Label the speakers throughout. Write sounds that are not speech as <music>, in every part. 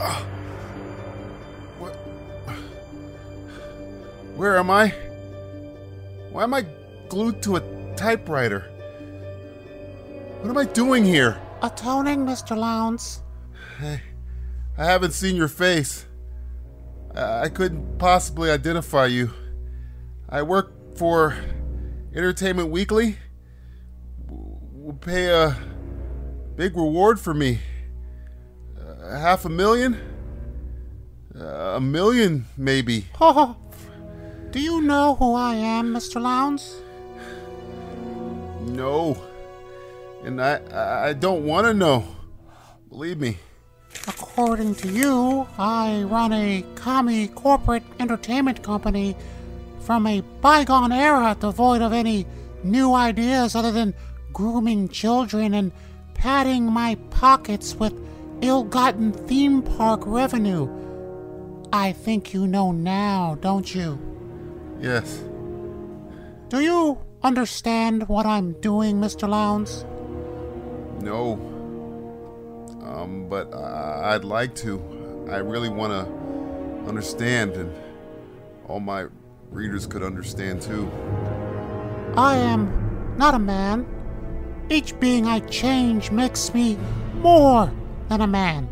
Speaker 1: Ah. What? Where am I? Why am I glued to a typewriter? What am I doing here?
Speaker 2: Atoning, Mr. Lowndes.
Speaker 1: I, I haven't seen your face. I, I couldn't possibly identify you. I work for Entertainment Weekly. W- Will pay a big reward for me. Uh, half a million? Uh, a million, maybe.
Speaker 2: Oh, do you know who I am, Mr. Lowndes?
Speaker 1: No. And I, I- I don't want to know. Believe me.
Speaker 2: According to you, I run a commie corporate entertainment company from a bygone era devoid of any new ideas other than grooming children and padding my pockets with ill gotten theme park revenue. I think you know now, don't you?
Speaker 1: Yes.
Speaker 2: Do you understand what I'm doing, Mr. Lowndes?
Speaker 1: No. Um, but I, I'd like to. I really want to understand, and all my readers could understand too.
Speaker 2: I am not a man. Each being I change makes me more than a man,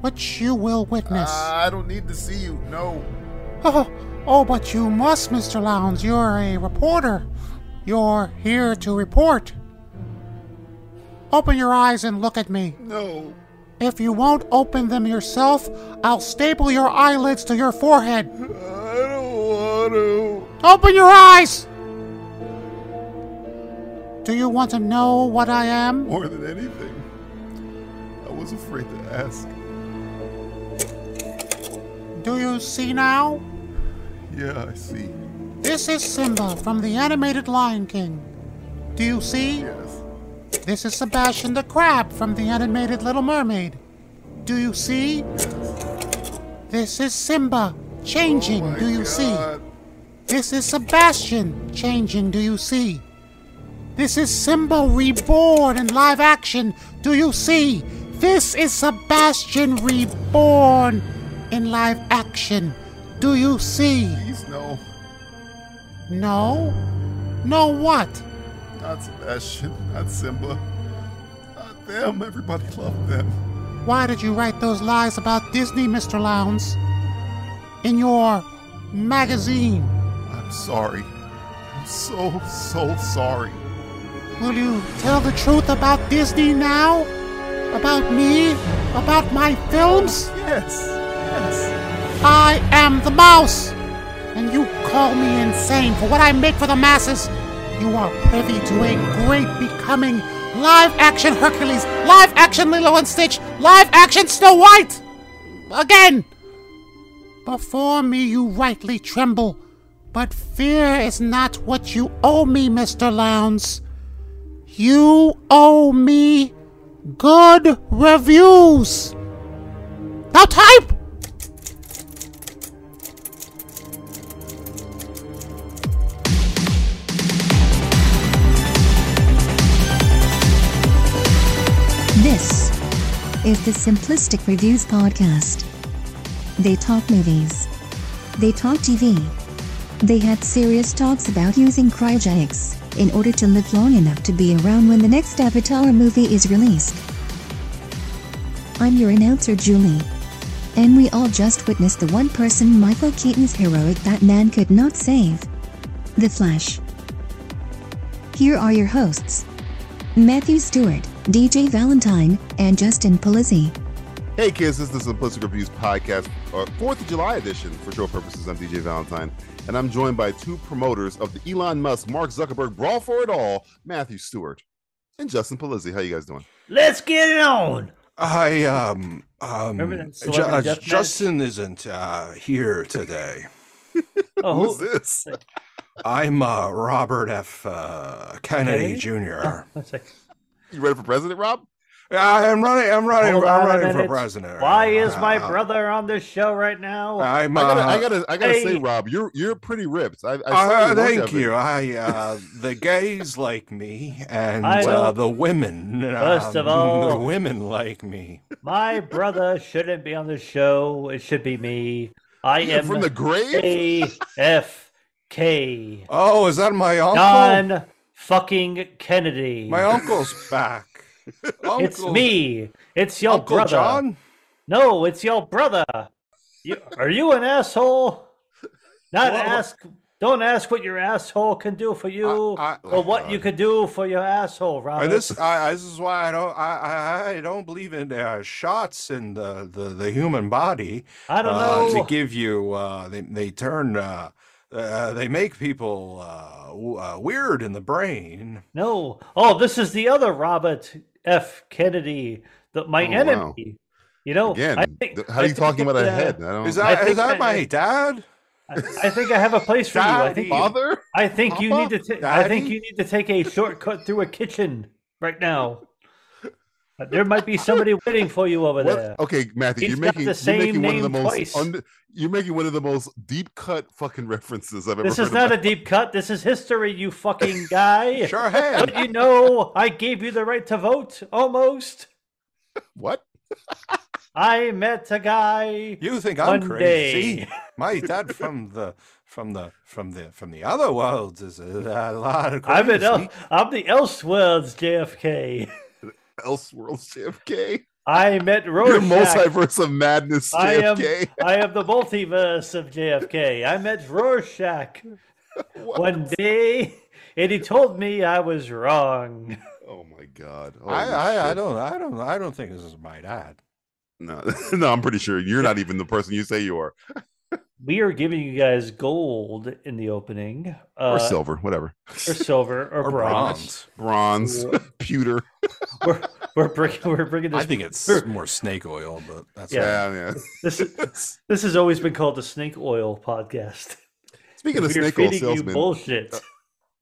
Speaker 2: which you will witness.
Speaker 1: I don't need to see you. No.
Speaker 2: Oh, oh, but you must, Mr. Lowndes. You're a reporter. You're here to report. Open your eyes and look at me.
Speaker 1: No.
Speaker 2: If you won't open them yourself, I'll staple your eyelids to your
Speaker 1: I
Speaker 2: forehead.
Speaker 1: don't want to.
Speaker 2: Open your eyes! Do you want to know what I am?
Speaker 1: More than anything, I was afraid to ask.
Speaker 2: Do you see now?
Speaker 1: Yeah, I see.
Speaker 2: This is Simba from the animated Lion King. Do you see?
Speaker 1: Yes.
Speaker 2: This is Sebastian the Crab from the animated Little Mermaid. Do you see? This is Simba changing.
Speaker 1: Oh My
Speaker 2: do you see?
Speaker 1: God.
Speaker 2: This is Sebastian changing. Do you see? This is Simba reborn in live action. Do you see? This is Sebastian reborn in live action. Do you see?
Speaker 1: Please, no.
Speaker 2: No? No what?
Speaker 1: Not Sebastian. Not Simba. Not them. Everybody loved them.
Speaker 2: Why did you write those lies about Disney, Mr. Lowndes? In your magazine,
Speaker 1: I'm sorry. I'm so, so sorry.
Speaker 2: will you tell the truth about Disney now? About me? About my films?
Speaker 1: Yes, yes.
Speaker 2: I am the mouse! And you call me insane for what I make for the masses! You are privy to a great becoming live action Hercules, live action Lilo and Stitch, live action Snow White! Again! Before me you rightly tremble, but fear is not what you owe me, Mr. Lowndes. You owe me good reviews! Now type!
Speaker 3: This is the Simplistic Reviews Podcast. They talk movies. They talk TV. They had serious talks about using cryogenics in order to live long enough to be around when the next Avatar movie is released. I'm your announcer, Julie. And we all just witnessed the one person Michael Keaton's heroic Batman could not save The Flash. Here are your hosts. Matthew Stewart, DJ Valentine, and Justin Polizzi.
Speaker 1: Hey kids, this is the Simplistic Reviews podcast, uh, 4th of July edition for show purposes. I'm DJ Valentine, and I'm joined by two promoters of the Elon Musk, Mark Zuckerberg brawl for it all, Matthew Stewart and Justin Polizzi. How you guys doing?
Speaker 4: Let's get it
Speaker 5: <laughs>
Speaker 4: on.
Speaker 5: I um um
Speaker 4: Remember that
Speaker 5: Ju-
Speaker 4: celebrity
Speaker 5: uh,
Speaker 4: death match?
Speaker 5: Justin isn't uh here today.
Speaker 4: Oh,
Speaker 1: Who's this?
Speaker 5: I'm uh Robert F. Uh, Kennedy
Speaker 4: Kennedy?
Speaker 5: Jr.
Speaker 4: that's like,
Speaker 1: You ready for president, Rob?
Speaker 5: I am running. I'm running.
Speaker 4: Hold on
Speaker 5: I'm
Speaker 4: a
Speaker 5: running for
Speaker 4: minute.
Speaker 5: president.
Speaker 4: Why is my
Speaker 5: Uh,
Speaker 4: brother on this show right now?
Speaker 5: I'm.
Speaker 1: I gotta,
Speaker 5: uh,
Speaker 1: I gotta, I gotta say,
Speaker 4: hey.
Speaker 1: Rob, you're you're pretty ripped. I, I saw
Speaker 5: Uh,
Speaker 1: your look
Speaker 5: thank
Speaker 1: of it.
Speaker 5: you.
Speaker 1: <laughs>
Speaker 5: I uh, the gays like me, and
Speaker 4: I
Speaker 5: uh,
Speaker 4: don't-
Speaker 5: the women.
Speaker 4: First of
Speaker 5: um, the
Speaker 4: all-
Speaker 5: women like me.
Speaker 4: my brother shouldn't be on the show. It should be me. I am
Speaker 1: From the grave?
Speaker 4: A F K.
Speaker 5: Oh, is that my uncle?
Speaker 4: John fucking Kennedy.
Speaker 5: My uncle's back. Uncle,
Speaker 4: it's me. It's your
Speaker 5: Uncle
Speaker 4: brother.
Speaker 5: John.
Speaker 4: No, it's your brother. You, are you an asshole? Not
Speaker 5: What- what-
Speaker 4: ask. Don't ask what your asshole can do for you,
Speaker 5: I-
Speaker 4: or what
Speaker 1: uh,
Speaker 4: you could do for your asshole, Robert.
Speaker 5: And this, I, I- this is why I don't, I, I, I don't believe in uh, shots in the, the, the human body.
Speaker 4: I don't
Speaker 5: uh,
Speaker 4: know.
Speaker 5: They give you, uh, they, they turn, uh, uh, they make people uh, w- uh, weird in the brain.
Speaker 4: No. Oh, this is the other Robert F. Kennedy, the, my
Speaker 1: Oh,
Speaker 4: enemy.
Speaker 1: wow.
Speaker 4: You know,
Speaker 1: Again,
Speaker 4: I think,
Speaker 1: th- how
Speaker 4: I
Speaker 1: are you talking
Speaker 4: think
Speaker 1: about a
Speaker 4: that, uh,
Speaker 1: head? I don't.
Speaker 5: Is that, is
Speaker 4: think
Speaker 5: that
Speaker 4: that-
Speaker 5: my dad?
Speaker 4: I, I think I have a place for you. I think,
Speaker 5: Daddy.
Speaker 1: father?
Speaker 4: I think you need
Speaker 1: Papa?
Speaker 4: to. ta- I think
Speaker 5: Daddy?
Speaker 4: you need to take a shortcut through a kitchen right now. Uh, There might be somebody waiting for you over
Speaker 1: What-
Speaker 4: there.
Speaker 1: Okay, Matthew,
Speaker 4: He's
Speaker 1: you're
Speaker 4: got
Speaker 1: making,
Speaker 4: the
Speaker 1: you're making
Speaker 4: same
Speaker 1: one of the
Speaker 4: name
Speaker 1: most
Speaker 4: twice.
Speaker 1: und- you're making one of the most deep cut fucking references I've ever.
Speaker 4: This
Speaker 1: heard
Speaker 4: is not
Speaker 1: about.
Speaker 4: a deep cut. This is history, you fucking guy. <laughs>
Speaker 5: Sure hand.
Speaker 4: Don't you know I gave you the right to vote? Almost.
Speaker 1: <laughs> what?
Speaker 4: I met a guy.
Speaker 5: You think I'm
Speaker 4: One
Speaker 5: crazy?
Speaker 4: day. <laughs>
Speaker 5: My dad from the from the from the from the other world is a, a lot of crazy.
Speaker 4: I'm an El- I'm the Elseworlds JFK.
Speaker 1: Elseworlds JFK.
Speaker 4: <laughs> I met
Speaker 1: You're
Speaker 4: Rorschach.
Speaker 1: multiverse of madness
Speaker 4: I am
Speaker 1: JFK.
Speaker 4: <laughs> I am the multiverse of JFK. I met Rorschach one day, and he told me I was wrong.
Speaker 1: Oh my god.
Speaker 5: I,
Speaker 1: Holy
Speaker 5: I, I
Speaker 1: shit.
Speaker 5: don't I don't I don't think this is my dad.
Speaker 1: No, <laughs> no, I'm pretty sure you're not even the person you say you are,
Speaker 4: We are giving you guys gold in the opening,
Speaker 1: or
Speaker 4: uh,
Speaker 1: silver, whatever,
Speaker 4: or silver, or,
Speaker 5: Or
Speaker 4: bronze.
Speaker 5: bronze.
Speaker 1: bronze,
Speaker 4: Or-
Speaker 1: <laughs> pewter.
Speaker 4: We're, we're bringing <laughs> we're bringing this.
Speaker 5: I think it's more snake oil, but that's
Speaker 1: Yeah,
Speaker 4: Yeah.
Speaker 1: yeah.
Speaker 5: <laughs>
Speaker 4: this is- this has always been called the snake oil podcast.
Speaker 1: Speaking of
Speaker 4: We're
Speaker 1: snake oil
Speaker 4: feeding you
Speaker 1: salesman,
Speaker 4: bullshit.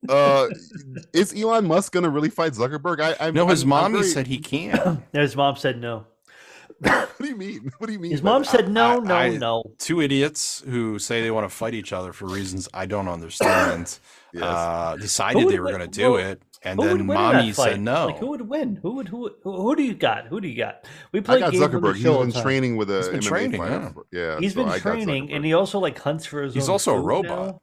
Speaker 1: uh, <laughs> is Elon Musk gonna really fight Zuckerberg? I, I
Speaker 5: No, his
Speaker 1: I'm, I'm
Speaker 5: mommy
Speaker 1: very-
Speaker 5: said
Speaker 4: <coughs>
Speaker 5: he can't.
Speaker 4: His mom said no.
Speaker 1: What do you mean? <laughs> What do you mean?
Speaker 4: His
Speaker 1: by
Speaker 4: mom
Speaker 1: that?
Speaker 4: said no,
Speaker 5: I-
Speaker 4: no,
Speaker 5: I-
Speaker 4: no.
Speaker 5: Two idiots who say they want to fight each other for reasons I don't understand
Speaker 4: <coughs>
Speaker 1: Yes.
Speaker 5: uh, decided
Speaker 4: Who
Speaker 5: they
Speaker 4: would
Speaker 5: were
Speaker 4: win-
Speaker 5: going to do
Speaker 4: well,
Speaker 5: it, and
Speaker 4: who
Speaker 5: then
Speaker 4: would win in that
Speaker 5: mommy
Speaker 4: fight?
Speaker 5: said no.
Speaker 4: Like, who would win? Who would who who, who do you got? Who do you got? We
Speaker 1: I
Speaker 4: play
Speaker 1: got
Speaker 4: games on the
Speaker 1: Zuckerberg. He's
Speaker 4: show all
Speaker 1: been
Speaker 4: the time.
Speaker 1: training with a
Speaker 5: He's been
Speaker 1: MMA
Speaker 5: training,
Speaker 1: fighter. Yeah,
Speaker 4: He's
Speaker 1: so
Speaker 4: been
Speaker 1: I got
Speaker 4: training, and
Speaker 1: Zuckerberg.
Speaker 4: he also like hunts for his.
Speaker 5: He's
Speaker 4: own
Speaker 5: also a
Speaker 4: food
Speaker 5: robot.
Speaker 4: now.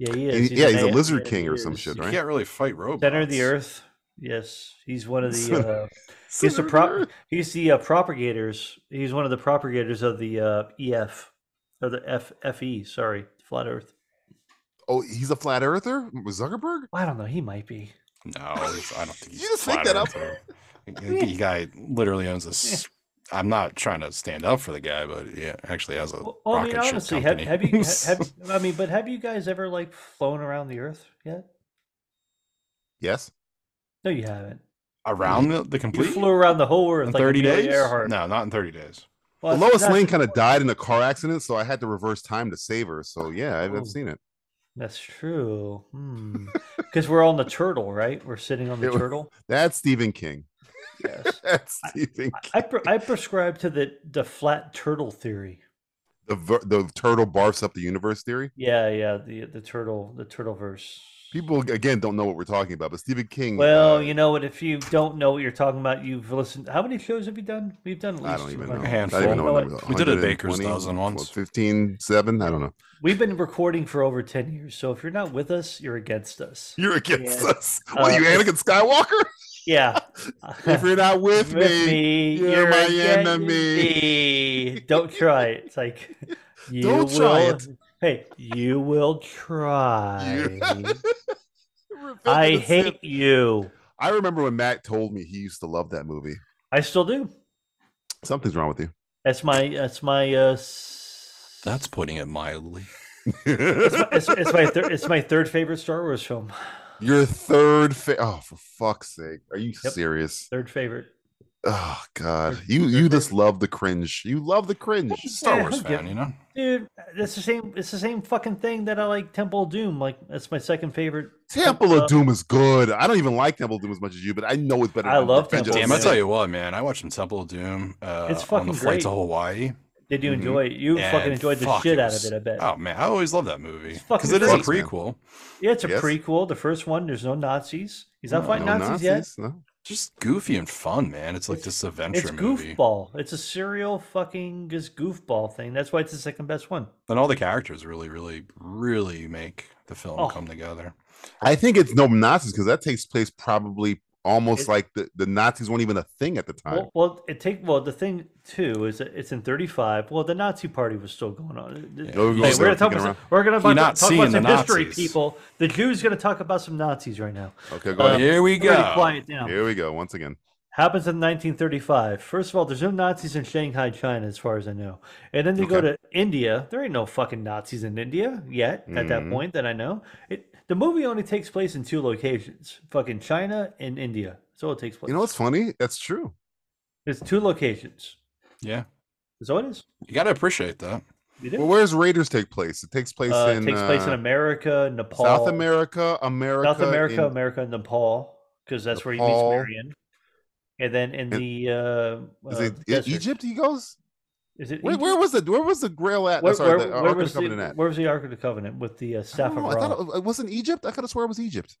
Speaker 4: Yeah, he
Speaker 1: He-
Speaker 4: is.
Speaker 1: yeah,
Speaker 4: a
Speaker 1: he's a
Speaker 4: man-
Speaker 1: lizard
Speaker 4: yeah,
Speaker 1: king
Speaker 4: he
Speaker 1: or some
Speaker 4: is.
Speaker 1: shit,
Speaker 5: you
Speaker 1: right?
Speaker 5: can't really fight robots.
Speaker 4: Center of the Earth. Yes, he's one of the.
Speaker 1: Center- <laughs>
Speaker 4: Uh, he's the
Speaker 1: Center of
Speaker 4: prop.
Speaker 1: Earth.
Speaker 4: He's the uh, propagators. He's one of the propagators of the uh, EF or the F FE. Sorry, flat Earth.
Speaker 1: Oh, he's a flat earther. Zuckerberg.
Speaker 4: I don't know. He might be.
Speaker 5: No, he's- I don't
Speaker 4: <laughs>
Speaker 5: think
Speaker 1: You
Speaker 5: he's.
Speaker 1: just make
Speaker 5: flat
Speaker 1: that up.
Speaker 5: earther. The the guy literally owns this. I'm not trying to stand up for the guy, but yeah, actually has a
Speaker 4: Well,
Speaker 5: rocket
Speaker 4: I mean,
Speaker 5: ship
Speaker 4: honestly, have,
Speaker 5: company.
Speaker 4: have you?
Speaker 5: <laughs>
Speaker 4: ha- Have, I mean, but have you guys ever like flown around the Earth yet?
Speaker 1: Yes.
Speaker 4: No, you haven't.
Speaker 5: around the, the
Speaker 4: You
Speaker 5: complete
Speaker 4: flew around the whole Earth
Speaker 5: in
Speaker 4: like
Speaker 5: 30
Speaker 4: Amelia
Speaker 5: days?
Speaker 4: Earhart.
Speaker 5: No, not in 30 days.
Speaker 4: Well,
Speaker 1: well, Lois
Speaker 4: that's-
Speaker 1: Lane kind of died in a car accident, so I had to reverse time to save her. So yeah, I've,
Speaker 4: Oh.
Speaker 1: I've seen it.
Speaker 4: That's true. Because we're on the turtle, right? We're sitting on the
Speaker 1: It was-
Speaker 4: turtle.
Speaker 5: <laughs>
Speaker 1: That's Stephen King. <laughs>
Speaker 4: Yes.
Speaker 1: That's Stephen. King.
Speaker 4: I, pre- I prescribe to the the flat turtle theory.
Speaker 1: The ver- the turtle barfs up the universe theory.
Speaker 4: Yeah, yeah, the the turtle the turtle verse.
Speaker 1: People again don't know what we're talking about, but Stephen King.
Speaker 4: Well,
Speaker 1: uh,
Speaker 4: you know what? If you don't know what you're talking about, you've listened. How many shows have you done? We've done at least
Speaker 1: I don't even know.
Speaker 4: 200.
Speaker 5: A handful.
Speaker 1: I don't
Speaker 4: You
Speaker 1: even know
Speaker 4: know
Speaker 1: what
Speaker 4: what?
Speaker 1: number-
Speaker 5: We did a Baker's
Speaker 1: 120,
Speaker 5: dozen once.
Speaker 1: 15, 7, I don't know.
Speaker 4: We've been recording for over ten years, so if you're not with us, you're
Speaker 1: <laughs>
Speaker 4: against us.
Speaker 1: You're against
Speaker 4: Yeah.
Speaker 1: us. What are
Speaker 4: Uh,
Speaker 1: you, Anakin Skywalker?
Speaker 4: <laughs> Yeah.
Speaker 1: if you're not with, me, you're my
Speaker 4: against
Speaker 1: enemy.
Speaker 4: me. Don't try it.
Speaker 1: <laughs>
Speaker 4: It's like you
Speaker 1: Don't
Speaker 4: will.
Speaker 1: try it.
Speaker 4: Hey, you
Speaker 1: <laughs>
Speaker 4: will try.
Speaker 1: Revenge of
Speaker 4: I
Speaker 1: the Sith.
Speaker 4: hate you.
Speaker 1: I remember when Matt told me he used to love that movie.
Speaker 4: I still do.
Speaker 1: Something's wrong with you.
Speaker 4: That's my. That's my. Uh, s-
Speaker 5: That's putting it mildly.
Speaker 1: <laughs>
Speaker 4: it's my, it's, it's my third. It's my third favorite Star Wars film.
Speaker 1: Your third fa- oh for fuck's sake. Are you
Speaker 4: Yep.
Speaker 1: serious?
Speaker 4: Third favorite.
Speaker 1: Oh God, you you just love the cringe. You love the cringe.
Speaker 5: Star
Speaker 4: Yeah,
Speaker 5: Wars
Speaker 4: who gi-
Speaker 5: fan, you know.
Speaker 4: Dude, it's the same. It's the same fucking thing that I like. Temple of Doom, like that's my second favorite.
Speaker 1: Temple
Speaker 4: uh,
Speaker 1: of Doom is good. I don't even like Temple of Doom as much as you, but I know it's better.
Speaker 4: I
Speaker 1: than
Speaker 4: love
Speaker 1: Revenge of the
Speaker 4: Temple of
Speaker 5: Damn, I
Speaker 4: Doom.
Speaker 1: Sith.
Speaker 5: tell you what, man. I watched some Temple of Doom uh,
Speaker 4: It's
Speaker 5: on
Speaker 4: fucking
Speaker 5: the flight to
Speaker 4: great.
Speaker 5: Hawaii.
Speaker 4: Did you
Speaker 1: Mhm.
Speaker 4: enjoy it? You
Speaker 5: and
Speaker 4: fucking enjoyed the
Speaker 5: fuck,
Speaker 4: shit out
Speaker 5: was-
Speaker 4: of it. I bet.
Speaker 5: Oh man, I always love that movie
Speaker 4: It's
Speaker 5: because
Speaker 4: fucking
Speaker 5: it is a
Speaker 1: great, man.
Speaker 5: prequel.
Speaker 4: yeah, it's a
Speaker 1: yes.
Speaker 4: prequel. The first one. There's no Nazis. He's not
Speaker 5: No,
Speaker 4: fighting
Speaker 1: No
Speaker 4: Nazis, yet.
Speaker 1: Nazis, no.
Speaker 5: Just goofy and fun, man. It's like
Speaker 4: It's-
Speaker 5: this adventure
Speaker 4: It's
Speaker 5: movie,
Speaker 4: goofball. It's a serial fucking just goofball thing. That's why it's the second best one.
Speaker 5: and all the characters really, really, really make the film
Speaker 4: Oh.
Speaker 5: come together.
Speaker 1: I think it's no Nazis because that takes place probably almost
Speaker 4: It-
Speaker 1: like the, the Nazis weren't even a thing at the time.
Speaker 4: Well, well, it take well. The thing too is that it's in '35. Well, the Nazi Party was still going on. Th-
Speaker 5: Yeah.
Speaker 4: th-
Speaker 1: Those
Speaker 5: you
Speaker 4: hey,
Speaker 1: were
Speaker 4: we're gonna talk
Speaker 1: kicking
Speaker 4: about some,
Speaker 1: around.
Speaker 4: we're gonna
Speaker 5: You're
Speaker 4: about-
Speaker 5: not
Speaker 4: talk
Speaker 5: seeing
Speaker 4: about some
Speaker 5: the
Speaker 4: history,
Speaker 5: Nazis. Oh,
Speaker 4: people. The Jews gonna talk about some Nazis right now.
Speaker 1: okay, go
Speaker 4: Uh,
Speaker 1: ahead.
Speaker 5: Here we
Speaker 4: Everybody
Speaker 5: go.
Speaker 4: quiet down.
Speaker 1: Here we go once again.
Speaker 4: Happens in 1935. First of all, there's no Nazis in Shanghai, China, as far as I know. And then they go to India. There ain't no fucking Nazis in India yet at that
Speaker 5: Mm-hmm.
Speaker 4: point that I know. It, the movie only takes place in two locations fucking China and India. That's all it takes place.
Speaker 1: You know what's funny? That's true.
Speaker 4: It's two locations.
Speaker 5: Yeah,
Speaker 4: That's all it is.
Speaker 5: you got to appreciate that.
Speaker 4: You do.
Speaker 1: Well, where's Raiders take place? It takes place
Speaker 4: Uh,
Speaker 1: in
Speaker 4: it takes place in
Speaker 1: uh,
Speaker 4: America, Nepal,
Speaker 1: South America, America,
Speaker 4: South America,
Speaker 1: in-
Speaker 4: America, Nepal, because that's where he meets
Speaker 1: Nepal.
Speaker 4: Marion. And then
Speaker 1: And-
Speaker 4: in the uh,
Speaker 1: Is
Speaker 4: uh,
Speaker 1: it in
Speaker 4: desert.
Speaker 1: Egypt? He goes.
Speaker 4: Is it
Speaker 1: Where,
Speaker 4: Egypt?
Speaker 1: where was the where was the Grail at?
Speaker 4: Where,
Speaker 1: Where, Sorry,
Speaker 4: where-
Speaker 1: the
Speaker 4: where
Speaker 1: Ark of the
Speaker 4: was the,
Speaker 1: Covenant at? Oh,
Speaker 4: where was the Ark of the Covenant with the uh,
Speaker 1: I
Speaker 4: staff
Speaker 1: don't
Speaker 4: of
Speaker 1: know,
Speaker 4: Ra?
Speaker 1: I thought it, it wasn't Egypt. I could have swore it was Egypt.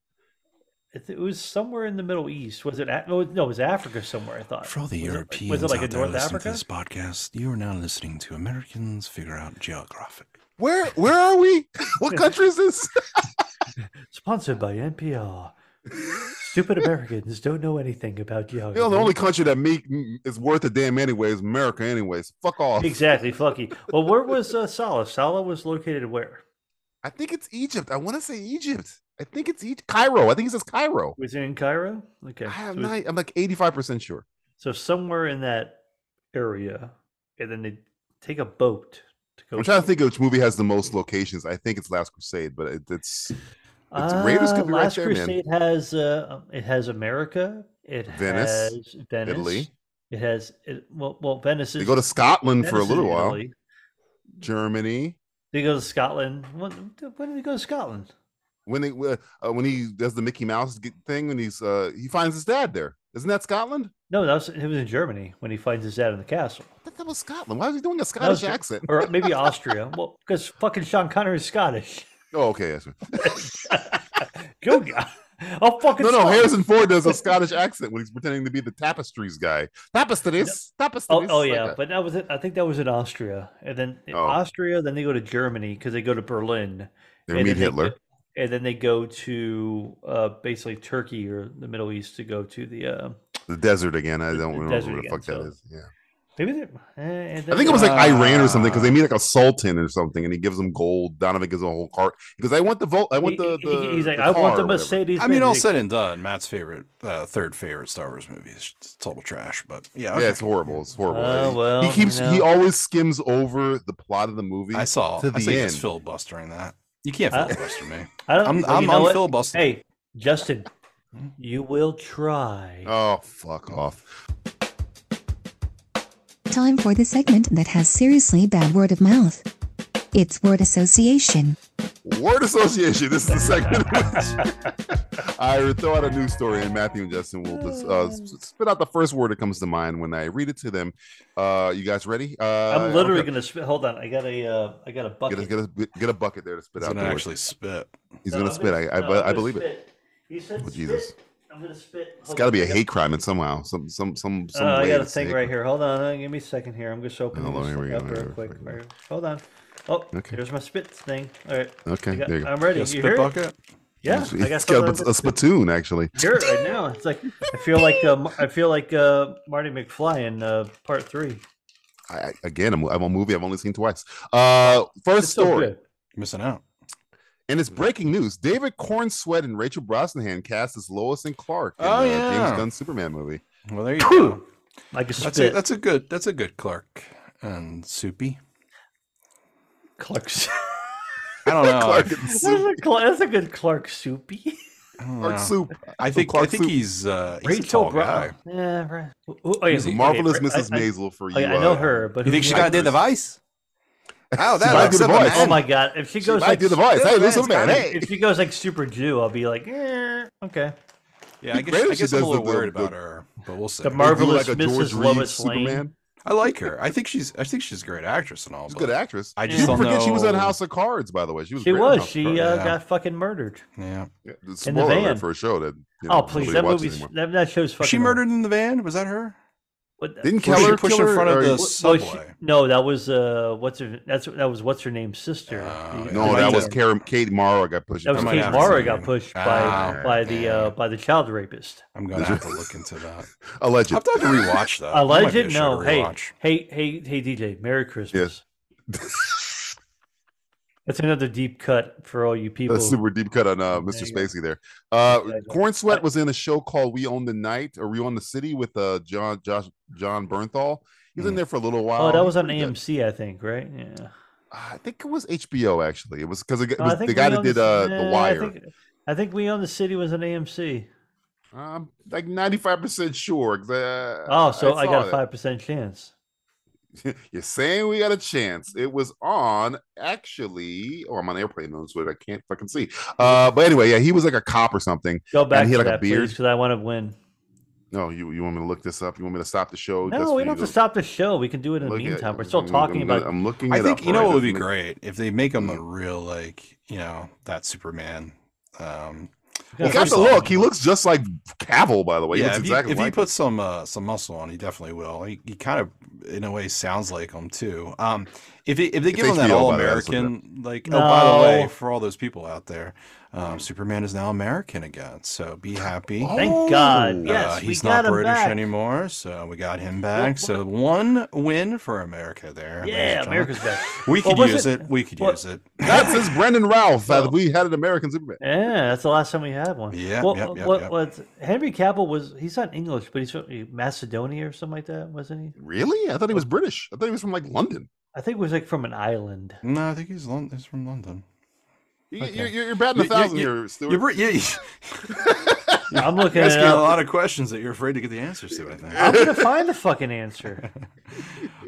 Speaker 4: It, it was somewhere in the Middle East. Was it? A- no, it was Africa somewhere. I thought.
Speaker 5: For all
Speaker 4: Uh,
Speaker 5: the
Speaker 4: was
Speaker 5: Europeans
Speaker 4: It, was it like
Speaker 5: out
Speaker 4: in
Speaker 5: there
Speaker 4: North
Speaker 5: listening to
Speaker 4: Africa?
Speaker 5: this podcast, you are now listening to Americans Figure Out Geographic.
Speaker 1: Where where are we? <laughs>
Speaker 4: <laughs>
Speaker 1: what country is this?
Speaker 4: Sponsored
Speaker 1: <laughs>
Speaker 4: by NPR. Stupid Americans don't know anything about geography.
Speaker 1: You know, <laughs> the only country that make is worth a damn anyway is America. Anyways, fuck off.
Speaker 4: exactly, fucky. Well, where was uh, Salah? Salah was located where?
Speaker 1: I think it's Egypt. I want to say Egypt. I think it's Egypt. Cairo. I think it says Cairo.
Speaker 4: Was it in Cairo? Okay,
Speaker 1: I have
Speaker 4: so, it was-
Speaker 1: not, I'm like 85 percent sure.
Speaker 4: so somewhere in that area, and then they take a boat to go.
Speaker 1: I'm trying to think of which movie has the most locations. I think it's Last Crusade, but it, it's
Speaker 4: <laughs>
Speaker 1: It's- Raiders could
Speaker 4: Ah,
Speaker 1: be right
Speaker 4: Last
Speaker 1: there, man.
Speaker 4: Crusade has uh, it has America, it
Speaker 1: Venice,
Speaker 4: has Venice,
Speaker 1: Italy.
Speaker 4: It has it, well, well, Venice is.
Speaker 1: They go to Scotland for a
Speaker 4: Venice is
Speaker 1: little
Speaker 4: in
Speaker 1: while.
Speaker 4: Italy.
Speaker 1: Germany.
Speaker 4: They go to Scotland. When, when did they go to Scotland?
Speaker 1: When they uh, uh, when he does the Mickey Mouse g- thing, when he's uh, he finds his dad there. Isn't that Scotland?
Speaker 4: No, that was it was in Germany when he finds his dad in the castle,
Speaker 1: I thought that was Scotland. Why was he doing a
Speaker 4: was
Speaker 1: Scottish
Speaker 4: Ger-
Speaker 1: accent?
Speaker 4: or
Speaker 1: <laughs>
Speaker 4: maybe Austria. well, because fucking Sean Connery is Scottish. <laughs>
Speaker 1: Oh, okay. That's right.
Speaker 4: Go, God. <laughs> I'll fucking
Speaker 1: No, no.
Speaker 4: Scotland.
Speaker 1: Harrison Ford does
Speaker 4: <laughs>
Speaker 1: a Scottish accent when he's pretending to be the tapestries guy. Tapestries,
Speaker 4: Oh,
Speaker 1: tapestries.
Speaker 4: oh
Speaker 1: like
Speaker 4: yeah,
Speaker 1: that.
Speaker 4: but that was it. I think that was in Austria, and then in
Speaker 1: Oh.
Speaker 4: Austria. Then they go to Germany because they go to Berlin.
Speaker 1: they
Speaker 4: and
Speaker 1: meet
Speaker 4: then they
Speaker 1: Hitler.
Speaker 4: go- and then they go to uh, basically Turkey or the Middle East to go to the uh,
Speaker 1: The desert again. I
Speaker 4: The-
Speaker 1: don't
Speaker 4: the
Speaker 1: remember
Speaker 4: desert
Speaker 1: what the
Speaker 4: again,
Speaker 1: fuck
Speaker 4: so-
Speaker 1: that is. Yeah.
Speaker 4: maybe. they- eh, and
Speaker 1: I
Speaker 4: then
Speaker 1: think it
Speaker 4: they-
Speaker 1: was like Iran or something because they
Speaker 5: Ah.
Speaker 1: meet like a sultan or something, and he gives them gold. Donovan gives them a whole cart because I want the vote. I want
Speaker 4: he-
Speaker 1: the,
Speaker 4: he-
Speaker 1: the
Speaker 4: he's like,
Speaker 1: the
Speaker 4: I want
Speaker 1: car
Speaker 4: the
Speaker 1: or whatever."
Speaker 4: Mercedes.
Speaker 5: I mean, all
Speaker 4: Benz."
Speaker 5: said and done, Matt's favorite, uh, third favorite Star Wars movie is just total trash. But yeah,
Speaker 1: Yeah,
Speaker 5: okay.
Speaker 1: it's horrible. It's horrible.
Speaker 4: Oh,
Speaker 1: He-
Speaker 4: well,
Speaker 1: he
Speaker 4: you
Speaker 1: keeps he
Speaker 4: know.
Speaker 1: always skims over the plot of the movie.
Speaker 5: I saw.
Speaker 1: to
Speaker 5: I
Speaker 1: the
Speaker 5: see it's
Speaker 1: end.
Speaker 5: filibustering that. You can't
Speaker 4: Uh,
Speaker 5: filibuster
Speaker 4: <laughs>
Speaker 5: me.
Speaker 4: I don't,
Speaker 5: I'm
Speaker 4: well,
Speaker 5: I'm
Speaker 4: you know
Speaker 5: on
Speaker 4: what?
Speaker 5: filibuster.
Speaker 4: Hey, Justin, you will try.
Speaker 1: Oh fuck off!
Speaker 3: Time for the segment that has seriously bad word of mouth. It's word association.
Speaker 1: Word association. This is the
Speaker 4: <laughs>
Speaker 1: segment. in which <laughs> I would throw out a news story, and Matthew and Justin will just uh, s- spit out the first word that comes to mind when I read it to them. Uh, you guys ready? Uh,
Speaker 4: I'm literally
Speaker 1: okay.
Speaker 4: gonna spit. Hold on, I got a, uh, I got a bucket.
Speaker 1: get a, get a get a bucket there to spit
Speaker 5: It's
Speaker 1: out.
Speaker 5: gonna
Speaker 1: The word.
Speaker 5: actually spit.
Speaker 1: He's
Speaker 4: No,
Speaker 1: gonna
Speaker 4: I'm
Speaker 1: spit. I I,
Speaker 4: no,
Speaker 1: be-
Speaker 4: I'm
Speaker 1: I
Speaker 4: gonna
Speaker 1: believe it.
Speaker 4: spit. You said
Speaker 1: Oh,
Speaker 4: spit.
Speaker 1: Jesus.
Speaker 4: I'm gonna spit.
Speaker 1: It's got to be a hate crime in somehow. Some some some some.
Speaker 4: Uh, I
Speaker 1: way
Speaker 4: got a
Speaker 1: it's
Speaker 4: thing
Speaker 1: hate
Speaker 4: right
Speaker 1: crime.
Speaker 4: here. Hold on, uh, give me a second here. I'm just opening
Speaker 1: Hello,
Speaker 4: this
Speaker 1: here we
Speaker 4: thing
Speaker 1: go,
Speaker 4: up
Speaker 1: here
Speaker 4: real
Speaker 1: we
Speaker 4: quick.
Speaker 1: go.
Speaker 4: All right, Hold on. Oh,
Speaker 1: Okay.
Speaker 4: there's my spit thing. All right.
Speaker 1: Okay,
Speaker 4: I got-
Speaker 1: there you go.
Speaker 4: I'm ready.
Speaker 5: You
Speaker 4: You
Speaker 5: a spit
Speaker 4: hear it?
Speaker 5: bucket.
Speaker 4: Yeah, I
Speaker 1: it's
Speaker 4: got
Speaker 1: got a,
Speaker 4: something
Speaker 1: bit- a spittoon actually.
Speaker 4: I hear it right now. It's like I feel like um, I feel like uh, Marty McFly in uh, part three.
Speaker 1: I, I- again, I'm, I'm a movie I've only seen twice. Uh, first
Speaker 4: It's so
Speaker 1: story,
Speaker 4: good.
Speaker 5: You're missing out.
Speaker 1: and it's breaking news. David Corn Sweat and Rachel Brosnahan cast as Lois and Clark in
Speaker 5: Oh,
Speaker 1: uh,
Speaker 5: yeah.
Speaker 1: James Gunn Superman movie.
Speaker 5: Well, there you go.
Speaker 4: I can spit.
Speaker 5: That's a that's a good that's a good Clark and Soupy.
Speaker 4: Clark. Soup.
Speaker 5: I don't know.
Speaker 1: Clark
Speaker 5: I've-
Speaker 1: and
Speaker 4: <laughs> That's
Speaker 1: Sue-
Speaker 4: a, Cla- that's a good Clark Soupy.
Speaker 1: Clark Soup.
Speaker 5: I think I
Speaker 1: Clark
Speaker 5: think
Speaker 1: Soup.
Speaker 5: he's uh, he's a
Speaker 4: Rachel
Speaker 5: tall
Speaker 4: Brown.
Speaker 5: guy.
Speaker 4: Yeah, right. Who- who- oh, yeah,
Speaker 5: Who's
Speaker 4: who- okay,
Speaker 5: he?
Speaker 1: Marvelous
Speaker 4: right,
Speaker 1: Mrs.
Speaker 4: I, I,
Speaker 1: Maisel for you.
Speaker 4: oh, yeah, I know
Speaker 1: uh,
Speaker 4: her, but
Speaker 5: You
Speaker 4: who
Speaker 5: think she
Speaker 4: the
Speaker 5: got to do
Speaker 4: actress?
Speaker 5: the vice?
Speaker 1: Oh,
Speaker 5: She
Speaker 1: that
Speaker 5: might
Speaker 1: looks
Speaker 5: do the
Speaker 1: like
Speaker 5: voice.
Speaker 4: Oh my god! If she
Speaker 1: She
Speaker 4: goes
Speaker 1: might
Speaker 4: like
Speaker 1: do the voice. Hey,
Speaker 5: That's
Speaker 1: there's a man.
Speaker 5: kinda-
Speaker 1: Hey,
Speaker 4: if she goes like super Jew, I'll be like, eh, okay.
Speaker 5: Yeah, I
Speaker 1: great
Speaker 5: guess,
Speaker 1: if
Speaker 5: I
Speaker 1: she
Speaker 5: guess I'm
Speaker 1: does
Speaker 5: a little
Speaker 1: the-
Speaker 5: worried
Speaker 1: the-
Speaker 5: about her, but we'll see.
Speaker 4: The
Speaker 1: you do
Speaker 4: marvelous
Speaker 1: like a
Speaker 4: Mrs.
Speaker 1: George Reeves
Speaker 4: Lois Lane.
Speaker 1: Superman.
Speaker 5: I like her. I think she's I think she's a great actress and all.
Speaker 1: She's a
Speaker 5: but
Speaker 1: good actress.
Speaker 5: I
Speaker 1: Did
Speaker 5: just
Speaker 1: you
Speaker 5: don't
Speaker 1: forget she was on
Speaker 5: know-
Speaker 1: House of Cards, by the way. She was.
Speaker 4: She
Speaker 1: great Oh, on
Speaker 4: was.
Speaker 1: House of
Speaker 4: She
Speaker 1: Cards.
Speaker 4: uh,
Speaker 5: yeah.
Speaker 4: got fucking murdered.
Speaker 5: Yeah.
Speaker 1: Yeah, the spoiler alert
Speaker 4: van.
Speaker 1: for a show that. you
Speaker 4: Oh
Speaker 1: know,
Speaker 4: please,
Speaker 1: nobody
Speaker 4: that
Speaker 1: watches
Speaker 4: movie's
Speaker 1: anymore.
Speaker 4: that, that show's fucking.
Speaker 5: Was she murdered in the van? Was that her?
Speaker 4: What the-
Speaker 1: Didn't
Speaker 4: was she-
Speaker 1: Keller
Speaker 5: pushed in
Speaker 1: killer
Speaker 5: front of
Speaker 1: or-
Speaker 5: the
Speaker 1: Well,
Speaker 4: No, she-
Speaker 5: subway?
Speaker 4: no, that was uh, what's her? That's that was what's her name's sister.
Speaker 5: Oh,
Speaker 4: The-
Speaker 5: yeah.
Speaker 1: No,
Speaker 4: the-
Speaker 5: I
Speaker 1: that
Speaker 5: might
Speaker 1: was
Speaker 5: have-
Speaker 1: Karen, Kate Mara got pushed.
Speaker 4: that
Speaker 1: in
Speaker 4: was
Speaker 1: front of
Speaker 5: might
Speaker 4: Kate
Speaker 5: have
Speaker 1: the-
Speaker 4: Mara
Speaker 5: seen
Speaker 4: got
Speaker 5: it.
Speaker 4: pushed by
Speaker 5: Ah,
Speaker 4: by the uh,
Speaker 5: yeah.
Speaker 4: by the child rapist.
Speaker 5: I'm gonna have to look into that.
Speaker 1: Alleged.
Speaker 5: <laughs> I'll have to rewatch that.
Speaker 4: A
Speaker 5: That Uh, might be
Speaker 4: legend?
Speaker 5: show to
Speaker 4: No. Hey,
Speaker 5: rewatch.
Speaker 4: hey, hey, hey, DJ. Merry Christmas. That's another deep cut for all you <laughs> people.
Speaker 1: That's super deep cut on uh, Mr.
Speaker 4: There you go.
Speaker 1: Spacey there. Uh,
Speaker 4: Exactly.
Speaker 1: Corn Sweat was in a show called "We Own the Night" or "We Own the City" with uh, John Josh John Bernthal. He was in
Speaker 5: Mm.
Speaker 1: there for a little while.
Speaker 4: oh, that
Speaker 1: He's <laughs>
Speaker 4: was on
Speaker 1: pretty good.
Speaker 4: AMC, I think, right? Yeah.
Speaker 1: I think it was HBO actually. It was because it,
Speaker 4: No,
Speaker 1: was
Speaker 4: Oh, I think
Speaker 1: the guy
Speaker 4: We
Speaker 1: that
Speaker 4: Own
Speaker 1: did uh, the
Speaker 4: Nah,
Speaker 1: Wire.
Speaker 4: I think, I think we own the city was an AMC.
Speaker 1: I'm like 95% sure. 'cause, uh,
Speaker 4: Oh, so I, got
Speaker 1: saw
Speaker 4: a
Speaker 1: it.
Speaker 4: five percent chance.
Speaker 1: <laughs> You're saying we got a chance. It was on actually. Oh, I'm on airplane mode, so I can't fucking see. Uh, but anyway, yeah, he was like a cop or something.
Speaker 4: Go back
Speaker 1: he had,
Speaker 4: to
Speaker 1: like, a
Speaker 4: that, please,
Speaker 1: beard?
Speaker 4: because I want to win.
Speaker 1: No, you you want me to look this up? You want me to stop the show? just
Speaker 4: No,
Speaker 1: for
Speaker 4: we
Speaker 1: you
Speaker 4: don't have to
Speaker 1: to
Speaker 4: stop the show. We can do it in the
Speaker 1: Oh, look at-
Speaker 4: meantime. We're still
Speaker 1: I'm-
Speaker 4: talking
Speaker 1: I'm,
Speaker 4: about.
Speaker 1: I'm looking.
Speaker 5: I
Speaker 1: it
Speaker 5: think
Speaker 1: up
Speaker 5: you know
Speaker 1: right
Speaker 5: what would be
Speaker 1: now.
Speaker 5: great if they make him a real like you know that Superman. Um,
Speaker 1: He
Speaker 5: Yeah,
Speaker 1: got
Speaker 5: first
Speaker 1: the
Speaker 5: off-
Speaker 1: look. He looks just like Cavill, by the way. he
Speaker 5: yeah,
Speaker 1: looks
Speaker 5: if,
Speaker 1: exactly
Speaker 5: he, if he
Speaker 1: like him.
Speaker 5: puts some uh, some muscle on, he definitely will. He, he kind of in a way sounds like him too. Um, if he, if they
Speaker 1: It's
Speaker 5: give him that
Speaker 1: HBO,
Speaker 5: all
Speaker 1: by the way, that's what it
Speaker 5: American like oh by the
Speaker 4: No.
Speaker 5: way for all those people out there, um, Superman is now American again. So be happy.
Speaker 4: Thank God.
Speaker 1: Oh,
Speaker 4: Yes,
Speaker 5: uh,
Speaker 4: we
Speaker 5: he's
Speaker 4: got
Speaker 5: not
Speaker 4: him
Speaker 5: British
Speaker 4: back.
Speaker 5: anymore, so we got him back. So one win for America there. ladies and
Speaker 4: Yeah,
Speaker 5: gentlemen.
Speaker 4: America's back.
Speaker 5: We
Speaker 4: Well,
Speaker 5: could
Speaker 4: was
Speaker 5: use
Speaker 4: it-
Speaker 5: it? We could
Speaker 4: well-
Speaker 5: use it.
Speaker 1: That's his Brendan Ralph. that we had an American Superman.
Speaker 4: Yeah, that's the last time we had one.
Speaker 5: Yeah,
Speaker 4: Well,
Speaker 5: yep,
Speaker 4: uh,
Speaker 5: yep,
Speaker 4: what,
Speaker 5: yep.
Speaker 4: what's- Henry Cavill was? He's not English, but he's from uh, Macedonia or something like that, wasn't he?
Speaker 1: Really? I thought he was British. I thought he was from like London.
Speaker 4: I think it was like from an island.
Speaker 5: <laughs> No, I think he's, Lon- he's from London.
Speaker 1: You,
Speaker 4: Okay.
Speaker 1: you're, you're batting a
Speaker 5: You- you-
Speaker 1: thousand
Speaker 5: you-
Speaker 1: here, Stuart.
Speaker 5: You're, br- you-
Speaker 4: I'm
Speaker 1: <laughs>
Speaker 5: you're
Speaker 4: looking at
Speaker 5: asking
Speaker 4: it
Speaker 5: a
Speaker 4: up.
Speaker 5: lot of questions that you're afraid to get the answers to. I think.
Speaker 4: <laughs> I'm gonna find the fucking answer.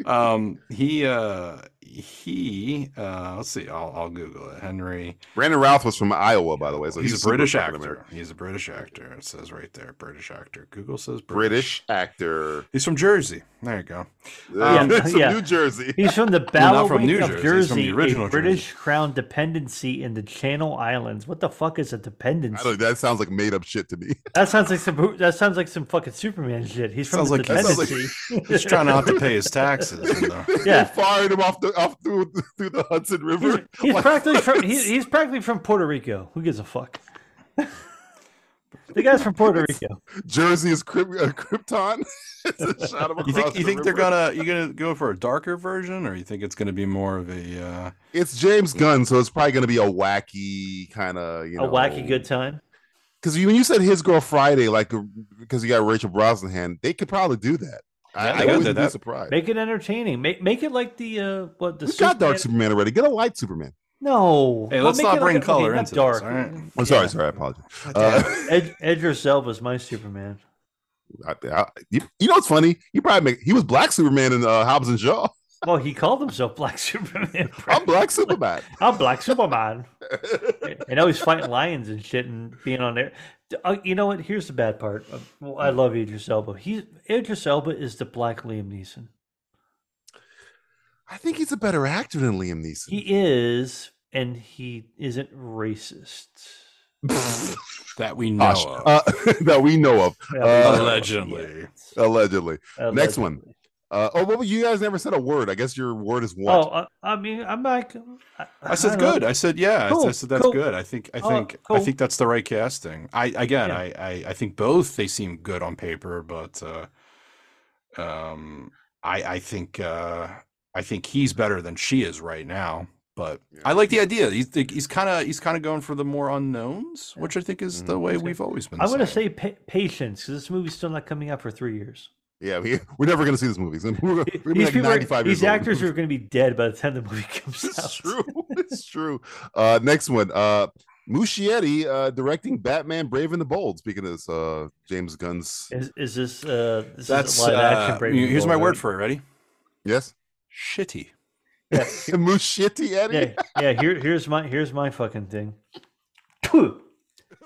Speaker 5: Um, he uh, he uh, let's see. I'll, I'll Google it. Henry.
Speaker 1: Brandon Routh was from Iowa, by the way. So
Speaker 5: he's,
Speaker 1: he's,
Speaker 5: a
Speaker 1: super
Speaker 5: British
Speaker 1: fucking
Speaker 5: actor.
Speaker 1: American.
Speaker 5: He's a British actor. It says right there, British actor. Google says
Speaker 1: British actor.
Speaker 5: He's from Jersey. There you go.
Speaker 1: <laughs> Um,
Speaker 4: Yeah,
Speaker 1: from
Speaker 4: yeah.
Speaker 1: New Jersey.
Speaker 4: He's
Speaker 5: <laughs>
Speaker 4: from the Battle
Speaker 5: from
Speaker 4: Ring
Speaker 5: New
Speaker 4: of
Speaker 5: Jersey,
Speaker 4: Jersey,
Speaker 5: he's from the original
Speaker 4: a British Crown dependency in the Channel Islands. What the fuck is a
Speaker 1: I
Speaker 4: dependency?
Speaker 1: don't, that sounds like made up shit to me.
Speaker 4: That sounds like some. That sounds like some fucking Superman shit. He's from
Speaker 5: Sounds
Speaker 4: the
Speaker 5: like- that sounds like-
Speaker 4: dependency. <laughs>
Speaker 5: He's trying not to pay his taxes. You know?
Speaker 4: <laughs> Yeah.
Speaker 1: they <laughs> fired him off the off through through the Hudson
Speaker 4: He's,
Speaker 1: River.
Speaker 4: <laughs> he's
Speaker 1: Like,
Speaker 4: practically from. He, he's practically from Puerto Rico. Who gives a fuck? the guy's from Puerto Rico.
Speaker 1: Jersey is Kryp, uh, Krypton. <laughs>
Speaker 4: <laughs>
Speaker 1: It's a shot of
Speaker 5: You
Speaker 1: across
Speaker 5: think you
Speaker 1: the
Speaker 5: think they're
Speaker 1: river.
Speaker 5: gonna you gonna go for a darker version, or you think it's gonna be more of a uh,
Speaker 1: It's James Gunn, so it's probably gonna be a wacky kind of you know
Speaker 4: a wacky good time.
Speaker 1: Because when you said His Girl Friday, like because you got Rachel Brosnahan, they could probably do that. I, I
Speaker 5: Yeah, they could do
Speaker 1: wouldn't be
Speaker 5: that.
Speaker 1: surprised.
Speaker 4: Make it entertaining. Make make it like the uh what the
Speaker 1: We got Dark
Speaker 4: Superman-
Speaker 1: Superman already. Get a white Superman.
Speaker 4: No.
Speaker 5: Hey,
Speaker 4: But
Speaker 5: let's
Speaker 4: make
Speaker 5: not
Speaker 4: it
Speaker 5: bring
Speaker 4: like a- okay,
Speaker 5: color
Speaker 4: not
Speaker 5: into this,
Speaker 4: dark.
Speaker 5: all right?
Speaker 1: I'm sorry, sorry, I apologize. Uh,
Speaker 4: Ed, Edgar Elba's my Superman.
Speaker 1: I, I, you, you know what's funny? He probably make, he was Black Superman in uh, Hobbs and Shaw.
Speaker 4: Well, he called himself Black <laughs> Superman.
Speaker 1: I'm <laughs> Black Superman.
Speaker 4: I'm
Speaker 1: <laughs>
Speaker 4: Black Superman. and now he's fighting lions and shit and being on there. D- uh, you know what? Here's the bad part. Uh, well,
Speaker 1: Hmm.
Speaker 4: I love Idris Elba. He Idris Elba is the Black Liam Neeson.
Speaker 1: I think he's a better actor than Liam Neeson. <laughs>
Speaker 4: He is, and he isn't racist.
Speaker 5: that we know
Speaker 1: Gosh,
Speaker 5: of.
Speaker 1: uh, <laughs> that we know of
Speaker 4: Yeah,
Speaker 1: Uh,
Speaker 5: allegedly.
Speaker 1: allegedly.
Speaker 4: Allegedly.
Speaker 1: Next one. Uh, oh, well, you guys never said a word. I guess your word is
Speaker 4: Oh,
Speaker 1: what?
Speaker 4: I, I mean, I'm like, I,
Speaker 5: I
Speaker 4: don't
Speaker 5: said
Speaker 4: know.
Speaker 5: good. I said yeah. I- I
Speaker 4: Cool,
Speaker 5: said that's
Speaker 4: cool.
Speaker 5: good. I think I
Speaker 4: Oh,
Speaker 5: think I
Speaker 4: cool.
Speaker 5: think that's the right casting. I again
Speaker 4: Yeah.
Speaker 5: I, I I think both they seem good on paper, but uh um I I think uh I think he's better than she is right now. But I like the idea. He's he's kind of he's kind of going for the more unknowns, which I think is the way we've always been.
Speaker 4: I'm going to
Speaker 5: saying.
Speaker 4: say pa- patience because this movie's still not coming out for three years.
Speaker 1: yeah, we, we're never going to see this movie. <laughs> So We're, we're gonna be
Speaker 4: These
Speaker 1: like
Speaker 4: people are-
Speaker 1: 95 years
Speaker 4: these
Speaker 1: old.
Speaker 4: actors
Speaker 1: <laughs>
Speaker 4: <laughs> are going to be dead by the time the movie comes out.
Speaker 1: It's true. It's true. Uh, next one. Uh, Muschietti uh, directing Batman: Brave and the Bold. Speaking of this, uh, James Gunn's
Speaker 4: Is, is this uh this
Speaker 5: That's
Speaker 4: is live action
Speaker 5: uh,
Speaker 4: Brave and the
Speaker 5: here's my
Speaker 4: Bold,
Speaker 5: word
Speaker 4: right?
Speaker 5: for it. Ready?
Speaker 1: yes, <laughs>
Speaker 5: Shitty.
Speaker 1: Muschietti.
Speaker 4: yeah
Speaker 1: Eddie.
Speaker 4: yeah here here's my here's my fucking thing. Phew.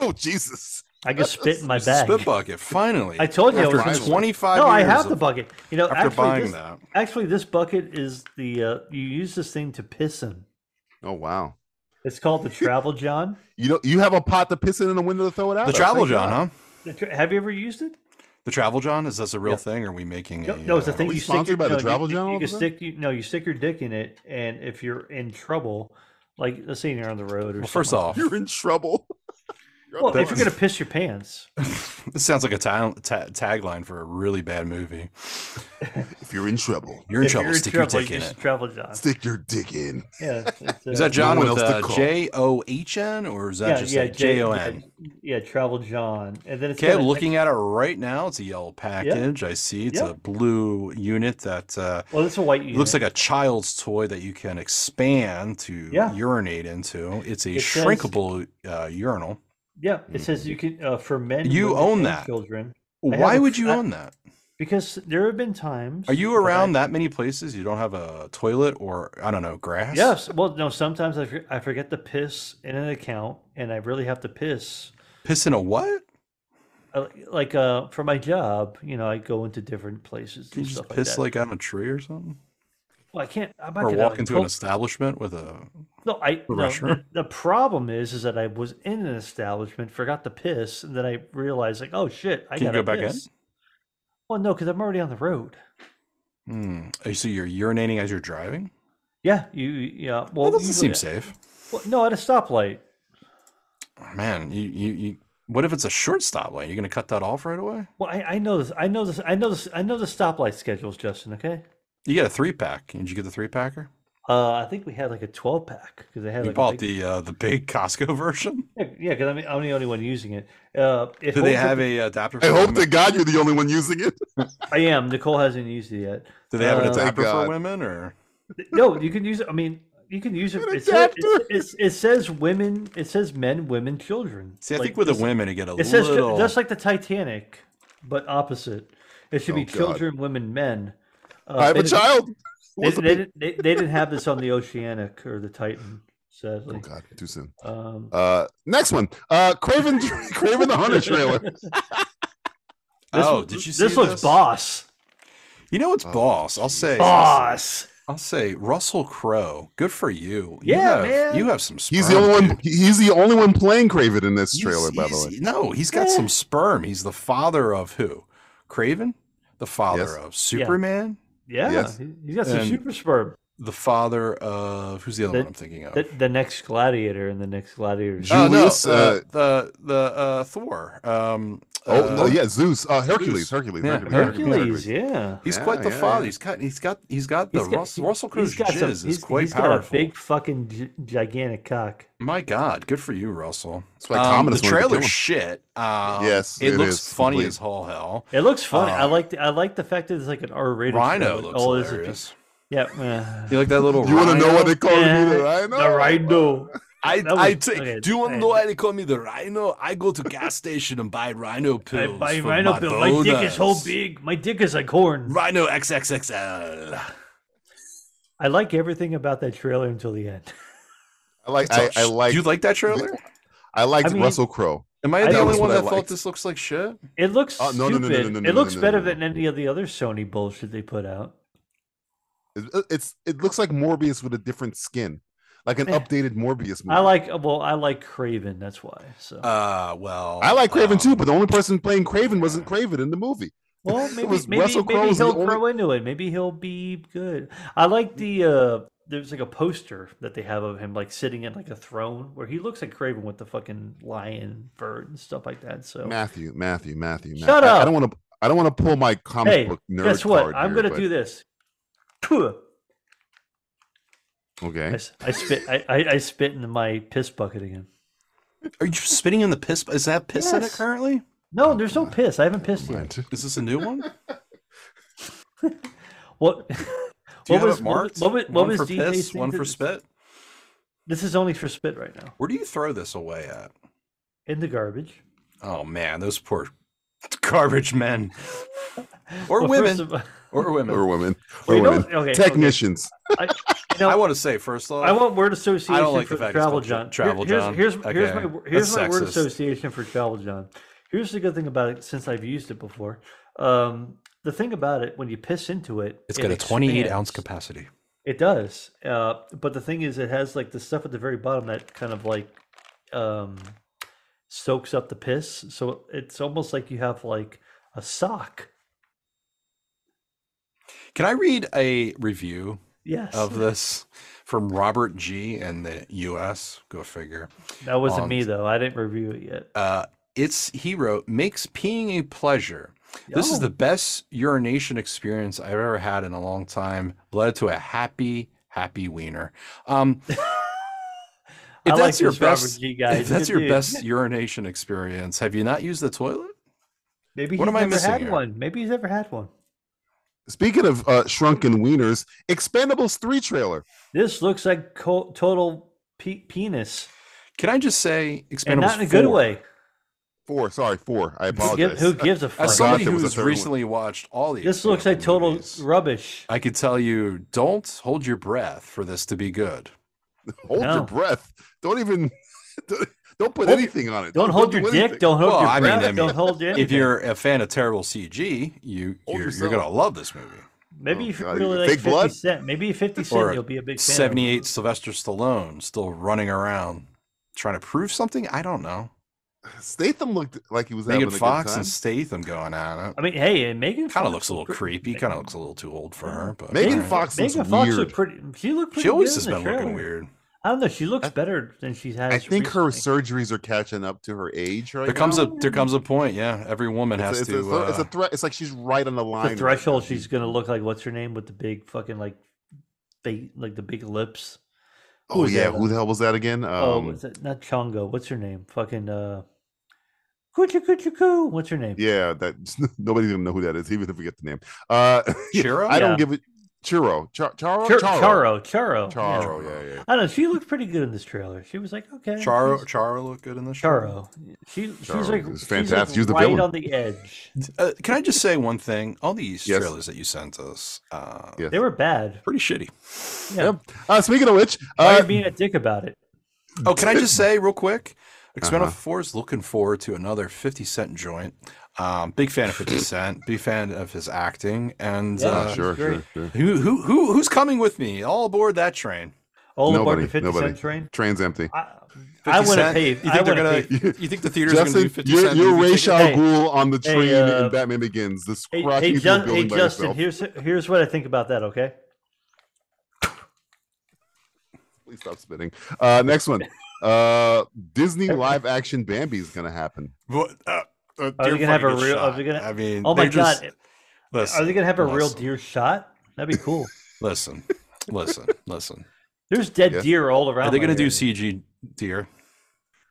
Speaker 1: Oh Jesus!
Speaker 4: I
Speaker 5: <laughs>
Speaker 4: just spit in my
Speaker 5: This is
Speaker 4: bag. <laughs>
Speaker 5: Spit bucket. Finally,
Speaker 4: I told you I
Speaker 5: after
Speaker 4: was gonna-
Speaker 5: 25
Speaker 4: No, I
Speaker 5: years
Speaker 4: have the
Speaker 5: of-
Speaker 4: bucket. You know,
Speaker 5: after
Speaker 4: actually,
Speaker 5: buying
Speaker 4: this,
Speaker 5: that.
Speaker 4: actually, this bucket is the uh, you use this thing to piss in.
Speaker 1: Oh wow!
Speaker 4: It's called
Speaker 5: <laughs>
Speaker 4: the Travel John.
Speaker 1: You know you have a pot to piss in in the window to throw it out.
Speaker 5: The
Speaker 1: of.
Speaker 5: Travel
Speaker 1: Thank
Speaker 5: John,
Speaker 1: God.
Speaker 5: huh?
Speaker 4: The tra- Have you ever used it?
Speaker 5: The Travel John is this a real
Speaker 4: Yeah.
Speaker 5: thing? Or are we making
Speaker 4: No,
Speaker 5: a?
Speaker 4: no, it's a
Speaker 5: uh,
Speaker 4: thing.
Speaker 1: we
Speaker 4: you stick
Speaker 1: sponsored
Speaker 4: your,
Speaker 1: by the
Speaker 4: no, you-
Speaker 1: Travel
Speaker 4: you,
Speaker 1: John all
Speaker 4: You
Speaker 1: of a
Speaker 4: can
Speaker 1: sudden?
Speaker 4: stick. You, no, you stick your dick in it, and if you're in trouble, like let's say you're on the road or
Speaker 5: Well, first
Speaker 4: something.
Speaker 1: <laughs>
Speaker 5: off,
Speaker 1: You're in trouble.
Speaker 4: well, if
Speaker 5: that's-
Speaker 4: you're gonna piss your pants,
Speaker 5: this sounds like a ta- ta- tagline for a really bad movie.
Speaker 1: If you're in trouble,
Speaker 5: You're in
Speaker 4: if
Speaker 5: trouble.
Speaker 4: you're in
Speaker 5: stick
Speaker 4: trouble,
Speaker 5: your dick in
Speaker 4: use
Speaker 5: it.
Speaker 4: Travel John.
Speaker 1: stick your dick in.
Speaker 4: Yeah, it's- it's,
Speaker 5: Is
Speaker 4: uh,
Speaker 5: that John
Speaker 1: one
Speaker 5: with
Speaker 1: else to
Speaker 5: uh,
Speaker 1: call.
Speaker 5: J O H N or is that just like
Speaker 4: J-
Speaker 5: J O N?
Speaker 4: Yeah, Travel John, and then it's
Speaker 5: Okay,
Speaker 4: got a-
Speaker 5: looking at it right now, it's a yellow package. I see it's
Speaker 4: Yeah.
Speaker 5: a blue unit that uh,
Speaker 4: Well, it's a white. Unit.
Speaker 5: looks like a child's toy that you can expand to
Speaker 4: Yeah.
Speaker 5: urinate into. It's a
Speaker 4: It says-
Speaker 5: shrinkable uh, urinal.
Speaker 4: Yeah, it says you can uh, for men.
Speaker 5: You
Speaker 4: women,
Speaker 5: own
Speaker 4: and
Speaker 5: that.
Speaker 4: children I have
Speaker 5: Why
Speaker 4: a
Speaker 5: would
Speaker 4: fr-
Speaker 5: you
Speaker 4: I-
Speaker 5: own that?
Speaker 4: because there have been times.
Speaker 5: Are you
Speaker 4: that I-
Speaker 5: around that many places you don't have a toilet or I don't know grass?
Speaker 4: Yes. Well, no. Sometimes I, for- I forget to piss in an account, and I really have to piss.
Speaker 5: Piss in a what?
Speaker 4: Uh, Like uh, for my job, you know, I go into different places
Speaker 5: Can
Speaker 4: and
Speaker 5: you
Speaker 4: stuff
Speaker 5: just piss
Speaker 4: like
Speaker 5: like, on a tree or something?
Speaker 4: that. Well, I can't. I'm not
Speaker 5: Or
Speaker 4: gonna,
Speaker 5: walk
Speaker 4: like,
Speaker 5: into
Speaker 4: pull-
Speaker 5: an establishment with a
Speaker 4: No, I no, the,
Speaker 5: restaurant.
Speaker 4: <laughs> the problem is is that I was in an establishment, forgot to piss, and then I realized like, oh shit, I
Speaker 5: Can you
Speaker 4: gotta
Speaker 5: go back in?
Speaker 4: piss. Well, no, because I'm already on the road.
Speaker 5: Hmm. Oh, So you're urinating as you're driving?
Speaker 4: Yeah, you yeah. Well,
Speaker 5: Well, that doesn't
Speaker 4: usually-
Speaker 5: seem safe.
Speaker 4: Well, no, at a stoplight.
Speaker 5: Man, you, you, you what if it's a short stoplight? You're gonna cut that off right away?
Speaker 4: Well, I, I know this. I know this. I know this. I know the stoplight schedules, Justin. Okay.
Speaker 5: You get a three pack. Did you get the three packer?
Speaker 4: Uh, I think we had like a 12 pack because they had
Speaker 5: You
Speaker 4: like
Speaker 5: bought
Speaker 4: a big,
Speaker 5: the uh, the big Costco <laughs> version.
Speaker 4: the... yeah, because I'm, I'm the only one using it. Uh, if
Speaker 5: Do they
Speaker 4: Nicole-
Speaker 5: have a adapter?
Speaker 1: I
Speaker 5: for
Speaker 1: hope
Speaker 5: women?
Speaker 1: to God you're the only one using it.
Speaker 4: I am. Nicole hasn't used it yet.
Speaker 5: Do they have an
Speaker 4: uh,
Speaker 1: Thank
Speaker 5: adapter
Speaker 1: God.
Speaker 5: for women or?
Speaker 4: Th- No, you can use it. I mean, you can use it.
Speaker 1: An
Speaker 4: It says,
Speaker 1: adapter.
Speaker 4: it, it's- it says women. It says men, women, children.
Speaker 5: See, I
Speaker 4: Like,
Speaker 5: think with the
Speaker 4: this-
Speaker 5: women, you get a
Speaker 4: it says ju-
Speaker 5: little.
Speaker 4: just like the Titanic, but opposite. It should
Speaker 1: Oh,
Speaker 4: be
Speaker 1: God.
Speaker 4: children, women, men. Uh,
Speaker 1: I have
Speaker 4: they
Speaker 1: a
Speaker 4: didn't-
Speaker 1: child.
Speaker 4: They,
Speaker 1: What's the
Speaker 4: they,
Speaker 1: big-
Speaker 4: didn't, they, they didn't have this on the Oceanic or the Titan,
Speaker 1: Oh
Speaker 4: sadly.
Speaker 1: God, too soon.
Speaker 4: Um,
Speaker 1: Uh, next one. Uh, Craven, <laughs> Craven the Hunter trailer.
Speaker 4: This-
Speaker 5: oh, did you see
Speaker 4: this looks boss.
Speaker 5: You know what's
Speaker 1: Oh,
Speaker 5: boss? I'll say.
Speaker 4: Boss.
Speaker 5: I'll say Russell Crowe. Good for you. you
Speaker 4: Yeah,
Speaker 5: have,
Speaker 4: man.
Speaker 5: You have some. Sperm,
Speaker 1: He's the only
Speaker 5: dude.
Speaker 1: one. he- He's the only one playing Craven in this trailer,
Speaker 5: He's-
Speaker 1: by the
Speaker 5: he's-
Speaker 1: way.
Speaker 5: No, he's got
Speaker 4: Eh.
Speaker 5: some sperm. He's the father of who? Craven, the father
Speaker 1: Yes.
Speaker 5: of Superman,
Speaker 4: Yeah,
Speaker 1: Yes.
Speaker 4: he- he's got some
Speaker 5: And-
Speaker 4: super sperm.
Speaker 5: the father of who's the other
Speaker 4: The-
Speaker 5: one I'm thinking of?
Speaker 4: The, the next gladiator and the next gladiator.
Speaker 1: Ju-
Speaker 5: oh no,
Speaker 1: Julius, uh,
Speaker 5: uh, the the uh, Thor. Um,
Speaker 1: Oh,
Speaker 5: uh,
Speaker 1: oh yeah, Zeus. Uh, Hercules,
Speaker 5: Zeus.
Speaker 1: Hercules,
Speaker 5: Yeah,
Speaker 1: Hercules,
Speaker 4: Hercules, yeah.
Speaker 5: He's
Speaker 1: Yeah,
Speaker 5: quite the
Speaker 1: yeah, yeah.
Speaker 5: father. He's got he's got he's got the
Speaker 4: He's got-
Speaker 5: Russell, Russell Crowe's
Speaker 4: he's got
Speaker 5: jizz
Speaker 4: some-
Speaker 5: is
Speaker 4: he's-
Speaker 5: quite
Speaker 4: he's got
Speaker 5: powerful.
Speaker 4: a big fucking gi- gigantic cock.
Speaker 5: My God, good for you, Russel.
Speaker 1: That's why
Speaker 5: um, the
Speaker 1: Commodus wanted to kill
Speaker 5: trailer's
Speaker 1: him.
Speaker 5: shit. Um,
Speaker 1: Yes,
Speaker 5: it,
Speaker 1: it
Speaker 5: looks
Speaker 1: is,
Speaker 5: funny
Speaker 1: complete.
Speaker 5: as all hell.
Speaker 4: It looks funny. I
Speaker 1: Oh.
Speaker 5: Uh,
Speaker 4: like the I like the fact that it's like an R rated.
Speaker 5: Rhino looks hilarious.
Speaker 4: Yeah. uh,
Speaker 5: You like that little?
Speaker 1: You want to know
Speaker 5: rhino?
Speaker 1: what they call him?
Speaker 4: yeah,
Speaker 1: The Rhino.
Speaker 4: The rhino.
Speaker 5: I,
Speaker 4: That
Speaker 5: I
Speaker 4: was-
Speaker 5: take.
Speaker 4: okay,
Speaker 5: do you want to
Speaker 4: I-
Speaker 5: know why they call me the Rhino? I go to gas station and buy Rhino
Speaker 4: I
Speaker 5: pills.
Speaker 4: buy
Speaker 5: for
Speaker 4: rhino
Speaker 5: my
Speaker 4: pill. My dick is so
Speaker 5: bonus.
Speaker 4: big. My dick is like horn.
Speaker 5: Rhino XXXL.
Speaker 4: I like everything about that trailer until the end. <laughs>
Speaker 1: I like. I, I like.
Speaker 5: Do you like that trailer?
Speaker 1: I liked
Speaker 4: I mean-
Speaker 1: Russell Crowe.
Speaker 5: Am I
Speaker 4: I
Speaker 5: the
Speaker 4: know
Speaker 5: only
Speaker 1: that's
Speaker 5: one
Speaker 1: what I
Speaker 5: that thought
Speaker 1: liked.
Speaker 5: this looks like shit?
Speaker 4: It looks
Speaker 1: Oh, no, no,
Speaker 4: stupid.
Speaker 1: no, no, no, no,
Speaker 4: it looks
Speaker 1: no, no,
Speaker 4: better
Speaker 1: no,
Speaker 4: than any of the other Sony bullshit they put out.
Speaker 1: It- It's. It looks like Morbius with a different skin, like an
Speaker 4: Yeah.
Speaker 1: updated Morbius movie.
Speaker 4: Eh. I like well, I like Craven. That's why. So
Speaker 5: Uh, well,
Speaker 1: I like Craven
Speaker 5: um,
Speaker 1: too, but the only person playing Craven wasn't Craven in the movie.
Speaker 4: well,
Speaker 1: <laughs> it
Speaker 4: maybe
Speaker 1: was
Speaker 4: maybe,
Speaker 1: Russell
Speaker 4: maybe
Speaker 1: Crowe's the
Speaker 4: he'll
Speaker 1: only-
Speaker 4: grow into it. Maybe he'll be good. I like the uh there's like a poster that they have of him like sitting in like a throne where he looks like Craven with the fucking lion bird and stuff like that. So
Speaker 1: Matthew, Matthew, Matthew.
Speaker 4: Shut
Speaker 1: Matthew. I, I
Speaker 4: up.
Speaker 1: don't want to. I don't want to pull my comic
Speaker 4: hey,
Speaker 1: book nerd
Speaker 4: guess what?
Speaker 1: card
Speaker 4: I'm
Speaker 1: here,
Speaker 4: gonna
Speaker 1: but-
Speaker 4: do this. Phew. I,
Speaker 1: Okay.
Speaker 4: s- I spit. I, I, I spit into my piss bucket again.
Speaker 5: Are you spitting in the piss? Is that piss in it
Speaker 4: Yes.
Speaker 5: currently?
Speaker 4: No,
Speaker 1: Oh,
Speaker 4: there's no piss. I haven't pissed <laughs> yet.
Speaker 1: Mind.
Speaker 5: Is this a new one?
Speaker 4: What?
Speaker 5: Do
Speaker 4: what
Speaker 5: you
Speaker 4: was
Speaker 5: have it
Speaker 4: what was- <laughs>
Speaker 5: marked?
Speaker 4: What was, what
Speaker 5: one
Speaker 4: was
Speaker 5: for
Speaker 4: DJ's
Speaker 5: piss,
Speaker 4: thing
Speaker 5: one
Speaker 4: that-
Speaker 5: for spit.
Speaker 4: This is only for spit right now.
Speaker 5: Where do you throw this away at?
Speaker 4: In the garbage.
Speaker 5: Oh man, those poor <laughs>
Speaker 4: <laughs>
Speaker 5: garbage men or
Speaker 4: Well,
Speaker 5: women
Speaker 4: first of all-
Speaker 1: <laughs>
Speaker 5: or
Speaker 4: <laughs>
Speaker 5: women.
Speaker 1: or women,
Speaker 4: Well,
Speaker 1: or
Speaker 4: you know-
Speaker 1: women.
Speaker 4: okay, okay.
Speaker 1: technicians.
Speaker 4: I, you know,
Speaker 5: I want to say first off,
Speaker 4: I want word association
Speaker 5: like
Speaker 4: for
Speaker 5: the fact it's
Speaker 4: travel
Speaker 5: called tra-
Speaker 4: John.
Speaker 5: Travel
Speaker 4: here's,
Speaker 5: John.
Speaker 4: Here's, here's
Speaker 5: Okay.
Speaker 4: my, wor- here's
Speaker 5: That's
Speaker 4: my word
Speaker 5: sexist.
Speaker 4: association for Travel John. Here's the good thing about it since I've used it before. Um, the thing about it, when you piss into it,
Speaker 5: it's
Speaker 4: it
Speaker 5: got a 28 ounce
Speaker 4: expands.
Speaker 5: capacity.
Speaker 4: It does. Uh, but the thing is, it has like the stuff at the very bottom that kind of like um, soaks up the piss. So it's almost like you have like a sock.
Speaker 5: Can I read a review
Speaker 4: Yes.
Speaker 5: of this from Robert G in the U.S.? Go figure.
Speaker 4: that wasn't
Speaker 5: on-
Speaker 4: me, though. I didn't review it yet.
Speaker 5: Uh, it's he wrote makes peeing a pleasure. This is
Speaker 4: Oh.
Speaker 5: the best urination experience I've ever had in a long time. Led to a happy, happy wiener.
Speaker 4: <laughs>
Speaker 5: Um, if
Speaker 4: I like
Speaker 5: that's your
Speaker 4: this Robert
Speaker 5: best,
Speaker 4: G. guy.
Speaker 5: if
Speaker 4: He's a
Speaker 5: that's
Speaker 4: good
Speaker 5: your
Speaker 4: dude.
Speaker 5: best urination experience, have you not used the toilet?
Speaker 4: Maybe
Speaker 5: What
Speaker 4: he's
Speaker 5: am I
Speaker 4: never
Speaker 5: missing
Speaker 4: had
Speaker 5: here?
Speaker 4: one. Maybe he's never had one.
Speaker 1: Speaking of uh, shrunken wieners, Expendables three trailer.
Speaker 4: This looks like co- total pe- penis,
Speaker 5: Can I just say, Expendables
Speaker 4: and not in a good
Speaker 5: 4?
Speaker 4: way.
Speaker 1: Four, sorry, four. I
Speaker 4: Who,
Speaker 1: apologize.
Speaker 4: give, who gives a
Speaker 5: As
Speaker 1: forgot
Speaker 4: fuck?
Speaker 5: somebody
Speaker 1: there was a
Speaker 5: who's
Speaker 1: third one.
Speaker 5: recently watched all the,
Speaker 4: This looks like
Speaker 5: Expendables
Speaker 4: total
Speaker 5: movies,
Speaker 4: rubbish.
Speaker 5: I could tell you, don't hold your breath for this to be good.
Speaker 1: <laughs> Hold your
Speaker 4: No.
Speaker 1: breath. Don't even. <laughs> Don't, don't put anything on it.
Speaker 4: Don't hold
Speaker 1: do
Speaker 4: your
Speaker 1: anything.
Speaker 4: dick. Don't hold
Speaker 5: Well,
Speaker 4: your
Speaker 5: I mean,
Speaker 4: breath.
Speaker 5: I mean,
Speaker 4: don't hold anything.
Speaker 5: If you're a fan of terrible CG, you
Speaker 1: Hold
Speaker 5: you're, you're
Speaker 1: yourself.
Speaker 5: gonna love this movie.
Speaker 4: Maybe
Speaker 1: Oh,
Speaker 4: if you
Speaker 1: God,
Speaker 4: really
Speaker 1: you
Speaker 4: like
Speaker 1: fake
Speaker 4: 50
Speaker 1: blood?
Speaker 4: Cent, maybe 50 Cent,
Speaker 5: Or
Speaker 4: you'll be a big fan. of him.
Speaker 5: 78 Sylvester Stallone still running around trying to prove something. I don't know.
Speaker 1: Statham looked like he was having
Speaker 5: Megan
Speaker 1: a good
Speaker 5: Fox
Speaker 1: time.
Speaker 5: and Statham going at it.
Speaker 4: I mean, hey, and Megan
Speaker 5: Kind
Speaker 4: Fox
Speaker 5: of looks a little
Speaker 4: looked pretty-
Speaker 5: creepy. Kind of looks a little too old for her. But
Speaker 1: Megan
Speaker 5: alright.
Speaker 1: Fox looks
Speaker 4: Megan Fox
Speaker 1: weird.
Speaker 4: looked pretty. She looked pretty.
Speaker 5: She always
Speaker 4: good
Speaker 5: has
Speaker 4: in the
Speaker 5: been looking
Speaker 4: trailer.
Speaker 5: weird.
Speaker 4: I don't know. She looks
Speaker 1: I-
Speaker 4: better than she has.
Speaker 1: I think her
Speaker 4: recently.
Speaker 1: surgeries are catching up to her age right
Speaker 5: There comes
Speaker 1: now.
Speaker 5: a there comes a point. Yeah, every woman
Speaker 1: It's
Speaker 5: has
Speaker 1: a, it's,
Speaker 5: to.
Speaker 1: a, it's a
Speaker 5: uh,
Speaker 1: threat. It's like she's right on the line.
Speaker 4: the
Speaker 1: right
Speaker 4: threshold.
Speaker 1: now.
Speaker 4: She's gonna look like what's her name with the big fucking like, big like the big lips. who
Speaker 1: Oh
Speaker 4: is
Speaker 1: yeah,
Speaker 4: that?
Speaker 1: who the hell was that again? Um,
Speaker 4: oh, was it not Chongo? What's her name? Fucking uh, coochie coochie coo. What's her name?
Speaker 1: Yeah, that <laughs> nobody's gonna know who that is, even if we get the name. Uh, <laughs>
Speaker 5: Chiro?
Speaker 1: I
Speaker 4: Yeah.
Speaker 1: don't give it. Chiro, Char- Charo,
Speaker 4: Char-
Speaker 1: Charo,
Speaker 4: Charo. Charo. yeah.
Speaker 1: Charo, yeah, yeah.
Speaker 4: I don't know. She looked pretty good in this trailer. She was like, okay.
Speaker 5: Charo
Speaker 4: she's-
Speaker 5: Charo look good in this. show?
Speaker 4: Charo. She, she's
Speaker 1: Charo
Speaker 4: like,
Speaker 1: is
Speaker 4: she's, like,
Speaker 1: fantastic. She's the
Speaker 4: right
Speaker 1: villain.
Speaker 4: on the edge.
Speaker 5: Uh, can I just say one thing? All these
Speaker 1: Yes.
Speaker 5: trailers that you sent us, uh,
Speaker 1: Yes.
Speaker 4: They were bad.
Speaker 5: pretty shitty.
Speaker 4: Yeah.
Speaker 1: Yep. Uh, speaking of which,
Speaker 4: Why are
Speaker 1: uh,
Speaker 4: you being a dick about it?
Speaker 5: Oh, can I just say
Speaker 1: <laughs>
Speaker 5: real quick? Expendables
Speaker 1: Uh-huh.
Speaker 5: 4 is looking forward to another 50 Cent joint. Um, big fan of 50 Cent, big fan of his acting. And
Speaker 4: Yeah.
Speaker 5: uh,
Speaker 1: oh, sure, sure,
Speaker 4: great.
Speaker 1: sure.
Speaker 5: who, who, who, who's coming with me? All aboard that train.
Speaker 4: All aboard
Speaker 1: Nobody,
Speaker 4: the 50 Cent
Speaker 1: nobody.
Speaker 4: train?
Speaker 1: Train's empty.
Speaker 4: I, I
Speaker 5: 50
Speaker 4: wouldn't
Speaker 5: Cent?
Speaker 4: pay.
Speaker 5: You think
Speaker 4: I
Speaker 5: they're
Speaker 4: wouldn't
Speaker 5: gonna?
Speaker 4: pay.
Speaker 5: You think the theaters are
Speaker 1: Justin,
Speaker 5: gonna do 50
Speaker 1: you're,
Speaker 5: Cent
Speaker 1: you're
Speaker 5: movie
Speaker 1: Ray
Speaker 5: tickets?
Speaker 1: Shaw
Speaker 4: Hey,
Speaker 1: Ghul on the
Speaker 4: hey,
Speaker 1: train
Speaker 4: uh,
Speaker 1: in Batman Begins. This
Speaker 4: Hey,
Speaker 1: crashing
Speaker 4: hey,
Speaker 1: into a
Speaker 4: Ju- hey,
Speaker 1: building by
Speaker 4: Justin,
Speaker 1: itself.
Speaker 4: here's, here's what I think about that, okay?
Speaker 1: Please stop spitting. Uh, next one. Uh,
Speaker 4: <laughs>
Speaker 1: Disney live action Bambi is gonna happen.
Speaker 5: What? Uh, uh,
Speaker 4: Are
Speaker 5: Deer
Speaker 4: they gonna have a
Speaker 5: Party gets
Speaker 4: real- are
Speaker 5: shot.
Speaker 4: they gonna-
Speaker 5: I mean,
Speaker 4: Oh my
Speaker 5: they just-
Speaker 4: God.
Speaker 5: Listen,
Speaker 4: Are they going to have a real
Speaker 5: listen,
Speaker 4: deer shot? That'd be cool.
Speaker 5: Listen, listen,
Speaker 4: <laughs>
Speaker 5: listen.
Speaker 4: There's dead
Speaker 1: Yeah.
Speaker 4: deer all around.
Speaker 5: Are they
Speaker 4: my
Speaker 5: gonna do
Speaker 4: area.
Speaker 5: CG deer?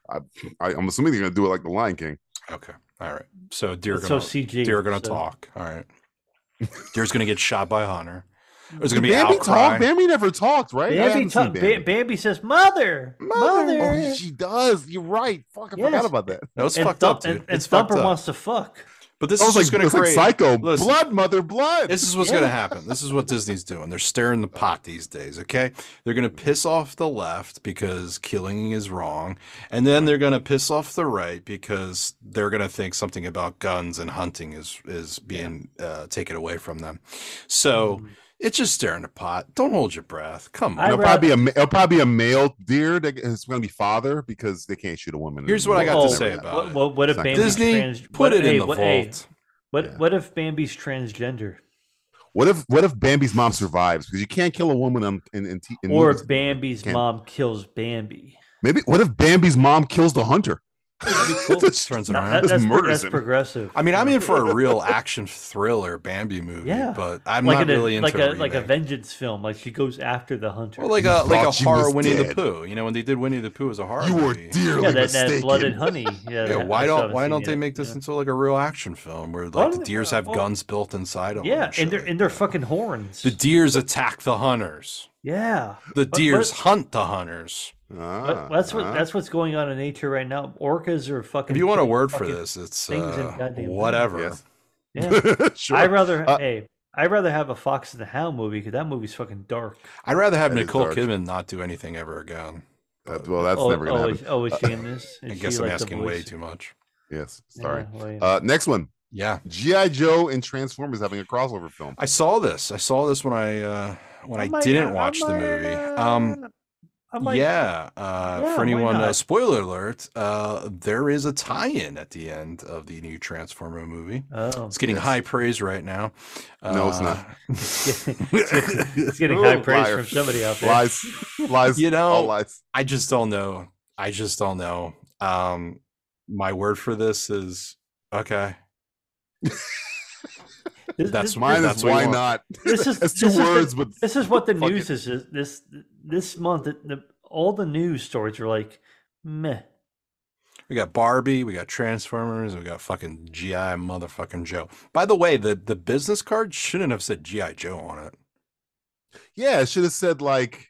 Speaker 1: I, I'm assuming they're gonna do it like the Lion King.
Speaker 5: Okay. All right. So deer are
Speaker 4: It's so
Speaker 5: gonna
Speaker 4: CG.
Speaker 5: deer are gonna
Speaker 4: so-
Speaker 5: talk. All right. <laughs> Deer's gonna get shot by Hunter. There's gonna
Speaker 1: Did
Speaker 5: be
Speaker 1: Bambi
Speaker 5: outcry.
Speaker 1: talk? Bambi never talked, right? I
Speaker 4: Bambi,
Speaker 1: haven't seen
Speaker 4: talk, Bambi. Bambi says, "Mother, mother."
Speaker 1: Oh, she does. You're right. Fuck, I
Speaker 4: Yes.
Speaker 1: forgot about that.
Speaker 5: No, it's
Speaker 4: and
Speaker 5: fucked
Speaker 4: Thump-
Speaker 5: up, dude.
Speaker 4: And, and
Speaker 5: it's fucked
Speaker 4: Thumper
Speaker 5: up.
Speaker 4: wants to fuck.
Speaker 5: but this
Speaker 1: I was
Speaker 5: is
Speaker 1: like,
Speaker 5: just gonna
Speaker 1: it's like
Speaker 5: create.
Speaker 1: psycho
Speaker 5: Listen,
Speaker 1: blood, mother blood.
Speaker 5: This is what's gonna happen. This is what Disney's doing. They're stirring the pot these days. Okay, they're gonna piss off the left because killing is wrong, and then they're gonna piss off the right because they're gonna think something about guns and hunting is is being uh, taken away from them. So it's just stirring the pot. Don't hold your breath. Come on.
Speaker 4: Mm-hmm. I
Speaker 1: It'll probably, be a, ma- it'll probably be a male deer that is going to be father because they can't shoot a woman. in
Speaker 5: Here's
Speaker 1: the
Speaker 5: what I
Speaker 1: woods.
Speaker 5: got to
Speaker 1: Never
Speaker 5: say
Speaker 1: happened.
Speaker 4: Oh,
Speaker 5: about
Speaker 4: what,
Speaker 5: it.
Speaker 4: what, what
Speaker 1: It's
Speaker 4: if
Speaker 1: not
Speaker 4: Bambi's
Speaker 5: Disney
Speaker 4: trans-
Speaker 5: put
Speaker 4: what-
Speaker 5: it in
Speaker 4: hey,
Speaker 5: the
Speaker 4: what, hey,
Speaker 5: vault.
Speaker 4: what
Speaker 1: Yeah.
Speaker 4: what if Bambi's transgender
Speaker 1: What if what if Bambi's mom survives? Because you can't kill a woman on, in in, t- in
Speaker 4: or
Speaker 1: movies.
Speaker 4: if Bambi's
Speaker 1: Can't-
Speaker 4: mom kills Bambi?
Speaker 1: Maybe what if Bambi's mom kills the hunter?
Speaker 4: <laughs>
Speaker 1: Just-
Speaker 5: Turns
Speaker 4: Now,
Speaker 5: around.
Speaker 4: that-
Speaker 1: Just
Speaker 4: that's pro-
Speaker 1: murders
Speaker 4: that's
Speaker 1: him.
Speaker 4: progressive.
Speaker 5: I mean, I'm in for a real action thriller Bambi movie,
Speaker 4: Yeah.
Speaker 5: but I'm
Speaker 4: like in
Speaker 5: not
Speaker 4: a,
Speaker 5: really into
Speaker 4: like a like a
Speaker 5: remake.
Speaker 4: vengeance film. Like she goes after the hunter.
Speaker 5: Or like
Speaker 1: You
Speaker 5: a like a
Speaker 1: thought you
Speaker 5: horror
Speaker 1: was
Speaker 5: Winnie the
Speaker 1: dead.
Speaker 5: Pooh. You know, when they did Winnie the Pooh as a horror
Speaker 1: you were
Speaker 5: movie.
Speaker 1: dearly
Speaker 4: yeah, that,
Speaker 1: mistaken.
Speaker 4: that blood and honey. Yeah,
Speaker 5: Yeah,
Speaker 4: that- I
Speaker 5: why
Speaker 4: still
Speaker 5: don't
Speaker 4: haven't
Speaker 5: why
Speaker 4: seen
Speaker 5: don't they
Speaker 4: yet.
Speaker 5: make this
Speaker 4: Yeah.
Speaker 5: into like a real action film where
Speaker 4: Why
Speaker 5: like the
Speaker 4: don't-
Speaker 5: deers have
Speaker 4: oh.
Speaker 5: guns built inside them?
Speaker 4: Yeah,
Speaker 5: and,
Speaker 4: and they're
Speaker 5: shit.
Speaker 4: and they're fucking horns.
Speaker 5: the deers attack the hunters.
Speaker 4: yeah,
Speaker 5: The
Speaker 4: But-
Speaker 5: deers
Speaker 4: but-
Speaker 5: hunt the hunters.
Speaker 1: Ah,
Speaker 4: that's what
Speaker 1: ah.
Speaker 4: that's what's going on in nature right now. Orcas are fucking.
Speaker 5: If you want a
Speaker 4: killing
Speaker 5: word for
Speaker 4: fucking-
Speaker 5: this, it's
Speaker 4: things in
Speaker 5: uh,
Speaker 4: goddamn things.
Speaker 5: whatever.
Speaker 1: Yes.
Speaker 4: Yeah.
Speaker 5: <laughs>
Speaker 1: sure.
Speaker 4: I'd rather
Speaker 1: Uh,
Speaker 4: hey, I'd rather have a Fox and the Hound movie because that movie's fucking dark.
Speaker 5: I'd rather have
Speaker 1: That is
Speaker 5: Nicole
Speaker 1: dark.
Speaker 5: Kidman not do anything ever again.
Speaker 1: Uh, well, that's
Speaker 4: oh,
Speaker 1: never gonna
Speaker 4: oh,
Speaker 1: happen.
Speaker 4: is, oh, is she in this? Is
Speaker 5: Uh, <laughs> I
Speaker 4: she
Speaker 5: guess I'm
Speaker 4: like the
Speaker 5: asking way
Speaker 4: voice?
Speaker 5: too much.
Speaker 1: Yes,
Speaker 4: Yeah,
Speaker 1: sorry.
Speaker 4: well, yeah.
Speaker 1: Uh, next one.
Speaker 5: Yeah,
Speaker 1: GI Joe and Transformers having a crossover
Speaker 5: <laughs>
Speaker 1: film.
Speaker 5: I saw this. I saw this when I uh, when I
Speaker 4: might-
Speaker 5: didn't
Speaker 4: I
Speaker 5: watch the
Speaker 4: might,
Speaker 5: movie.
Speaker 4: uh,
Speaker 5: Um,
Speaker 4: I might-
Speaker 5: yeah, uh,
Speaker 4: Yeah,
Speaker 5: for
Speaker 4: why
Speaker 5: anyone, uh,
Speaker 4: not?
Speaker 5: spoiler alert: uh, there is a tie-in at the end of the new Transformer movie.
Speaker 4: Oh, <laughs>
Speaker 5: It's getting
Speaker 1: Yes.
Speaker 5: high praise right now. Uh,
Speaker 1: No, it's
Speaker 5: <laughs>
Speaker 1: not.
Speaker 4: it's getting high
Speaker 1: Ooh,
Speaker 4: praise
Speaker 1: liar.
Speaker 4: from somebody out there.
Speaker 1: Lies, lies,
Speaker 5: You know,
Speaker 1: all lies.
Speaker 5: I just don't know. I just don't know. Um, my word for this is okay.
Speaker 4: This-
Speaker 5: That's
Speaker 4: this-
Speaker 1: Mine
Speaker 5: that's
Speaker 1: is
Speaker 5: what you
Speaker 1: why
Speaker 5: want.
Speaker 1: not.
Speaker 4: This
Speaker 1: <laughs>
Speaker 4: is
Speaker 1: That's two
Speaker 4: this is the-
Speaker 1: words, but
Speaker 4: this is what the
Speaker 1: fuck
Speaker 4: news is. is This this month, the, the, all the news stories are like meh.
Speaker 5: We got Barbie, we got Transformers, we got fucking GI motherfucking Joe. By the way, the the business card shouldn't have said GI Joe on it.
Speaker 1: yeah, it should have said like.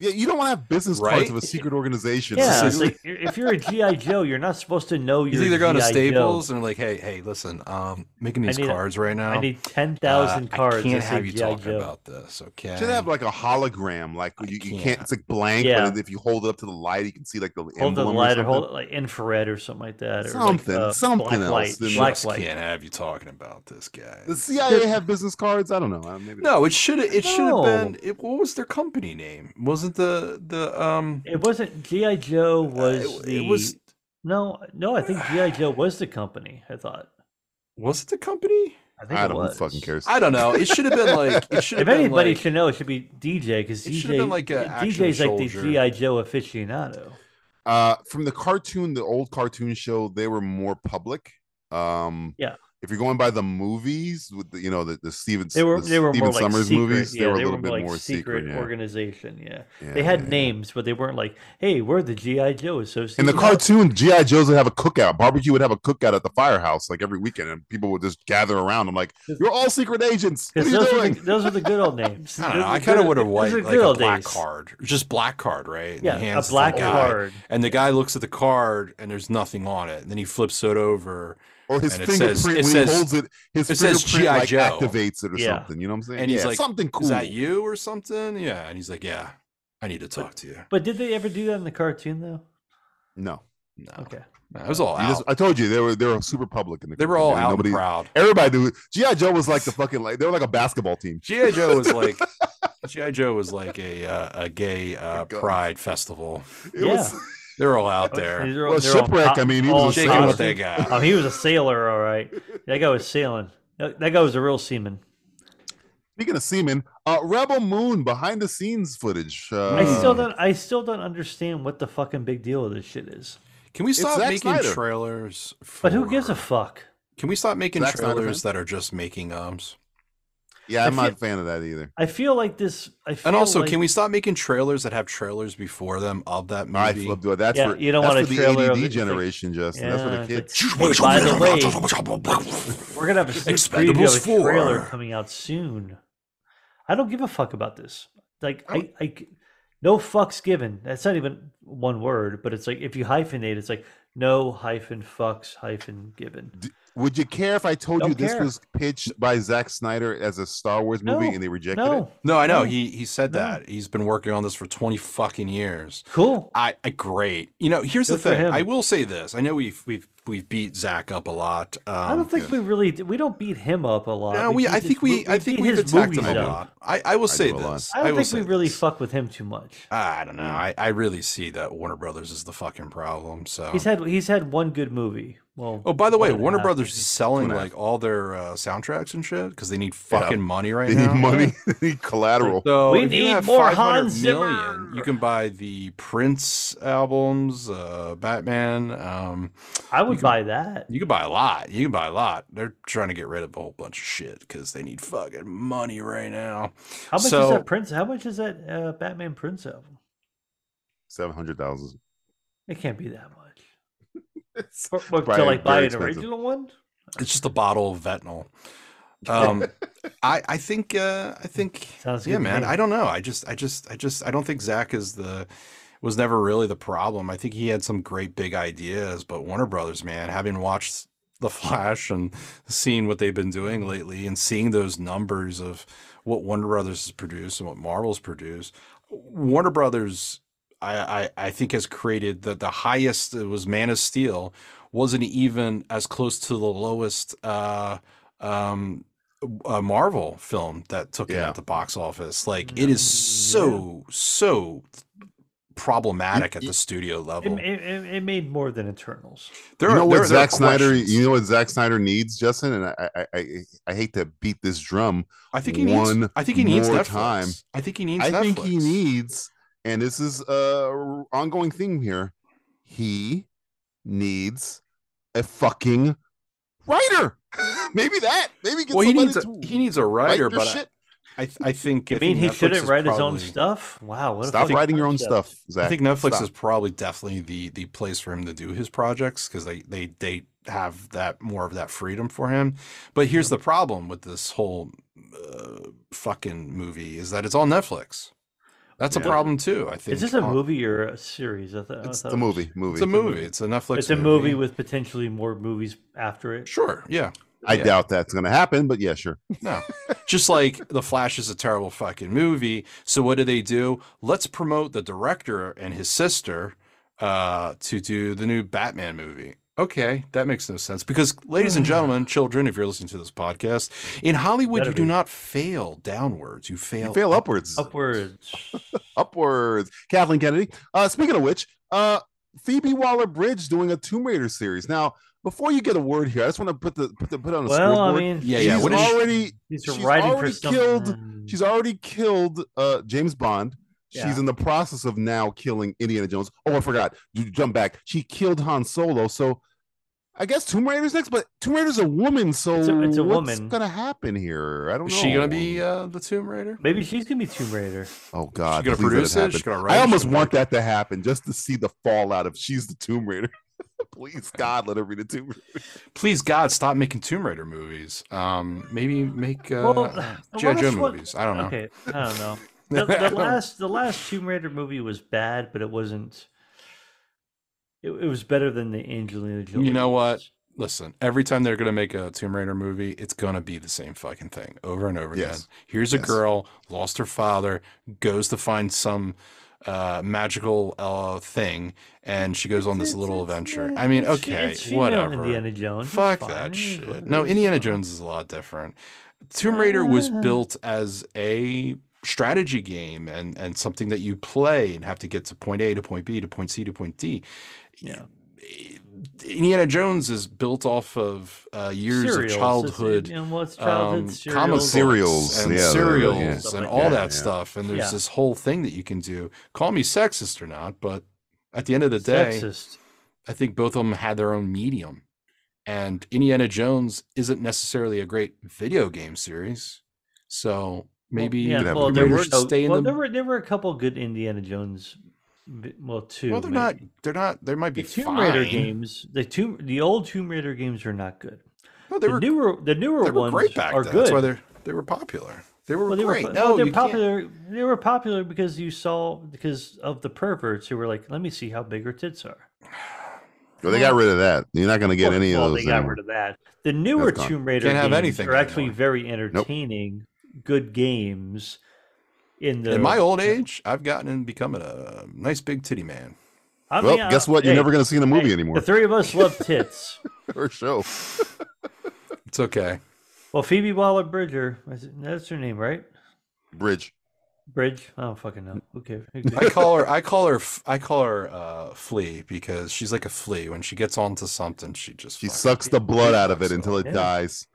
Speaker 1: Yeah, you don't want to have business
Speaker 5: Right?
Speaker 1: cards of a secret organization.
Speaker 4: Yeah,
Speaker 5: is-
Speaker 4: it's like, i- if you're a GI Joe, you're not supposed to know
Speaker 5: You
Speaker 4: you're
Speaker 5: think they're going to
Speaker 4: G.I. Joe.
Speaker 5: Staples and they're like, hey, hey, listen, um, making
Speaker 4: I
Speaker 5: these
Speaker 4: need a-
Speaker 5: cards right now.
Speaker 4: I need ten
Speaker 5: uh,
Speaker 4: thousand cards.
Speaker 5: I
Speaker 4: that
Speaker 5: can't
Speaker 4: say
Speaker 5: have you
Speaker 4: G.I.
Speaker 5: talking
Speaker 4: Joe.
Speaker 5: about this, okay?
Speaker 1: It should have like a hologram, like
Speaker 5: I
Speaker 1: you, you
Speaker 5: can't.
Speaker 1: can't. It's like blank,
Speaker 4: Yeah.
Speaker 1: but if you hold it up to the light, you can see like the
Speaker 4: hold the
Speaker 1: emblem or
Speaker 4: light or
Speaker 1: something.
Speaker 4: hold it like infrared or something like that. Or
Speaker 1: Something-
Speaker 4: like, uh,
Speaker 1: something
Speaker 4: black
Speaker 1: else
Speaker 4: light,
Speaker 1: than
Speaker 4: black
Speaker 5: Just
Speaker 4: light.
Speaker 5: can't have you talking about this guy.
Speaker 1: The CIA have business cards. I don't know. uh, Maybe
Speaker 5: No, it should have. It should have been.
Speaker 4: No.
Speaker 5: It, what was their company name? Wasn't the the um?
Speaker 4: It wasn't GI Joe
Speaker 5: uh,
Speaker 4: was
Speaker 5: it,
Speaker 4: the
Speaker 5: it was
Speaker 4: no no. I think GI Joe was the company. I thought.
Speaker 5: was it the company?
Speaker 4: I think
Speaker 1: I
Speaker 4: it
Speaker 1: don't. know Who
Speaker 4: was.
Speaker 1: fucking cares?
Speaker 5: I don't know. It should have been like. It should have
Speaker 4: <laughs> If
Speaker 5: been
Speaker 4: anybody
Speaker 5: like,
Speaker 4: should know, it should be DJ because
Speaker 5: It should have
Speaker 4: DJ
Speaker 5: been like a action
Speaker 4: DJ's like the
Speaker 5: soldier.
Speaker 4: GI Joe aficionado.
Speaker 1: uh from the cartoon the old cartoon show they were more public um
Speaker 4: Yeah.
Speaker 1: if you're going by the movies with the, you know the, the steven
Speaker 4: They were
Speaker 1: the
Speaker 4: they were
Speaker 1: Steven
Speaker 4: more like
Speaker 1: summers
Speaker 4: secret.
Speaker 1: movies
Speaker 4: yeah,
Speaker 1: they were a
Speaker 4: they
Speaker 1: little
Speaker 4: were
Speaker 1: bit
Speaker 4: like
Speaker 1: more secret,
Speaker 4: secret
Speaker 1: yeah.
Speaker 4: organization. Yeah,
Speaker 1: Yeah,
Speaker 4: they had
Speaker 1: yeah, yeah.
Speaker 4: names, but they weren't like, hey, we're the GI Joe association.
Speaker 1: in the
Speaker 4: <laughs>
Speaker 1: cartoon gi joes would have a cookout barbecue would have a cookout at the firehouse like every weekend and people would just gather around i'm like you're all secret agents what are you
Speaker 4: those, were
Speaker 1: doing
Speaker 4: the, <laughs> those were the good old names.
Speaker 5: I don't
Speaker 4: Those
Speaker 5: know.
Speaker 4: were
Speaker 5: I
Speaker 4: the
Speaker 5: kind of
Speaker 4: good-
Speaker 5: would have
Speaker 4: those
Speaker 5: liked
Speaker 4: were the
Speaker 5: like
Speaker 4: good
Speaker 5: a
Speaker 4: old
Speaker 5: black
Speaker 4: days.
Speaker 5: card, just black card, right? And he
Speaker 4: Yeah, a
Speaker 5: hands it to the
Speaker 4: black
Speaker 5: guy,
Speaker 4: card.
Speaker 5: And the guy looks at the card, and there's nothing on it. And then he flips it over,
Speaker 1: or his
Speaker 5: and it
Speaker 1: fingerprint
Speaker 5: says-
Speaker 1: when
Speaker 5: it
Speaker 1: he
Speaker 5: says-
Speaker 1: holds it his
Speaker 5: it says
Speaker 1: fingerprint like,
Speaker 5: G.I. Joe.
Speaker 1: activates it or
Speaker 4: Yeah.
Speaker 1: something you know what i'm saying
Speaker 5: and he's
Speaker 1: Yeah,
Speaker 5: like,
Speaker 1: something cool
Speaker 5: "Is that you or something?" Yeah, and he's like, "Yeah, I need to talk to you."
Speaker 4: But did they ever do that in the cartoon though?
Speaker 1: no
Speaker 5: No,
Speaker 4: Okay,
Speaker 5: no, it was all
Speaker 1: You <laughs>
Speaker 5: out.
Speaker 1: just- i told you they were they were super public in the
Speaker 5: they were all
Speaker 1: cartoon.
Speaker 5: out
Speaker 1: nobody
Speaker 5: and proud.
Speaker 1: Everybody do it. GI Joe was like the fucking like they were like a basketball team.
Speaker 5: GI Joe
Speaker 1: <laughs>
Speaker 5: was like GI Joe was like a uh, a gay uh,
Speaker 1: guns.
Speaker 5: pride festival.
Speaker 1: It was
Speaker 5: They're all out
Speaker 4: These
Speaker 5: there
Speaker 4: are all-
Speaker 1: well,
Speaker 4: they're all
Speaker 1: shipwreck.
Speaker 4: hot-
Speaker 1: I mean, he
Speaker 4: all
Speaker 1: was a
Speaker 5: shaking
Speaker 4: hot-
Speaker 1: sailor.
Speaker 5: what they got.
Speaker 4: Oh, he was a sailor, all right. That guy was sailing. That that guy was a real seaman.
Speaker 1: Speaking of seamen, uh, Rebel Moon behind the scenes footage. Uh,
Speaker 4: I still don't. I still don't understand what the fucking big deal of this shit is.
Speaker 5: Can we stop
Speaker 1: Zack
Speaker 5: making
Speaker 1: Snyder.
Speaker 5: trailers? For,
Speaker 4: But who gives a fuck?
Speaker 5: Can we stop making
Speaker 1: Zack Snyder
Speaker 5: trailers that are just making ums?
Speaker 1: yeah, I'm
Speaker 4: I
Speaker 1: not
Speaker 4: feel-
Speaker 1: a fan of that either.
Speaker 4: I feel like this. I feel
Speaker 5: And also,
Speaker 4: like,
Speaker 5: can we stop making trailers that have trailers before them of that
Speaker 1: I
Speaker 5: movie?
Speaker 1: flipped it. That's
Speaker 4: Yeah,
Speaker 1: for
Speaker 4: you don't
Speaker 1: that's
Speaker 4: want
Speaker 1: for
Speaker 4: a
Speaker 1: the
Speaker 4: trailer of it.
Speaker 1: ADD
Speaker 4: It's like-
Speaker 1: generation, Justin. that's for the
Speaker 4: Yeah,
Speaker 1: kids.
Speaker 4: it's like, hey, by the way, we're gonna have a sneak preview of
Speaker 5: Expendables
Speaker 4: a trailer
Speaker 5: 4.
Speaker 4: coming out soon. I don't give a fuck about this. Like I, I, no fucks given. That's not even one word, but it's like if you hyphenate, it's like no hyphen fucks hyphen given.
Speaker 1: Would you care if I told you
Speaker 4: Don't
Speaker 1: this
Speaker 4: care.
Speaker 1: was pitched by Zack Snyder as a Star Wars movie
Speaker 4: No,
Speaker 1: and they rejected it?
Speaker 4: No,
Speaker 5: No, I
Speaker 4: No.
Speaker 5: know he he said
Speaker 4: Oh. No.
Speaker 5: that he's been working on this for twenty fucking years.
Speaker 4: cool.
Speaker 5: I, I great. You know, here's
Speaker 4: Good
Speaker 5: the
Speaker 4: for
Speaker 5: thing.
Speaker 4: him.
Speaker 5: I will say this. I know we've we've we've beat Zach up a lot. Um,
Speaker 4: I don't think we really d- we don't beat him up a lot.
Speaker 5: No, we.
Speaker 4: beat
Speaker 5: I
Speaker 4: his
Speaker 5: think
Speaker 4: mo-
Speaker 5: we. I think
Speaker 4: beat
Speaker 5: we've
Speaker 4: his
Speaker 5: attacked him
Speaker 4: movies
Speaker 5: a
Speaker 4: up.
Speaker 5: lot. I, I will say
Speaker 1: do a lot.
Speaker 5: this.
Speaker 4: I don't
Speaker 5: will
Speaker 4: think
Speaker 5: say
Speaker 4: we really
Speaker 5: this.
Speaker 4: fuck with him too much.
Speaker 5: I don't know. I, I really see that Warner Brothers is the fucking problem. So.
Speaker 4: He's
Speaker 1: Um,
Speaker 4: had he's had one good movie. Well,
Speaker 5: oh, by the
Speaker 4: one
Speaker 5: way,
Speaker 4: and a
Speaker 5: Warner
Speaker 4: half
Speaker 5: Brothers is selling
Speaker 1: Two and a
Speaker 5: like all their uh, soundtracks and shit because they need fucking money right
Speaker 1: They need
Speaker 5: now.
Speaker 1: money, <laughs> they need collateral.
Speaker 5: So
Speaker 4: We
Speaker 5: if you
Speaker 4: need
Speaker 5: have
Speaker 4: more
Speaker 5: 500
Speaker 4: Hans
Speaker 5: million,
Speaker 4: Zimmer.
Speaker 5: You can buy the Prince albums, uh, Batman. Um,
Speaker 4: movies. I would buy that.
Speaker 5: you can buy a lot. You can buy a lot. They're trying to get rid of a whole bunch of shit because they need fucking money right now.
Speaker 4: How much
Speaker 5: So-
Speaker 4: is that Prince? How much is that uh, Batman Prince album?
Speaker 1: Seven hundred thousand.
Speaker 4: It can't be that much.
Speaker 1: <laughs> It's
Speaker 4: Or, or to
Speaker 1: Brian,
Speaker 4: like buy
Speaker 1: very
Speaker 4: an
Speaker 1: expensive.
Speaker 4: original one?
Speaker 5: It's just a bottle of Vetinol. Um, I I think uh, I think
Speaker 4: Sounds
Speaker 5: yeah,
Speaker 4: good to
Speaker 5: man.
Speaker 4: me.
Speaker 5: I don't know. I just I just I just I don't think Zach is the was never really the problem. I think he had some great big ideas, but Warner Brothers, man, having watched The Flash and seeing what they've been doing lately and seeing those numbers of what Warner Brothers has produced and what Marvel's produced, Warner Brothers I, I, I think has created that the highest it was Man of Steel wasn't even as close to the lowest uh, um, uh, Marvel film that took it
Speaker 1: Yeah.
Speaker 5: at the box office. Like it is so so problematic at the studio
Speaker 4: It,
Speaker 5: level.
Speaker 4: it, it, it made more than Eternals.
Speaker 5: There
Speaker 1: you know
Speaker 5: there
Speaker 1: what
Speaker 5: there
Speaker 1: Zack Snyder?
Speaker 5: questions.
Speaker 1: You know what Zack Snyder needs, Justin, and I, I, I, I hate to beat this drum.
Speaker 5: I think he needs.
Speaker 1: one
Speaker 5: I think he needs
Speaker 1: more
Speaker 5: Netflix.
Speaker 1: time.
Speaker 5: I think he needs.
Speaker 1: I think he
Speaker 5: Netflix.
Speaker 1: needs, and this is a ongoing theme here. He needs a fucking writer. <laughs> maybe that. Maybe get
Speaker 5: Well, he
Speaker 1: somebody
Speaker 5: needs. A,
Speaker 1: to
Speaker 5: he needs a
Speaker 1: write
Speaker 5: writer,
Speaker 1: your
Speaker 5: but I,
Speaker 1: shit.
Speaker 5: I, th- I think.
Speaker 4: You
Speaker 5: I
Speaker 4: mean
Speaker 5: think
Speaker 4: he
Speaker 5: Netflix
Speaker 4: shouldn't
Speaker 5: is
Speaker 4: write his own
Speaker 5: probably-
Speaker 4: stuff? Wow, what a
Speaker 1: Stop
Speaker 4: fucking
Speaker 1: writing your own
Speaker 4: concept.
Speaker 1: stuff, Zach.
Speaker 5: I think Netflix
Speaker 1: Stop.
Speaker 5: is probably definitely the the place for him to do his projects because they they they have that more of that freedom for him. But here's the problem with this whole uh, fucking movie is that it's on Netflix. That's a
Speaker 1: Yeah.
Speaker 5: problem too. I think
Speaker 4: Is this a
Speaker 5: Uh,
Speaker 4: movie or a series? I thought, I
Speaker 1: It's
Speaker 4: thought
Speaker 1: the
Speaker 4: it was-
Speaker 1: movie. Movie.
Speaker 5: It's a movie. It's a Netflix.
Speaker 4: It's a movie with potentially more movies after it.
Speaker 5: Sure. Yeah.
Speaker 1: I
Speaker 5: Yeah.
Speaker 1: doubt that's going to happen, but yeah, sure.
Speaker 5: No. Just like The Flash is a terrible fucking movie. So what do they do? Let's promote the director and his sister uh, to do the new Batman movie. Okay, that makes no sense because, ladies and gentlemen, children, if you're listening to this podcast, in Hollywood,
Speaker 4: Hmm. Better
Speaker 5: you do
Speaker 4: be.
Speaker 5: not fail downwards. You fail.
Speaker 1: You fail
Speaker 5: up-
Speaker 1: upwards. <laughs>
Speaker 4: Upwards.
Speaker 1: upwards. Kathleen Kennedy. Uh, speaking of which, uh, Phoebe Waller Bridge doing a Tomb Raider series. Now, before you get a word here, I just want to put the put, the, put on a
Speaker 4: well, I
Speaker 1: scoreboard.
Speaker 4: mean,
Speaker 5: Yeah,
Speaker 1: she's
Speaker 5: yeah. What is she-
Speaker 1: already
Speaker 4: These
Speaker 1: she's
Speaker 4: are writing for hmm.
Speaker 1: already killed-
Speaker 4: something.
Speaker 1: she's already killed uh, James Bond. She's
Speaker 4: Yeah.
Speaker 1: in the process of now killing Indiana Jones. Oh, I forgot. You jump back. She killed Han Solo. So I guess Tomb Raider's next, but Tomb Raider's a woman. So
Speaker 4: It's a- it's a
Speaker 1: what's
Speaker 4: woman.
Speaker 1: gonna happen here? I don't
Speaker 5: Is
Speaker 1: know.
Speaker 5: she gonna be uh, the Tomb Raider?
Speaker 4: Maybe she's gonna be Tomb Raider.
Speaker 1: Oh God!
Speaker 5: She gonna
Speaker 1: please let
Speaker 5: produce it?
Speaker 1: happen.
Speaker 5: She gonna write it?
Speaker 1: I
Speaker 5: She
Speaker 1: almost
Speaker 5: gonna
Speaker 1: want that to happen just to see the fallout of she's the Tomb Raider. <laughs> please God, let her be the Tomb Raider.
Speaker 5: Please God, stop making Tomb Raider movies. Um, maybe make uh,
Speaker 4: Well, <sighs>
Speaker 5: G.I.
Speaker 4: let
Speaker 5: Joe
Speaker 4: us look-
Speaker 5: movies. I don't know.
Speaker 4: Okay, I don't
Speaker 5: <laughs>
Speaker 4: know. The,
Speaker 5: I
Speaker 4: the
Speaker 5: don't-
Speaker 4: last the last Tomb Raider movie was bad, but it wasn't. It, it was better than the Angelina Jolie.
Speaker 5: know what?
Speaker 4: ones.
Speaker 5: Listen, every time they're going to make a Tomb Raider movie, it's going to be the same fucking thing over and over
Speaker 1: Yes.
Speaker 5: again. Here's a
Speaker 1: Yes.
Speaker 5: girl, lost her father, goes to find some uh, magical uh, thing, and she goes on this little adventure. I mean,
Speaker 4: Eh, It's-
Speaker 5: okay,
Speaker 4: it's female
Speaker 5: whatever.
Speaker 4: Indiana Jones. it's
Speaker 5: Fuck
Speaker 4: fine,
Speaker 5: that shit.
Speaker 4: whatever,
Speaker 5: No,
Speaker 4: it's
Speaker 5: Indiana
Speaker 4: fine.
Speaker 5: Jones is a lot different. Tomb Raider was built as a strategy game and and something that you play and have to get to point A to point B to point C to point D.
Speaker 4: Yeah.
Speaker 5: Indiana Jones is built off of uh, years
Speaker 4: Cereals, it's-
Speaker 5: of childhood
Speaker 4: And what's
Speaker 5: um,
Speaker 4: childhood? cereals.
Speaker 5: comic
Speaker 1: Cereals,
Speaker 5: and
Speaker 1: yeah, they're-
Speaker 5: cereals
Speaker 1: yeah.
Speaker 5: and
Speaker 4: Stuff like
Speaker 5: all
Speaker 1: that,
Speaker 5: that
Speaker 1: yeah.
Speaker 5: stuff. And there's
Speaker 4: Yeah.
Speaker 5: this whole thing that you can do. Call me sexist or not, but at the end of the day,
Speaker 4: Sexist.
Speaker 5: I think both of them had their own medium. And Indiana Jones isn't necessarily a great video game series, so maybe
Speaker 4: well,
Speaker 1: could
Speaker 4: yeah,
Speaker 1: have
Speaker 4: well,
Speaker 1: a
Speaker 4: there
Speaker 5: Tomb
Speaker 4: were
Speaker 5: Raider
Speaker 4: no,
Speaker 5: should stay in
Speaker 4: well,
Speaker 5: the-
Speaker 4: there were there were a couple good Indiana Jones. vi- Well, two.
Speaker 5: well, they're
Speaker 4: maybe.
Speaker 5: not. They're not. They might be
Speaker 4: The Tomb
Speaker 5: fine.
Speaker 4: Raider games, the two, the old Tomb Raider games are not good.
Speaker 5: No, they
Speaker 4: the
Speaker 5: were.
Speaker 4: newer, the newer
Speaker 5: they were
Speaker 4: ones
Speaker 5: great back
Speaker 4: are
Speaker 5: then.
Speaker 4: good.
Speaker 5: That's why they they were popular. They were
Speaker 4: Well, they
Speaker 5: great.
Speaker 4: were,
Speaker 5: no,
Speaker 4: well, they're
Speaker 5: you can't-
Speaker 4: popular. They were popular because you saw because of the perverts who were like, "Let me see how big her tits are."
Speaker 1: Well, they got rid of that. You're not gonna get
Speaker 4: Well,
Speaker 1: any
Speaker 4: well,
Speaker 1: of those.
Speaker 4: They got
Speaker 1: anymore.
Speaker 4: rid of that. The newer
Speaker 1: gone.
Speaker 4: Tomb Raider
Speaker 5: Can't have
Speaker 4: games
Speaker 5: anything
Speaker 4: are actually
Speaker 5: anymore.
Speaker 4: very entertaining, good games. In the
Speaker 5: In my old age, I've gotten and become a nice big titty man.
Speaker 4: I
Speaker 1: well,
Speaker 4: mean, I-
Speaker 1: guess what? You're
Speaker 4: hey,
Speaker 1: never gonna see in a movie
Speaker 4: hey,
Speaker 1: anymore <laughs>
Speaker 4: The three of us love tits. <laughs>
Speaker 1: or show.
Speaker 5: It's okay.
Speaker 4: well, Phoebe Waller Bridger, that's her name, right?
Speaker 1: Bridge.
Speaker 4: Bridge? I don't fucking know. Okay.
Speaker 5: <laughs> I call her. I call her. f- I call her uh, flea because she's like a flea. When she gets onto something, she just
Speaker 1: She
Speaker 5: fucking-
Speaker 1: sucks the blood out of it
Speaker 5: So,
Speaker 1: until it
Speaker 4: yeah.
Speaker 1: dies.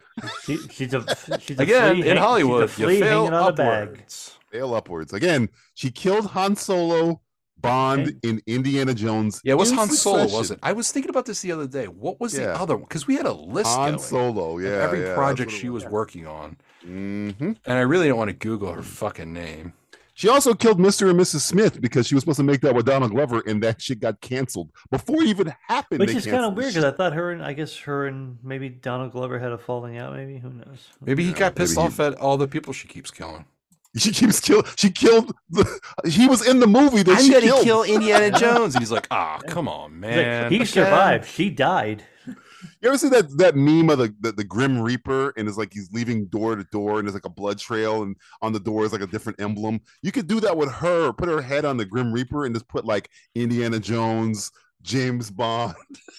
Speaker 4: She, she's a she's a flea
Speaker 5: Again,
Speaker 4: hang- she's
Speaker 5: in
Speaker 4: a
Speaker 5: Hollywood, you
Speaker 4: flea
Speaker 5: fail
Speaker 4: hanging on a bag.
Speaker 5: upwards.
Speaker 1: Fail upwards again. She killed Han Solo, Bond
Speaker 4: Okay.
Speaker 1: in Indiana Jones.
Speaker 5: Yeah, it was
Speaker 1: in
Speaker 5: Han Solo,
Speaker 1: succession.
Speaker 5: was it? I was thinking about this the other day. What was the
Speaker 1: Yeah.
Speaker 5: other one? Because we had a list
Speaker 1: Han
Speaker 5: going
Speaker 1: Solo.
Speaker 5: of
Speaker 1: Yeah,
Speaker 5: every
Speaker 1: yeah, that's
Speaker 5: project
Speaker 1: what it
Speaker 5: she was working on,
Speaker 1: Mm-hmm.
Speaker 5: and I really don't want to Google her fucking name.
Speaker 1: She also killed Mr. and Mrs. Smith because she was supposed to make that with Donald Glover, and that shit got canceled before it even happened.
Speaker 4: Which
Speaker 1: they
Speaker 4: is kind of
Speaker 1: canceled the
Speaker 4: weird
Speaker 1: shit.
Speaker 4: because I thought her and I guess her and maybe Donald Glover had a falling out. Maybe who knows?
Speaker 5: Maybe he got pissed
Speaker 1: maybe he-
Speaker 5: off at all the people she keeps killing.
Speaker 1: <laughs> She keeps kill. She killed. The, he was in the movie that she killed.
Speaker 5: Indiana
Speaker 1: <laughs>
Speaker 5: Jones. And he's like, ah, come on,
Speaker 4: He's like,
Speaker 5: man.
Speaker 4: he
Speaker 5: again." <laughs>
Speaker 4: survived. She died.
Speaker 1: You ever see that that meme of the, the the Grim Reaper and it's like he's leaving door to door and there's like a blood trail and on the door is like a different emblem. You could do that with her. Put her head on the Grim Reaper and just put like Indiana Jones, James Bond.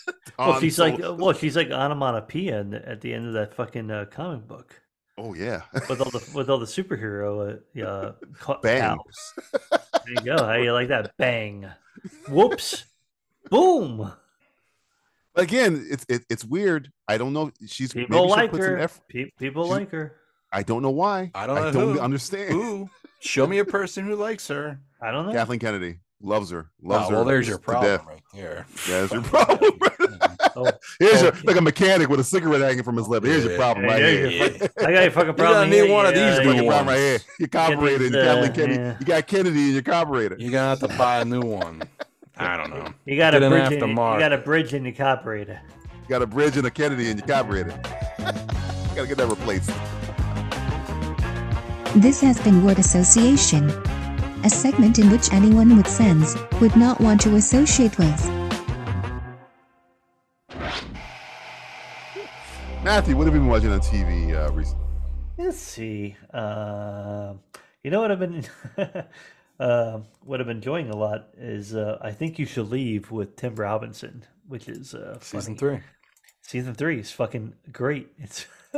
Speaker 4: Well,
Speaker 1: Han
Speaker 4: Oh, she's like,
Speaker 1: Solo.
Speaker 4: well, she's like onomatopoeia in the- at the end of that fucking uh, comic book
Speaker 1: oh yeah, <laughs>
Speaker 4: with all the with all the superhero uh, uh, co-
Speaker 1: Bang.
Speaker 4: cows. There you go. How you like that? Bang. Whoops. Boom.
Speaker 1: again, it's it, it's weird. I don't know. She's maybe
Speaker 4: People
Speaker 1: she'll
Speaker 4: like
Speaker 1: put some
Speaker 4: her.
Speaker 1: effort.
Speaker 4: Pe- people
Speaker 1: She's-
Speaker 4: like her.
Speaker 1: I don't know why.
Speaker 5: I don't know
Speaker 1: I don't
Speaker 5: who.
Speaker 1: understand.
Speaker 5: Who? Show me a person who likes her.
Speaker 4: I don't know.
Speaker 1: Kathleen Kennedy loves her.
Speaker 5: Ah,
Speaker 1: <laughs> Loves her.
Speaker 5: well, there's your
Speaker 1: to death.
Speaker 5: problem right there.
Speaker 1: Yeah,
Speaker 5: <laughs>
Speaker 1: that's your problem.
Speaker 4: Oh,
Speaker 1: Here's your
Speaker 4: Okay.
Speaker 1: like a mechanic with a cigarette hanging from his lip. Here's your
Speaker 5: Yeah.
Speaker 1: problem right
Speaker 4: Yeah,
Speaker 1: here.
Speaker 4: yeah,
Speaker 5: Yeah.
Speaker 4: I got your
Speaker 1: <laughs>
Speaker 4: fucking
Speaker 5: You gotta
Speaker 4: problem.
Speaker 5: need
Speaker 4: here,
Speaker 5: one of these
Speaker 4: yeah,
Speaker 5: fucking
Speaker 4: yeah.
Speaker 1: Fucking problem
Speaker 5: ones.
Speaker 1: right here. Your carburetor,
Speaker 4: Kennedy's,
Speaker 1: your Kathleen
Speaker 4: uh,
Speaker 1: Kennedy,
Speaker 4: yeah.
Speaker 1: you got Kennedy in your carburetor.
Speaker 5: You're gonna have to buy a new one. I don't know.
Speaker 4: You got a
Speaker 5: Didn't
Speaker 4: bridge.
Speaker 5: have
Speaker 4: In,
Speaker 5: to
Speaker 4: you
Speaker 5: mark.
Speaker 4: got a bridge in the carburetor.
Speaker 1: You got a bridge and a Kennedy in your carburetor. you gotta get that replaced.
Speaker 3: This has been Word Association, a segment in which anyone with sense would not want to associate with.
Speaker 1: Matthew, what have you been watching on TV uh, recently?
Speaker 4: Let's see. Uh, you know what I've been <laughs> uh, what I've been enjoying a lot is uh, I think you should leave with Tim Robinson, which is uh,
Speaker 5: Season
Speaker 4: funny.
Speaker 5: three.
Speaker 4: Season three is fucking great. It's <laughs>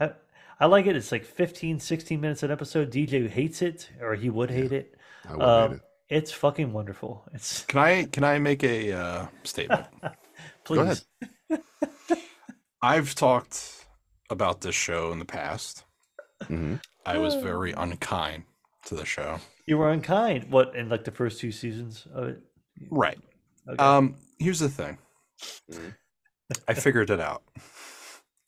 Speaker 4: I, I like it. It's like 15, 16 minutes an episode. DJ hates it, or he would hate it.
Speaker 1: I would
Speaker 4: Um,
Speaker 1: hate it.
Speaker 4: It's fucking wonderful. It's
Speaker 5: Can I can I make a uh, statement?
Speaker 4: please.
Speaker 1: ahead.
Speaker 5: I've talked about this show in the past.
Speaker 1: Mhm.
Speaker 5: I was very unkind to the show.
Speaker 4: You were unkind. What in like the first two seasons of it?
Speaker 5: Right.
Speaker 4: Okay.
Speaker 5: Um, here's the thing. I figured it out.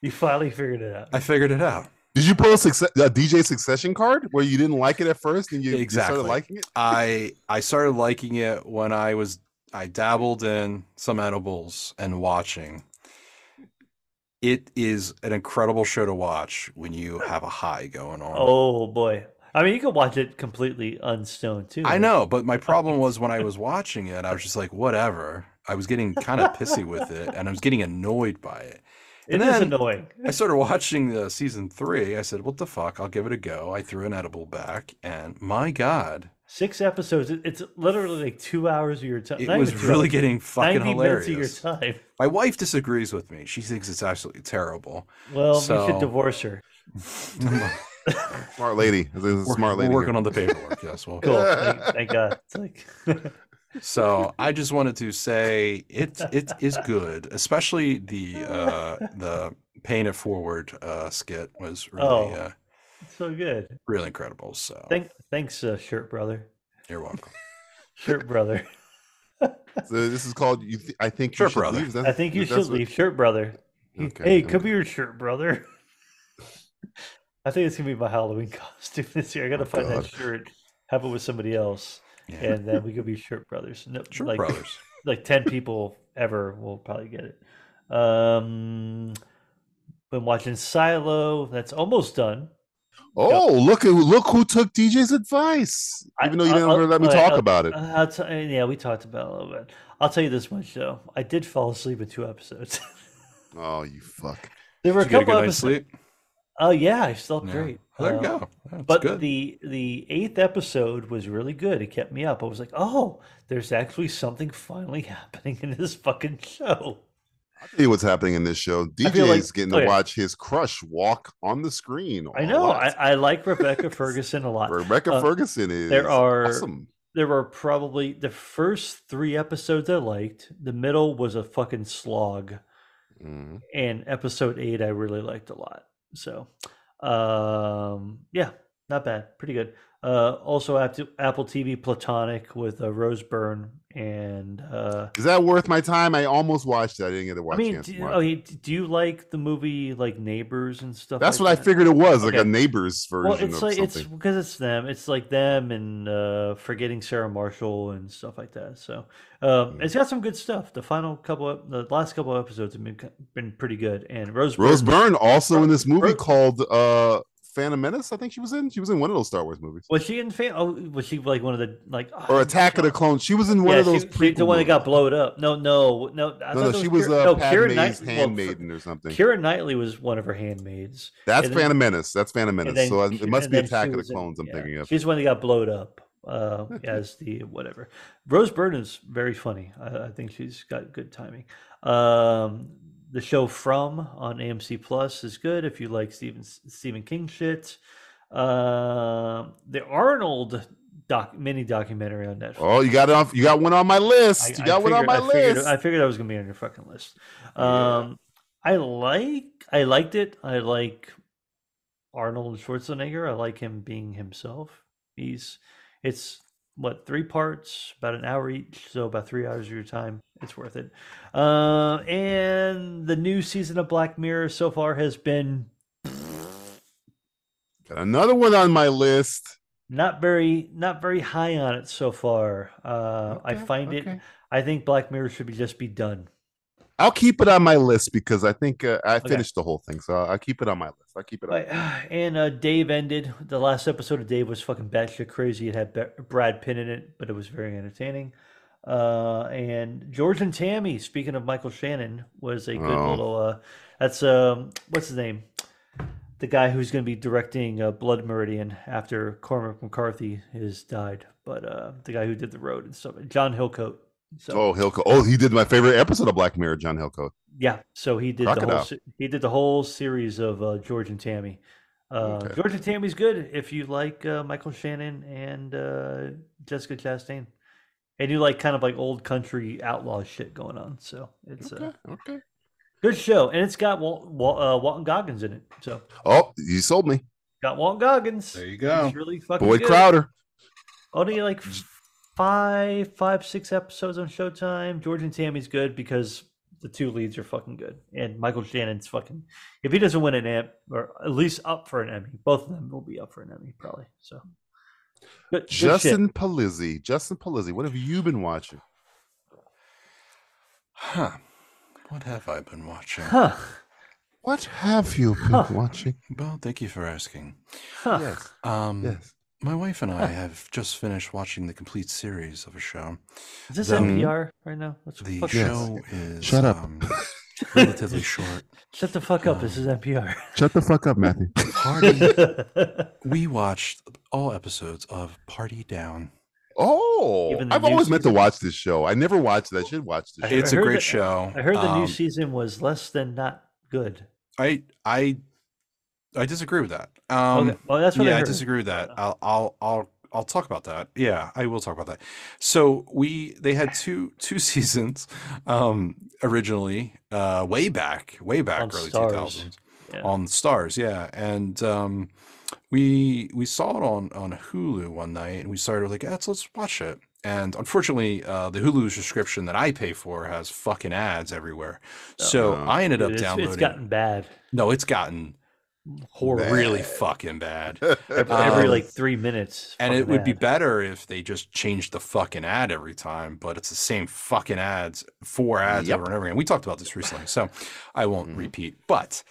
Speaker 4: you finally figured it out.
Speaker 5: I figured it out.
Speaker 1: Did you pull a, success, a DJ Succession card where you didn't like it at first and you, you
Speaker 5: Exactly.
Speaker 1: started liking it?
Speaker 5: I I started liking it when I was I dabbled in some edibles and watching. It is an incredible show to watch when you have a high going on.
Speaker 4: Oh boy. I mean, you could watch it completely unstoned too.
Speaker 5: I know, but my problem was when I was watching it, I was just like, whatever. I was getting kind of pissy with it and I was getting annoyed by it.
Speaker 4: It
Speaker 5: And
Speaker 4: is
Speaker 5: then-
Speaker 4: annoying.
Speaker 5: I started watching the season three. I said, what the fuck? I'll give it a go. I threw an edible back and my God,
Speaker 4: Six episodes. it- It's literally like two hours of your time.
Speaker 5: it
Speaker 4: not
Speaker 5: was
Speaker 4: even two
Speaker 5: really
Speaker 4: hours,
Speaker 5: getting fucking
Speaker 4: 90
Speaker 5: hilarious.
Speaker 4: minutes of your time.
Speaker 5: My wife disagrees with me. She thinks it's absolutely terrible.
Speaker 4: Well, you
Speaker 5: So-
Speaker 4: should divorce her.
Speaker 1: Smart lady. This is a
Speaker 5: <laughs> We're-
Speaker 1: smart
Speaker 5: we're
Speaker 1: lady.
Speaker 5: working
Speaker 1: here.
Speaker 5: on the paperwork. Yes, well,
Speaker 4: Cool. Thank, thank God. It's like <laughs>
Speaker 5: so I just wanted to say it it is good, especially the uh, the paying it forward uh, skit was really
Speaker 4: Oh.
Speaker 5: uh,
Speaker 4: it's so good.
Speaker 5: really incredible. So
Speaker 4: Thank, thanks, uh, shirt brother.
Speaker 5: you're welcome.
Speaker 4: Shirt
Speaker 5: <laughs>
Speaker 4: brother.
Speaker 1: So this is called you th- I think
Speaker 5: Sure,
Speaker 1: you should
Speaker 5: brother.
Speaker 1: leave. That's-
Speaker 4: I think you
Speaker 1: that's
Speaker 4: should
Speaker 1: what-
Speaker 4: leave, shirt brother. He-
Speaker 1: Okay,
Speaker 4: hey,
Speaker 1: okay.
Speaker 4: come here, shirt brother. <laughs> I think it's gonna be my Halloween costume <laughs> this year. I
Speaker 5: Oh,
Speaker 4: gotta find
Speaker 1: God.
Speaker 4: that shirt, have it with somebody else,
Speaker 5: Yeah.
Speaker 4: and then
Speaker 5: <laughs>
Speaker 4: we could be shirt brothers. No,
Speaker 5: Sure,
Speaker 4: like,
Speaker 5: brothers.
Speaker 4: <laughs> like ten people ever will probably get it. Um, been watching Silo. That's almost done.
Speaker 1: Oh, look who look who took DJ's advice.
Speaker 4: I-
Speaker 1: Even though you
Speaker 4: I'll-
Speaker 1: didn't ever
Speaker 4: I'll-
Speaker 1: let me
Speaker 4: I'll-
Speaker 1: talk
Speaker 4: I'll-
Speaker 1: about it.
Speaker 4: Uh, I'll t- yeah, we talked about it a little bit. I'll tell you this much though: I did fall asleep in two episodes. <laughs>
Speaker 1: Oh, you fuck.
Speaker 4: there were
Speaker 5: Did
Speaker 4: a
Speaker 5: you get a
Speaker 4: couple
Speaker 5: good night's
Speaker 4: episodes.
Speaker 5: sleep?
Speaker 4: Oh yeah, I slept
Speaker 5: Yeah. Oh,
Speaker 4: great.
Speaker 5: There you
Speaker 4: Uh,
Speaker 5: go. That's
Speaker 4: But
Speaker 5: good.
Speaker 4: the the eighth episode was really good. It kept me up. I was like, oh, there's actually something finally <laughs> happening in this fucking show.
Speaker 1: I'll tell you what's happening in this show.
Speaker 4: feel
Speaker 1: DJ's
Speaker 4: like-
Speaker 1: is getting
Speaker 4: oh,
Speaker 1: to
Speaker 4: yeah.
Speaker 1: watch his crush walk on the screen.
Speaker 4: I
Speaker 1: a
Speaker 4: know. I,
Speaker 1: lot.
Speaker 4: I like Rebecca Ferguson a
Speaker 5: <laughs>
Speaker 4: lot.
Speaker 1: Rebecca
Speaker 4: Uh,
Speaker 1: Ferguson is
Speaker 4: there are-
Speaker 1: awesome.
Speaker 4: There were probably the first three episodes I liked. The middle was a fucking slog.
Speaker 1: Mhm.
Speaker 4: And episode eight I really liked a lot. So um yeah, not bad. Pretty good. Uh, also, Apt- Apple TV Platonic with uh, Rose Byrne and uh,
Speaker 1: Is that worth my time? I almost watched it. I didn't get to
Speaker 4: I
Speaker 1: watch
Speaker 4: mean,
Speaker 1: chance to
Speaker 4: do,
Speaker 1: watch.
Speaker 4: okay, d- oh, do you like the movie like Neighbors and stuff?
Speaker 1: That's
Speaker 4: like
Speaker 1: what I
Speaker 4: that?
Speaker 1: figured it was, like a
Speaker 4: Okay.
Speaker 1: neighbor's version
Speaker 4: Well, it's
Speaker 1: of
Speaker 4: like it's
Speaker 1: something.
Speaker 4: because it's them. It's like them and uh, forgetting Sarah Marshall and stuff like that. So um,
Speaker 1: Hmm.
Speaker 4: it's got some good stuff. The final couple, ep- the last couple of episodes have been ki- been pretty good. And Rose
Speaker 1: Rose Byrne also in this movie
Speaker 4: Rose-
Speaker 1: called uh Phantom Menace, I think she was in. She was in one of those Star Wars movies.
Speaker 4: was she in? Fan- oh, was she like one of the like oh,
Speaker 1: Or Attack of the Clones. She was in one
Speaker 4: yeah,
Speaker 1: of those
Speaker 4: she- she- the
Speaker 1: prequel
Speaker 4: one that got
Speaker 1: movies.
Speaker 4: blowed up. No, no, no. I thought
Speaker 1: No,
Speaker 4: that
Speaker 1: no, she was
Speaker 4: Keira-
Speaker 1: uh,
Speaker 4: no, Keira
Speaker 1: Padme's
Speaker 4: Knight- well, for-
Speaker 1: handmaiden or something.
Speaker 4: Keira Knightley was one of her handmaids.
Speaker 1: That's
Speaker 4: and then-
Speaker 1: Phantom Menace. That's Phantom Menace.
Speaker 4: And then
Speaker 1: so I-
Speaker 4: she-
Speaker 1: it must
Speaker 4: and
Speaker 1: be
Speaker 4: then she
Speaker 1: Attack of the
Speaker 4: was in-
Speaker 1: Clones. I'm
Speaker 4: yeah.
Speaker 1: thinking of.
Speaker 4: She's the one that got blowed up uh, as the whatever. Rose Byrne is very funny. I, I think she's got good timing. Um, the show From on AMC Plus is good if you like Stephen Stephen King shit. Um the Arnold doc mini documentary on Netflix.
Speaker 1: Oh, you got it on. You got one on my list. you got one on my
Speaker 4: I figured,
Speaker 1: list.
Speaker 4: I figured I was gonna be on your fucking list. Um, I like, I liked it. I like Arnold Schwarzenegger. I like him being himself. He's, it's what three parts, about an hour each, so about three hours of your time. It's worth it. Uh, and the new season of Black Mirror so far has been
Speaker 1: Got another one on my list.
Speaker 4: not very, not very high on it so far. Uh, I
Speaker 1: Okay,
Speaker 4: find it.
Speaker 1: okay.
Speaker 4: I think Black Mirror should be just be done.
Speaker 1: I'll keep it on my list because I think uh, I
Speaker 4: Okay.
Speaker 1: finished the whole thing, so I'll keep it on my list. I'll keep it. On.
Speaker 4: But, <sighs> and uh, Dave ended. The last episode of Dave was fucking batshit crazy. It had Ba- Brad Pitt in it, but it was very entertaining. Uh, and George and Tammy, speaking of Michael Shannon, was a good
Speaker 1: Oh.
Speaker 4: little. Uh, that's um, what's his name? The guy who's going to be directing uh, Blood Meridian after Cormac McCarthy has died, but uh, the guy who did The Road and stuff, John Hillcoat. So
Speaker 1: Oh, Hilco. Oh, he did my favorite episode of Black Mirror, John Hilco.
Speaker 4: yeah, so he did the whole
Speaker 1: Crocodile.
Speaker 4: se- he did the whole series of uh, George and Tammy. Uh,
Speaker 1: Okay.
Speaker 4: George and Tammy's good if you like uh, Michael Shannon and uh, Jessica Chastain, and you like kind of like old country outlaw shit going on. So it's a
Speaker 1: Okay. Okay.
Speaker 4: good show, and it's got Walt, Walt, uh, Walton Goggins in it. So
Speaker 1: Oh, you sold me.
Speaker 4: got Walton Goggins.
Speaker 5: There you
Speaker 4: He's
Speaker 5: go.
Speaker 4: really fucking
Speaker 1: Boyd
Speaker 4: good.
Speaker 1: Crowder.
Speaker 4: Only like f-
Speaker 5: Mm-hmm.
Speaker 4: five, five, six episodes on Showtime. George and Tammy's good because the two leads are fucking good, and Michael Shannon's fucking. If he doesn't win an Emmy, or at least up for an Emmy, both of them will be up for an Emmy probably. So, good, good shit.
Speaker 1: Justin Palizzi. Justin Palizzi. What have you been watching?
Speaker 5: Huh. What have I been watching?
Speaker 4: huh?
Speaker 1: What have you been watching?
Speaker 5: Well, thank you for asking.
Speaker 4: Huh.
Speaker 1: Yes.
Speaker 5: Um,
Speaker 1: Yes.
Speaker 5: My wife and I have just finished watching the complete series of a show.
Speaker 4: Is this
Speaker 5: The-
Speaker 4: NPR right now? What's
Speaker 5: The
Speaker 4: fuck-
Speaker 5: show is
Speaker 1: Shut up.
Speaker 5: <laughs> um, relatively short.
Speaker 4: Shut the fuck up! This is
Speaker 5: <laughs>
Speaker 4: NPR.
Speaker 1: Shut the fuck up, Matthew.
Speaker 5: Party. we watched all episodes of Party Down.
Speaker 1: Oh,
Speaker 4: Even the
Speaker 1: I've
Speaker 4: new
Speaker 1: always meant to
Speaker 4: season?
Speaker 1: watch this show. I never watched it. I should watch this.
Speaker 4: I
Speaker 1: show.
Speaker 4: heard-
Speaker 5: It's a
Speaker 4: heard
Speaker 5: great
Speaker 4: that-
Speaker 5: show.
Speaker 4: I heard the new
Speaker 5: Um,
Speaker 4: season was less than not good.
Speaker 5: I I I disagree with that. Um,
Speaker 4: okay. Well, that's what
Speaker 5: yeah,
Speaker 4: I
Speaker 5: I
Speaker 4: heard.
Speaker 5: disagree with that. I'll, I'll, I'll, I'll talk about that. Yeah, I will talk about that. So we, they had two, two <laughs> seasons, um, originally, uh, way back, way back,
Speaker 4: On
Speaker 5: early two
Speaker 4: Starz,
Speaker 5: thousands,
Speaker 4: yeah.
Speaker 5: on Stars. Yeah, and um, we we saw it on on Hulu one night, and we started like, let's let's watch it. And unfortunately, uh, the Hulu subscription that I pay for has fucking ads everywhere. So
Speaker 1: Oh.
Speaker 5: I ended
Speaker 4: Dude,
Speaker 5: up
Speaker 4: it's,
Speaker 5: downloading.
Speaker 4: it's gotten bad.
Speaker 5: No, it's gotten
Speaker 4: Horrible.
Speaker 5: really fucking bad.
Speaker 4: Every- every
Speaker 5: Um,
Speaker 4: like three minutes.
Speaker 5: And it
Speaker 4: fucking
Speaker 5: would be
Speaker 4: ad.
Speaker 5: better if they just changed the fucking ad every time, but it's the same fucking ads, four ads
Speaker 1: Yep.
Speaker 5: over and over again. We talked about this recently, so I won't
Speaker 1: Mhm.
Speaker 5: repeat. But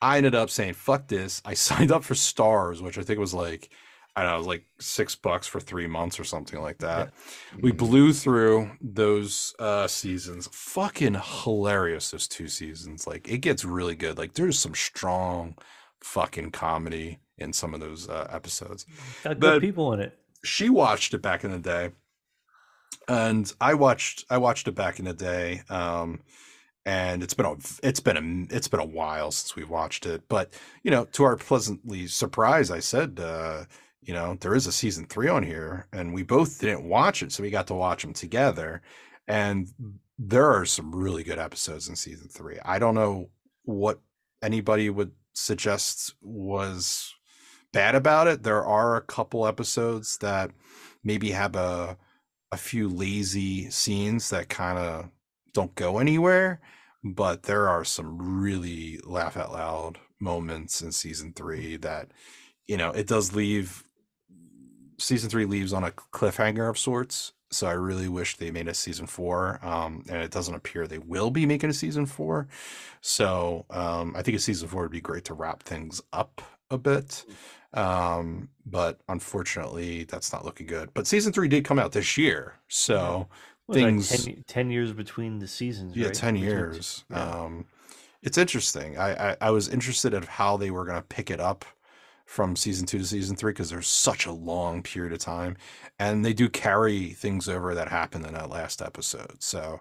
Speaker 5: I ended up saying, fuck this. I <laughs> signed up for stars, which I think was like, I don't know, it was like six bucks for three months or something like that. We
Speaker 1: Mhm.
Speaker 5: blew through those uh seasons. Fucking hilarious, those two seasons. Like it gets really good. Like there's some strong fucking comedy in some of those uh, episodes
Speaker 4: Got good
Speaker 5: but-
Speaker 4: people in it.
Speaker 5: she watched it back in the day and i watched i watched it back in the day um and it's been a it's been a it's been a while since we watched it but you know to our pleasantly surprise i said uh you know there is a season three on here and we both didn't watch it so we got to watch them together and there are some really good episodes in season three i don't know what anybody would suggest was bad about it. There are a couple episodes that maybe have a a few lazy scenes that kind of don't go anywhere, but there are some really laugh out loud moments in season 3 that you know, it does leave season 3 leaves on a cliffhanger of sorts. So I really wish they made a season four. Um, and it doesn't appear they will be making a season four. So um, I think a season four would be great to wrap things up a bit. Um, but unfortunately, that's not looking good. But season three did come out this year. So
Speaker 4: What was
Speaker 5: things.
Speaker 4: like 10, 10 years between the seasons.
Speaker 5: Yeah,
Speaker 4: right?
Speaker 5: ten
Speaker 4: Between-
Speaker 5: years.
Speaker 4: yeah.
Speaker 5: Um, it's interesting. I, I I was interested of how they were gonna pick it up from season two to season three because there's such a long period of time, and they do carry things over that happened in that last episode. So,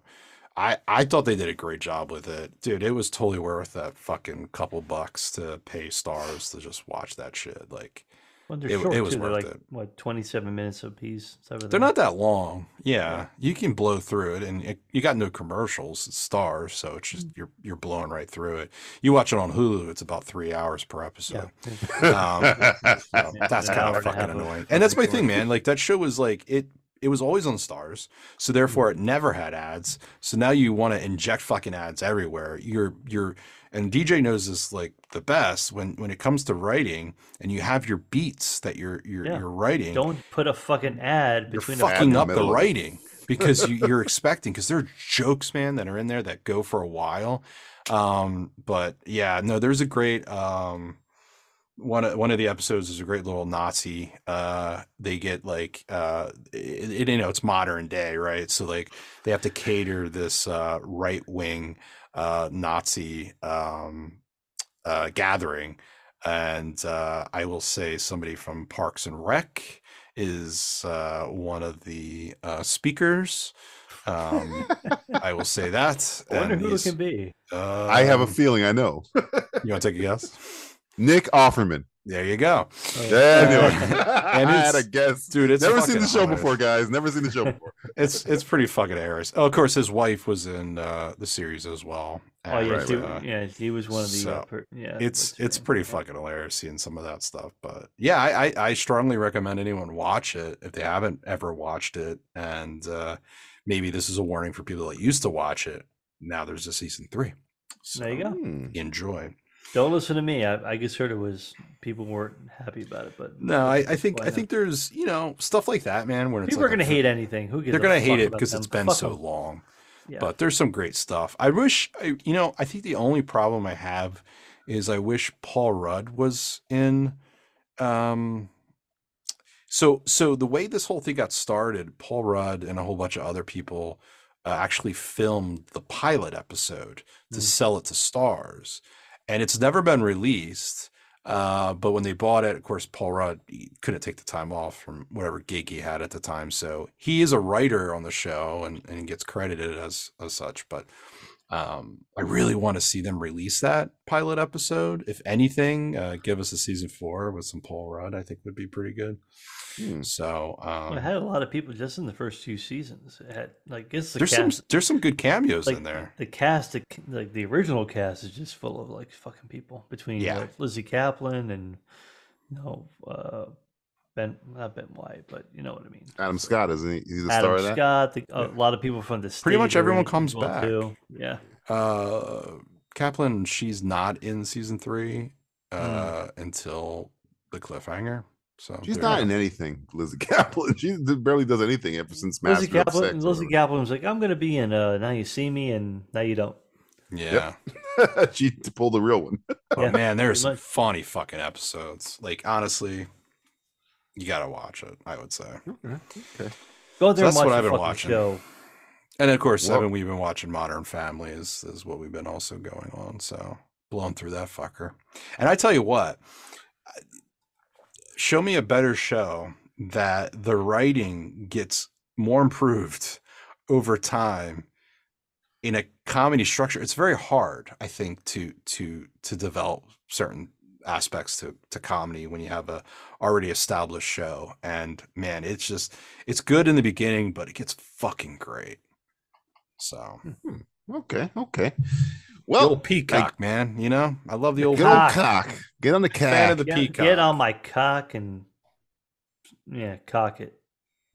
Speaker 5: I I thought they did a great job with it, dude. It was totally worth that fucking couple bucks to pay stars to just watch that shit. Like
Speaker 4: Well, they're
Speaker 5: It-
Speaker 4: short,
Speaker 5: it was
Speaker 4: too. They're
Speaker 5: worth
Speaker 4: like,
Speaker 5: it.
Speaker 4: What twenty seven minutes apiece? Something like
Speaker 5: they're
Speaker 4: that.
Speaker 5: not that long. Yeah, you can blow through it, and it, you got no commercials. It's stars, so it's just you're you're blowing right through it. You watch it on Hulu; it's about three hours per episode. <laughs> Um, so
Speaker 4: Yeah,
Speaker 5: that's
Speaker 4: an
Speaker 5: kind
Speaker 4: hour and
Speaker 5: of
Speaker 4: a half
Speaker 5: fucking
Speaker 4: of
Speaker 5: annoying. And that's my
Speaker 4: fucking
Speaker 5: thing, man. Like that show was like it it was always on stars, so therefore it never had ads. So now you want to inject fucking ads everywhere. You're you're and DJ knows this like the best when when it comes to writing and you have your beats that you're you're
Speaker 4: Yeah.
Speaker 5: you're writing
Speaker 4: Don't put a fucking ad
Speaker 5: you're
Speaker 4: between
Speaker 1: ad in
Speaker 5: fucking
Speaker 1: the
Speaker 5: up the
Speaker 1: middle of it.
Speaker 5: writing because you, you're expecting because there are jokes man that are in there that go for a while um but yeah no there's a great um one of one of the episodes is a great little Nazi. Uh, they get like uh, it, it- you know it's modern day, right? So like they have to cater this uh, right wing uh, Nazi um, uh, gathering, and uh, I will say somebody from Parks and Rec is uh, one of the uh, speakers. Um, I will say that.
Speaker 4: I wonder
Speaker 5: and
Speaker 4: who it
Speaker 5: he's-
Speaker 4: can be.
Speaker 1: I have a
Speaker 5: um,
Speaker 1: feeling I know. <laughs>
Speaker 5: You want to take a guess?
Speaker 1: Nick Offerman.
Speaker 5: There you go.
Speaker 4: Oh.
Speaker 1: There
Speaker 4: <laughs>
Speaker 5: Uh,
Speaker 1: <laughs> you go. I had a
Speaker 5: it's-
Speaker 1: guess.
Speaker 5: dude it's
Speaker 1: Never seen
Speaker 5: fucking
Speaker 1: the show
Speaker 5: hilarious.
Speaker 1: before, guys. Never seen the
Speaker 4: <laughs>
Speaker 1: show before.
Speaker 5: it's it's pretty fucking hilarious oh, of course his wife was in uh the series as well
Speaker 4: Oh
Speaker 5: and, <laughs>
Speaker 4: yeah,
Speaker 1: right,
Speaker 4: dude,
Speaker 5: uh,
Speaker 4: yeah, he was one of the. uh,
Speaker 5: so,
Speaker 4: per- yeah,
Speaker 5: it's
Speaker 4: what's her
Speaker 5: it's
Speaker 4: name?
Speaker 5: pretty
Speaker 4: Yeah.
Speaker 5: fucking hilarious seeing some of that stuff but yeah I, I i strongly recommend anyone watch it if they haven't ever watched it and uh maybe this is a warning for people that used to watch it now there's a season three so
Speaker 4: There you go.
Speaker 1: Hmm.
Speaker 5: enjoy
Speaker 4: Don't listen to me. I, I just heard it was people weren't happy about it, but
Speaker 5: no i, I think
Speaker 4: Why
Speaker 5: i think there's you know stuff like that man when it's
Speaker 4: people
Speaker 5: like
Speaker 4: are
Speaker 5: a
Speaker 4: gonna
Speaker 5: fr-
Speaker 4: hate anything. Who gives?
Speaker 5: they're
Speaker 4: a
Speaker 5: gonna
Speaker 4: fuck
Speaker 5: hate it
Speaker 4: about
Speaker 5: because it's
Speaker 4: them?
Speaker 5: been
Speaker 4: Fuck
Speaker 5: so
Speaker 4: 'em.
Speaker 5: long
Speaker 4: Yeah.
Speaker 5: but there's some great stuff. I wish, I, you know, I think the only problem I have is I wish Paul Rudd was in. Um, so, so the way this whole thing got started, Paul Rudd and a whole bunch of other people uh, actually filmed the pilot episode to
Speaker 4: Mm.
Speaker 5: sell it to stars, and it's never been released. Uh, but when they bought it, of course, Paul Rudd he couldn't take the time off from whatever gig he had at the time. So he is a writer on the show and, and gets credited as as such. But um, I really want to see them release that pilot episode. If anything, uh, give us a season four with some Paul Rudd. I think would be pretty good.
Speaker 1: Hmm.
Speaker 5: So
Speaker 4: Well, it
Speaker 5: um,
Speaker 4: had a lot of people just in the first two seasons. It had like it's the
Speaker 5: there's some
Speaker 4: cast.
Speaker 5: there's some good cameos
Speaker 4: like
Speaker 5: in there.
Speaker 4: the cast, the, like the original cast, is just full of like fucking people between
Speaker 5: Yeah.
Speaker 4: like, Lizzie Kaplan and you know, uh, Ben, not Ben White, but you know what I mean.
Speaker 1: Adam Scott, isn't he? He's the star
Speaker 4: Adam
Speaker 1: of that.
Speaker 4: Scott, the, a lot of people from the
Speaker 5: Pretty much
Speaker 4: state are
Speaker 5: everyone
Speaker 4: in it as
Speaker 5: comes
Speaker 4: well,
Speaker 5: back.
Speaker 4: too. Yeah,
Speaker 5: Uh, Kaplan, she's not in season three
Speaker 4: Mm.
Speaker 5: uh, until the cliffhanger. So
Speaker 1: She's
Speaker 5: there you
Speaker 1: not
Speaker 5: go.
Speaker 1: in anything, Lizzie Kaplan. <laughs> She d- barely does anything ever since Master
Speaker 4: Lizzie
Speaker 1: of
Speaker 4: Kaplan.
Speaker 1: Sex or
Speaker 4: Lizzie Kaplan was like, "I'm gonna be in uh, Now You See Me and Now You Don't."
Speaker 5: Yeah.
Speaker 1: whatever. <laughs> she t- pulled the real one.
Speaker 5: <laughs> But
Speaker 4: Yeah,
Speaker 5: man, there are
Speaker 4: pretty
Speaker 5: some
Speaker 4: much.
Speaker 5: funny fucking episodes. Like honestly, you gotta watch it. I would say.
Speaker 4: Go out there and watch
Speaker 5: that's what
Speaker 4: the
Speaker 5: I've been
Speaker 4: fucking
Speaker 5: watching.
Speaker 4: show.
Speaker 5: And of course,
Speaker 1: Well-
Speaker 5: I mean, we've been watching Modern Family is is what we've been also going on. So blown through that fucker. And I tell you what, I- show me a better show that the writing gets more improved over time in a comedy structure. It's very hard, I think, to to to develop certain aspects to to comedy when you have a already established show. And man, it's just it's good in the beginning, but it gets fucking great. So
Speaker 1: Hmm. Okay, okay.
Speaker 5: The
Speaker 1: Well,
Speaker 5: old peacock, man. You know, I love the old.
Speaker 1: good old
Speaker 4: cock.
Speaker 1: cock. Get on the cat.
Speaker 5: Fan of the
Speaker 4: Get,
Speaker 5: peacock.
Speaker 4: get on my cock and yeah, cock it.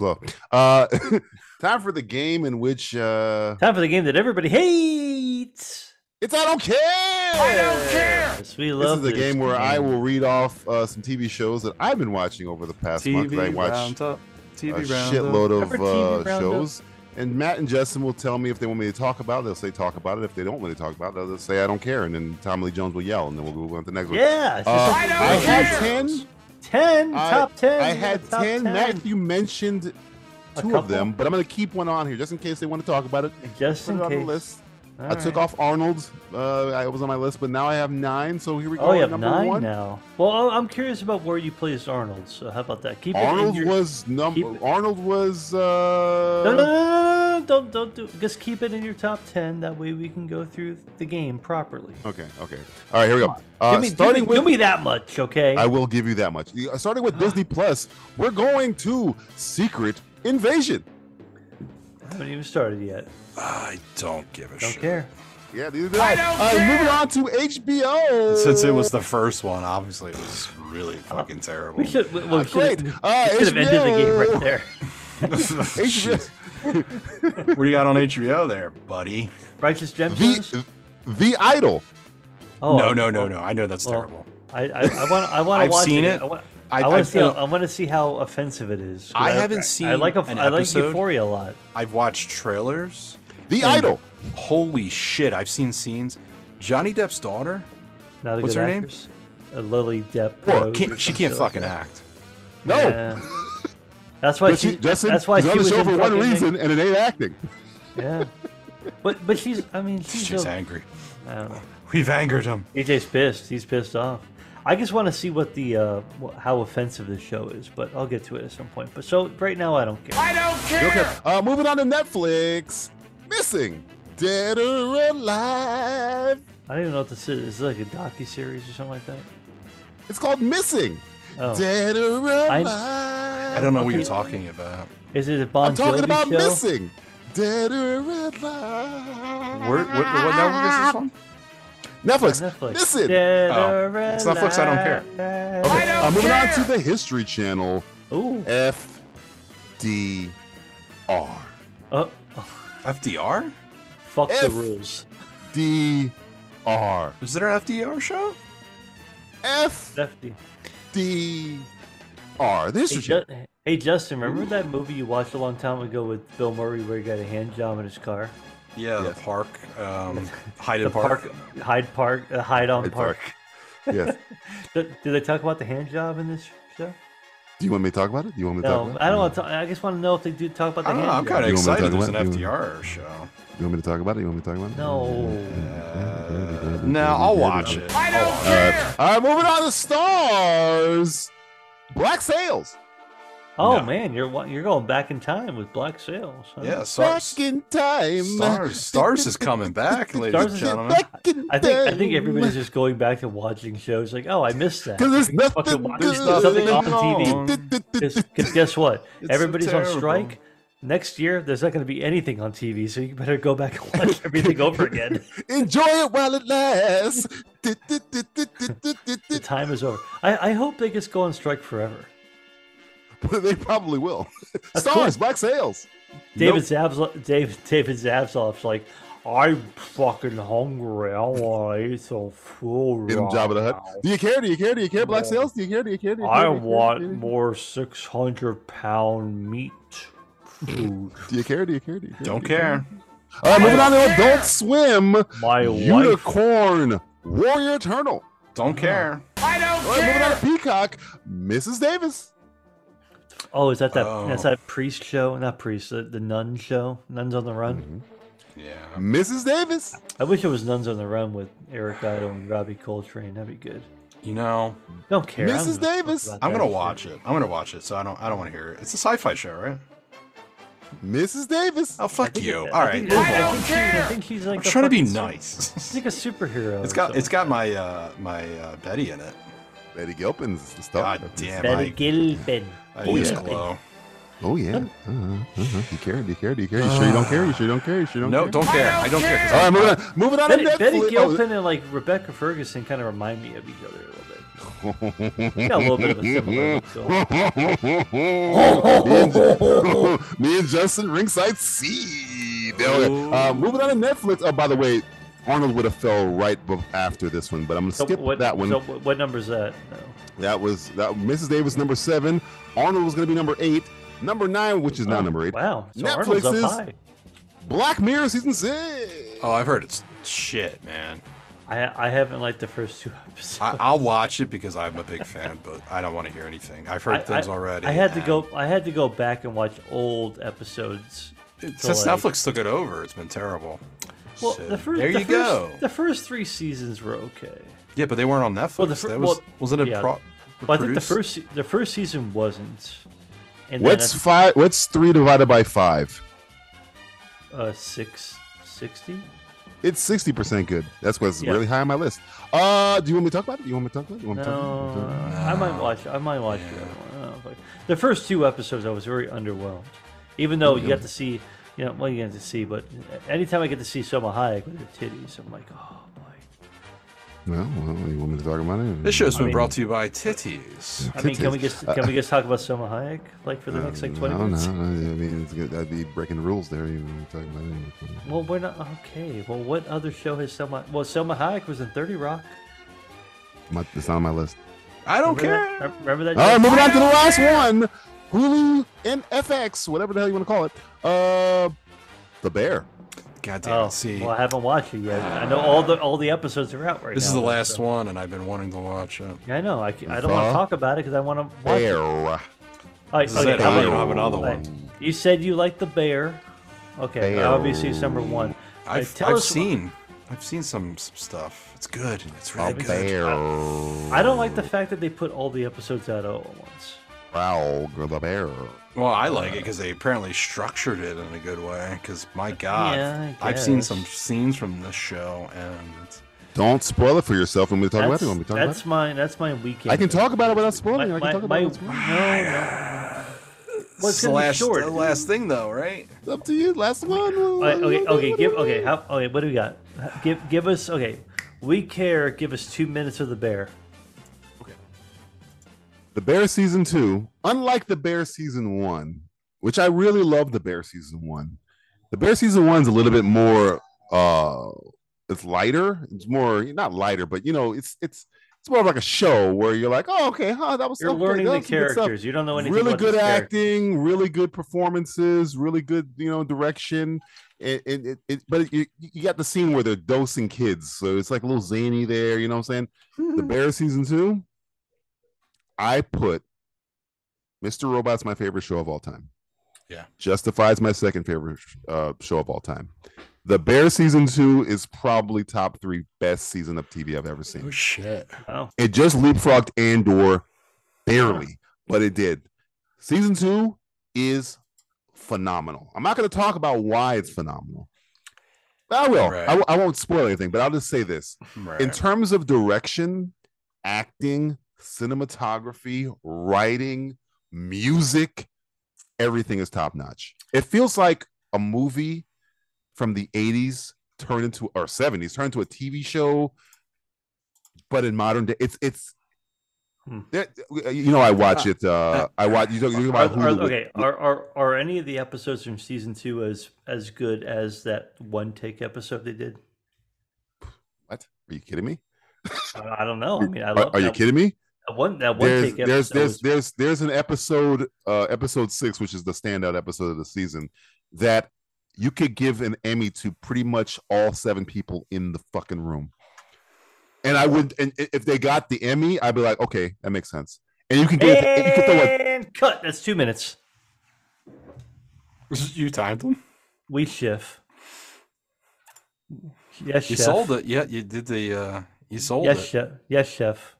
Speaker 1: Well, uh, <laughs> time for the game in which uh,
Speaker 4: Time for the game that everybody hates.
Speaker 1: it's I don't care. I don't care.
Speaker 4: Yes, we
Speaker 1: This
Speaker 4: love
Speaker 1: is the game where I
Speaker 4: game.
Speaker 1: will read off uh, some TV shows that I've been watching over the past month. I watched
Speaker 5: roundup.
Speaker 1: a
Speaker 5: TV
Speaker 1: shitload
Speaker 4: Ever
Speaker 1: of
Speaker 4: TV
Speaker 1: uh,
Speaker 4: roundup?
Speaker 1: shows, and Matt and Justin will tell me if they want me to talk about it. They'll say talk about it. If they don't want me to talk about it, they'll say I don't care. And then Tom Lee Jones will yell, and then we'll move on to the next one.
Speaker 4: Yeah, it's
Speaker 1: Uh,
Speaker 4: just
Speaker 1: I
Speaker 4: like
Speaker 1: had ten.
Speaker 4: ten
Speaker 1: I-
Speaker 4: top ten.
Speaker 1: I
Speaker 4: you got
Speaker 1: had
Speaker 4: top
Speaker 1: ten. Matt, you mentioned
Speaker 4: A
Speaker 1: two
Speaker 4: couple?
Speaker 1: of them, but I'm going to keep one on here just in case they want to talk about it.
Speaker 4: Just
Speaker 1: Put
Speaker 4: in
Speaker 1: it on the
Speaker 4: case.
Speaker 1: list.
Speaker 4: All
Speaker 1: I took
Speaker 4: right.
Speaker 1: off Arnold's. Uh, I was on my list, but now I have nine. So here we go.
Speaker 4: Oh, you have
Speaker 1: number
Speaker 4: nine
Speaker 1: one.
Speaker 4: now. Well, I- I'm curious about where you placed Arnold. So how about that? Keep it in
Speaker 1: Arnold
Speaker 4: your-
Speaker 1: was
Speaker 4: keep
Speaker 1: number.
Speaker 4: it-
Speaker 1: Arnold was. Uh,
Speaker 4: No, no, no, no, no, no, don't, don't do. Just keep it in your top ten. That way we can go through the game properly.
Speaker 1: Okay. Okay. All right. Here we go. Uh,
Speaker 4: give, me, give, me,
Speaker 1: starting
Speaker 4: give
Speaker 1: with.
Speaker 4: me that much, okay?
Speaker 1: I will give you that much. Uh, Starting with Disney
Speaker 4: Ah.
Speaker 1: Plus, we're going to Secret Invasion.
Speaker 4: haven't even started yet.
Speaker 5: I don't give a
Speaker 4: Don't
Speaker 5: shit.
Speaker 4: care.
Speaker 1: Yeah, neither did I. Uh, moving on to HBO.
Speaker 5: Since it was the first one, obviously it was <laughs> really fucking terrible.
Speaker 4: We
Speaker 5: <laughs>
Speaker 4: should. We, well, we
Speaker 1: great.
Speaker 4: should have-
Speaker 1: Uh,
Speaker 4: we should have ended the game
Speaker 1: HBO.
Speaker 4: right there. <laughs>
Speaker 5: Jeez. what do you got on HBO there, buddy?
Speaker 4: Righteous Gemstones.
Speaker 1: the the Idol.
Speaker 4: oh
Speaker 5: no, no, no, no. I know that's
Speaker 4: well,
Speaker 5: terrible.
Speaker 4: I, I, I want. I want
Speaker 5: I've
Speaker 4: to watch
Speaker 5: seen
Speaker 4: it.
Speaker 5: it.
Speaker 4: I want,
Speaker 5: I-
Speaker 4: I, want
Speaker 5: I've-
Speaker 4: to see. How, I want to see how offensive it is. 'cause
Speaker 5: I haven't seen
Speaker 4: I like. A,
Speaker 5: an
Speaker 4: I like
Speaker 5: episode.
Speaker 4: Euphoria a lot.
Speaker 5: I've watched trailers.
Speaker 1: The Idol.
Speaker 5: Holy shit, I've seen scenes. Johnny Depp's daughter?
Speaker 4: Not a
Speaker 5: What's
Speaker 4: good
Speaker 5: her name?
Speaker 4: actress. Uh, Lily Depp.
Speaker 5: Well,
Speaker 4: Rose or
Speaker 5: can't, she can't
Speaker 4: something like
Speaker 5: fucking
Speaker 4: that.
Speaker 5: act. Oh.
Speaker 1: No.
Speaker 4: Yeah. That's why
Speaker 1: But
Speaker 4: she.
Speaker 1: she, Justin,
Speaker 4: that's why
Speaker 1: she's
Speaker 4: she
Speaker 1: on the
Speaker 4: was
Speaker 1: show
Speaker 4: in
Speaker 1: for one
Speaker 4: fucking-
Speaker 1: reason, and it ain't acting.
Speaker 4: Yeah. But but she's. I mean, she's.
Speaker 5: She's
Speaker 4: a,
Speaker 5: angry.
Speaker 4: I don't know.
Speaker 5: We've angered him.
Speaker 4: DJ's pissed. He's pissed off. I just want to see what the uh, wh- how offensive this show is, but I'll get to it at some point. But so right now, I don't care.
Speaker 1: Okay. Uh, moving on to Netflix. Missing. Dead or alive.
Speaker 4: I don't even know what this is. Is it like a docu series or something like that?
Speaker 1: It's called Missing.
Speaker 4: Oh,
Speaker 1: Dead or alive.
Speaker 5: I don't know what you're talking about.
Speaker 4: is it a Bon
Speaker 1: I'm talking
Speaker 4: Jovi
Speaker 1: about
Speaker 4: show?
Speaker 1: missing. Dead or alive.
Speaker 5: Where, what, what network is this on?
Speaker 1: Netflix.
Speaker 4: Netflix.
Speaker 1: Missing.
Speaker 4: Dead
Speaker 5: Oh.
Speaker 4: or
Speaker 5: It's Netflix, I don't care.
Speaker 4: Alive.
Speaker 1: Okay, uh, moving on to the History Channel.
Speaker 4: Ooh.
Speaker 1: F D R
Speaker 4: Oh,
Speaker 5: FDR?
Speaker 4: fuck the
Speaker 1: If-
Speaker 4: rules.
Speaker 1: D R
Speaker 5: Is there an FDR show?
Speaker 1: F
Speaker 4: Lefty.
Speaker 1: D R. The
Speaker 4: Hey,
Speaker 1: History Channel.
Speaker 4: Ju- hey, Justin, remember that movie you watched a long time ago with Bill Murray where he got a hand job in his car?
Speaker 5: Yeah, the park. Um, Hyde
Speaker 4: The
Speaker 5: Park.
Speaker 4: park, Hyde Park, uh, Hyde on
Speaker 1: Hyde
Speaker 4: Park.
Speaker 1: Park. Yes.
Speaker 4: Did, did they talk about the hand job in this show?
Speaker 1: Do you want me to talk about it? Do you want me to talk
Speaker 4: No,
Speaker 1: about it?
Speaker 4: I don't want to. I just want to know if they do talk about the
Speaker 5: I don't know. I'm
Speaker 4: hand
Speaker 5: kind of
Speaker 1: You want me to
Speaker 5: excited
Speaker 1: talk
Speaker 5: there's an
Speaker 1: about it? You
Speaker 5: FDR show.
Speaker 1: You want me to talk about it? You want me to talk about it?
Speaker 4: No.
Speaker 5: Uh, no, I'll watch <laughs> it. I'll watch it.
Speaker 1: All right, moving on to stars. Black Sails.
Speaker 4: Oh
Speaker 5: No.
Speaker 4: man, you're wa- you're going back in time with Black Sails. huh?
Speaker 5: Yeah, Star-
Speaker 1: back in time.
Speaker 5: Stars, Stars is coming back, ladies
Speaker 4: Stars
Speaker 5: and
Speaker 4: is
Speaker 5: gentlemen.
Speaker 1: Back in
Speaker 4: I think I think
Speaker 1: <laughs>
Speaker 4: everybody's just going back to watching shows like, oh, I missed that.
Speaker 1: because there's nothing.
Speaker 4: Fucking watch
Speaker 1: there's
Speaker 4: stuff
Speaker 1: nothing <laughs>
Speaker 4: on TV.
Speaker 1: on.
Speaker 4: Because guess what?
Speaker 5: <laughs> It's so
Speaker 4: Everybody's on
Speaker 5: terrible.
Speaker 4: strike. Next year, there's not going to be anything on TV, so you better go back and
Speaker 5: <laughs>
Speaker 4: watch everything over again.
Speaker 1: Enjoy it while it lasts. Du- du- du- du- du- du- du-
Speaker 4: The time is over. I, I hope they just go on strike forever.
Speaker 1: du- <laughs> They probably will.
Speaker 4: Of
Speaker 1: Stars,
Speaker 4: course.
Speaker 1: Black Sails.
Speaker 4: David Zabs, David David Zabslov's like, I'm fucking hungry. I want to eat some food.
Speaker 1: Get him
Speaker 4: right
Speaker 1: job of the hut.
Speaker 4: now."
Speaker 1: Do you care? Do you care? Do you care? Black Sails. Do you care? Do you care? Do you care?
Speaker 4: I
Speaker 1: Do you care? Do
Speaker 4: want
Speaker 1: you
Speaker 4: more 600 pound meat food.
Speaker 1: care? Do you care? Do you care? Do you care?
Speaker 5: Don't care.
Speaker 1: All right, moving on to Adult Swim.
Speaker 4: My wife.
Speaker 1: Unicorn Warrior Eternal.
Speaker 5: Don't care.
Speaker 1: All right, moving on to Peacock. Mrs. Davis.
Speaker 4: Oh, is that that?
Speaker 5: Oh.
Speaker 4: That's that priest show? Not priest. The, the nun show. Nuns on the Run.
Speaker 5: Mm-hmm. Yeah.
Speaker 1: Mrs. Davis.
Speaker 4: I wish it was Nuns on the Run with Eric Idle and Robbie Coltrane. That'd be good.
Speaker 5: You know,
Speaker 4: Don't care. I don't
Speaker 1: Mrs.
Speaker 4: give a fuck
Speaker 1: Davis.
Speaker 4: about
Speaker 5: I'm
Speaker 4: that
Speaker 5: gonna
Speaker 4: shit.
Speaker 5: watch it. I'm gonna watch it. So I don't. I don't want to hear it. It's a sci-fi show, right?
Speaker 1: Mrs. Davis.
Speaker 5: Oh
Speaker 4: I
Speaker 5: fuck
Speaker 4: think
Speaker 5: you.
Speaker 4: it-
Speaker 5: All
Speaker 4: I
Speaker 5: right.
Speaker 4: think
Speaker 5: Move
Speaker 4: it- I
Speaker 5: on.
Speaker 4: think, she, I think she's like.
Speaker 5: I'm
Speaker 4: a
Speaker 5: trying to be
Speaker 4: fucking-
Speaker 5: nice.
Speaker 4: She's like a superhero.
Speaker 5: <laughs> It's
Speaker 4: or
Speaker 5: got. It's
Speaker 4: something.
Speaker 5: got my uh my uh, Betty in it.
Speaker 1: Betty Gilpin's the star.
Speaker 5: God damn.
Speaker 4: Betty
Speaker 5: I,
Speaker 4: Gilpin.
Speaker 5: I use
Speaker 4: Yeah.
Speaker 5: glow.
Speaker 1: Oh yeah. Uh-huh. Uh-huh. You care? Do you care? Do you care? You sure you don't care? You sure you don't care? You sure you don't
Speaker 5: Uh,
Speaker 1: care?
Speaker 5: No, don't care. I don't care. 'cause
Speaker 1: All right, moving on. Moving on
Speaker 4: Betty,
Speaker 1: to
Speaker 4: Betty
Speaker 1: Netflix. Oh,
Speaker 4: Gilpin and like Rebecca Ferguson kind of remind me of each other a little bit. Got a little bit of a similar look to 'em.
Speaker 1: me, and, <laughs> me and Justin ringside C. Uh, moving on to Netflix. Oh, by the way, Arnold would have fell right bef- after this one, but I'm gonna
Speaker 4: So
Speaker 1: skip
Speaker 4: what,
Speaker 1: that one.
Speaker 4: So what, what number's that? No.
Speaker 1: That was that. Mrs. Davis number seven. Arnold was gonna be number eight. Number nine, which is not number eight.
Speaker 4: Wow. So
Speaker 1: Netflix
Speaker 4: Arnold's up
Speaker 1: is
Speaker 4: high.
Speaker 1: Black Mirror season six.
Speaker 5: Oh, I've heard it's shit, man.
Speaker 4: I, I haven't liked the first two <laughs> episodes.
Speaker 5: I, I'll watch it because I'm a big fan, but I don't want to hear anything. I've heard
Speaker 4: I-
Speaker 5: things
Speaker 4: I-
Speaker 5: already.
Speaker 4: I had to
Speaker 5: and
Speaker 4: go. I had to go back and watch old episodes. to,
Speaker 5: Since
Speaker 4: like-
Speaker 5: Netflix took it over, it's been terrible.
Speaker 4: Well,
Speaker 5: So,
Speaker 4: the first,
Speaker 5: there
Speaker 4: the
Speaker 5: you
Speaker 4: first,
Speaker 5: go.
Speaker 4: The first three seasons were okay.
Speaker 5: Yeah, but they weren't on Netflix.
Speaker 4: Well, the fir-
Speaker 5: that was
Speaker 4: well,
Speaker 5: wasn't it?
Speaker 4: yeah.
Speaker 5: Pro-
Speaker 4: But I think the
Speaker 5: produced?
Speaker 4: first se- the first season wasn't. And then
Speaker 1: What's five? What's three divided by five?
Speaker 4: I- uh, six sixty?
Speaker 1: It's sixty percent good. That's what's
Speaker 4: Yeah.
Speaker 1: really high on my list. Uh, do you want me to talk about it? Do you want me to talk about it? Do you want me
Speaker 4: No,
Speaker 1: to talk about it? Do you want me to talk about it?
Speaker 4: I might watch. I might watch the other one. I don't know if I- the first two episodes, I was very underwhelmed. Even though you got to see, you know, well, you get to see, but anytime I get to see Selma Hayek with her titties, I'm like, oh boy.
Speaker 1: Well, well, you want me to talk about it?
Speaker 5: This show's been
Speaker 4: mean-
Speaker 5: brought to you by Titties. Uh,
Speaker 4: I mean, can we
Speaker 1: Titties.
Speaker 4: just can we just talk about Selma Hayek like for the next like twenty
Speaker 1: no,
Speaker 4: minutes?
Speaker 1: No, no, I mean, it's good. I'd be breaking the rules there. You want me to talk about it?
Speaker 4: Well, we're not okay. Well, what other show has Selma? Well, Selma Hayek was in Thirty Rock.
Speaker 1: My, it's not on my list.
Speaker 5: I don't
Speaker 4: Remember
Speaker 5: care.
Speaker 4: that- Remember that?
Speaker 1: All
Speaker 5: Oh,
Speaker 1: right, moving on to the last one. Hulu and FX, whatever the hell you want to call it. Uh, the Bear.
Speaker 5: God damn
Speaker 4: Oh,
Speaker 5: it. See,
Speaker 4: well, I haven't watched it yet. I know all the all the episodes are out right
Speaker 5: this
Speaker 4: now.
Speaker 5: is the last
Speaker 4: so-
Speaker 5: one, and I've been wanting to watch it.
Speaker 4: I know. I, ca- I don't want
Speaker 1: The
Speaker 4: to talk about it because I want to watch it.
Speaker 1: Bear.
Speaker 4: All right,
Speaker 5: This is
Speaker 4: okay,
Speaker 5: it.
Speaker 4: how
Speaker 5: I don't
Speaker 4: about-
Speaker 5: have another
Speaker 4: okay.
Speaker 5: one.
Speaker 4: You said you like the bear. Okay,
Speaker 1: Bear.
Speaker 4: obviously it's number one. All right,
Speaker 5: I've,
Speaker 4: tell
Speaker 5: I've
Speaker 4: us-
Speaker 5: seen, I've seen some, some stuff. It's good. It's really
Speaker 1: A
Speaker 5: good.
Speaker 1: bear.
Speaker 4: I don't like the fact that they put all the episodes out all at once.
Speaker 1: Growl, the bear.
Speaker 5: Well, I like it because they apparently structured it in a good way. Because my God,
Speaker 4: Yeah, I
Speaker 5: I've seen
Speaker 4: guess.
Speaker 5: some scenes from this show, and it's,
Speaker 1: Don't spoil it for yourself when we talk about
Speaker 4: That's,
Speaker 1: it. When we talk about
Speaker 4: that's
Speaker 1: it.
Speaker 4: my that's my weekend.
Speaker 1: I can talk about it without
Speaker 4: My,
Speaker 1: spoiling. it. I
Speaker 4: my,
Speaker 1: can talk about
Speaker 4: my,
Speaker 1: it.
Speaker 4: no,
Speaker 1: without spoiling
Speaker 4: no. Well, it's
Speaker 5: the
Speaker 4: gonna be
Speaker 5: last,
Speaker 4: short.
Speaker 5: the last thing, though, right?
Speaker 1: it. Up to you. Last one.
Speaker 4: Okay, okay, okay, give okay. How, okay, what do we got? Give give us okay. We care. Give us two minutes of the bear.
Speaker 1: The Bear season two, unlike the Bear season one, which I really love. The Bear season one. The Bear season one's a little bit more. uh It's lighter. It's more not lighter, but you know, it's it's it's more of like a show where you're like, oh, okay, huh? That was
Speaker 4: You're
Speaker 1: okay,
Speaker 4: learning
Speaker 1: that
Speaker 4: the
Speaker 1: was some good stuff.
Speaker 4: characters. You don't know anything.
Speaker 1: really
Speaker 4: about
Speaker 1: good
Speaker 4: these characters.
Speaker 1: acting, really good performances, really good you know direction. It, it, it, it- but you, you got the scene where they're dosing kids, so it's like a little zany there. You know what I'm saying? the Bear season two. I put Mr. Robot's my favorite show of all time.
Speaker 5: Yeah.
Speaker 1: Justifies my second favorite uh, show of all time. The Bear season two is probably top three best season of TV I've ever seen.
Speaker 5: shit!
Speaker 4: Oh,
Speaker 1: It just leapfrogged Andor barely, but it did. Season two is phenomenal. I'm not going to talk about why it's phenomenal. I will.
Speaker 5: Right.
Speaker 1: I w- I won't spoil anything, but I'll just say this.
Speaker 5: Right.
Speaker 1: In terms of direction, acting, cinematography, writing, music, everything is top notch. It feels like a movie from the 80s turned into or 70s turned into a TV show, but in modern day, it's it's.
Speaker 4: Hmm.
Speaker 1: there- You know, I watch it. Uh, I watch. You talk, you
Speaker 4: are,
Speaker 1: talk about
Speaker 4: are-
Speaker 1: Hulu.
Speaker 4: okay. Are, are are any of the episodes from season two as as good as that one take episode they did?
Speaker 1: What? Are you kidding me?
Speaker 4: I I don't know. I mean, I
Speaker 1: Are,
Speaker 4: love.
Speaker 1: are you
Speaker 4: that
Speaker 1: kidding me?
Speaker 4: One that one
Speaker 1: there's
Speaker 4: take episode.
Speaker 1: there's there's,
Speaker 4: was-
Speaker 1: there's there's an episode uh episode six which is the standout episode of the season that you could give an emmy to pretty much all seven people in the fucking room and i would and i- if they got the emmy i'd be like okay that makes sense and you can give it, you can throw it
Speaker 4: and cut. That's two minutes.
Speaker 5: you timed them.
Speaker 4: We shift. Yes,
Speaker 5: You
Speaker 4: chef.
Speaker 5: sold it. Yeah, you did the. uh You sold
Speaker 4: Yes,
Speaker 5: it.
Speaker 4: chef. Yes, chef.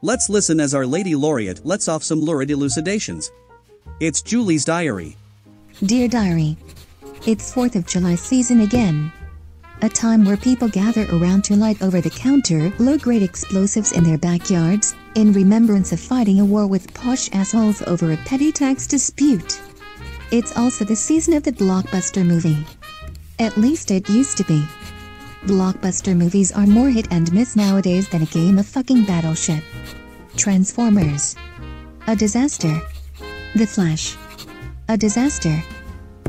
Speaker 6: Let's listen as our Lady Laureate lets off some lurid elucidations. It's Julie's diary.
Speaker 3: Dear Diary. It's 4th of July season again. a time where people gather around to light over the counter low grade explosives in their backyards, in remembrance of fighting a war with posh assholes over a petty tax dispute. It's also the season of the blockbuster movie. At least it used to be. Blockbuster movies are more hit and miss nowadays than a game of fucking battleship. Transformers. A disaster. The Flash. A disaster.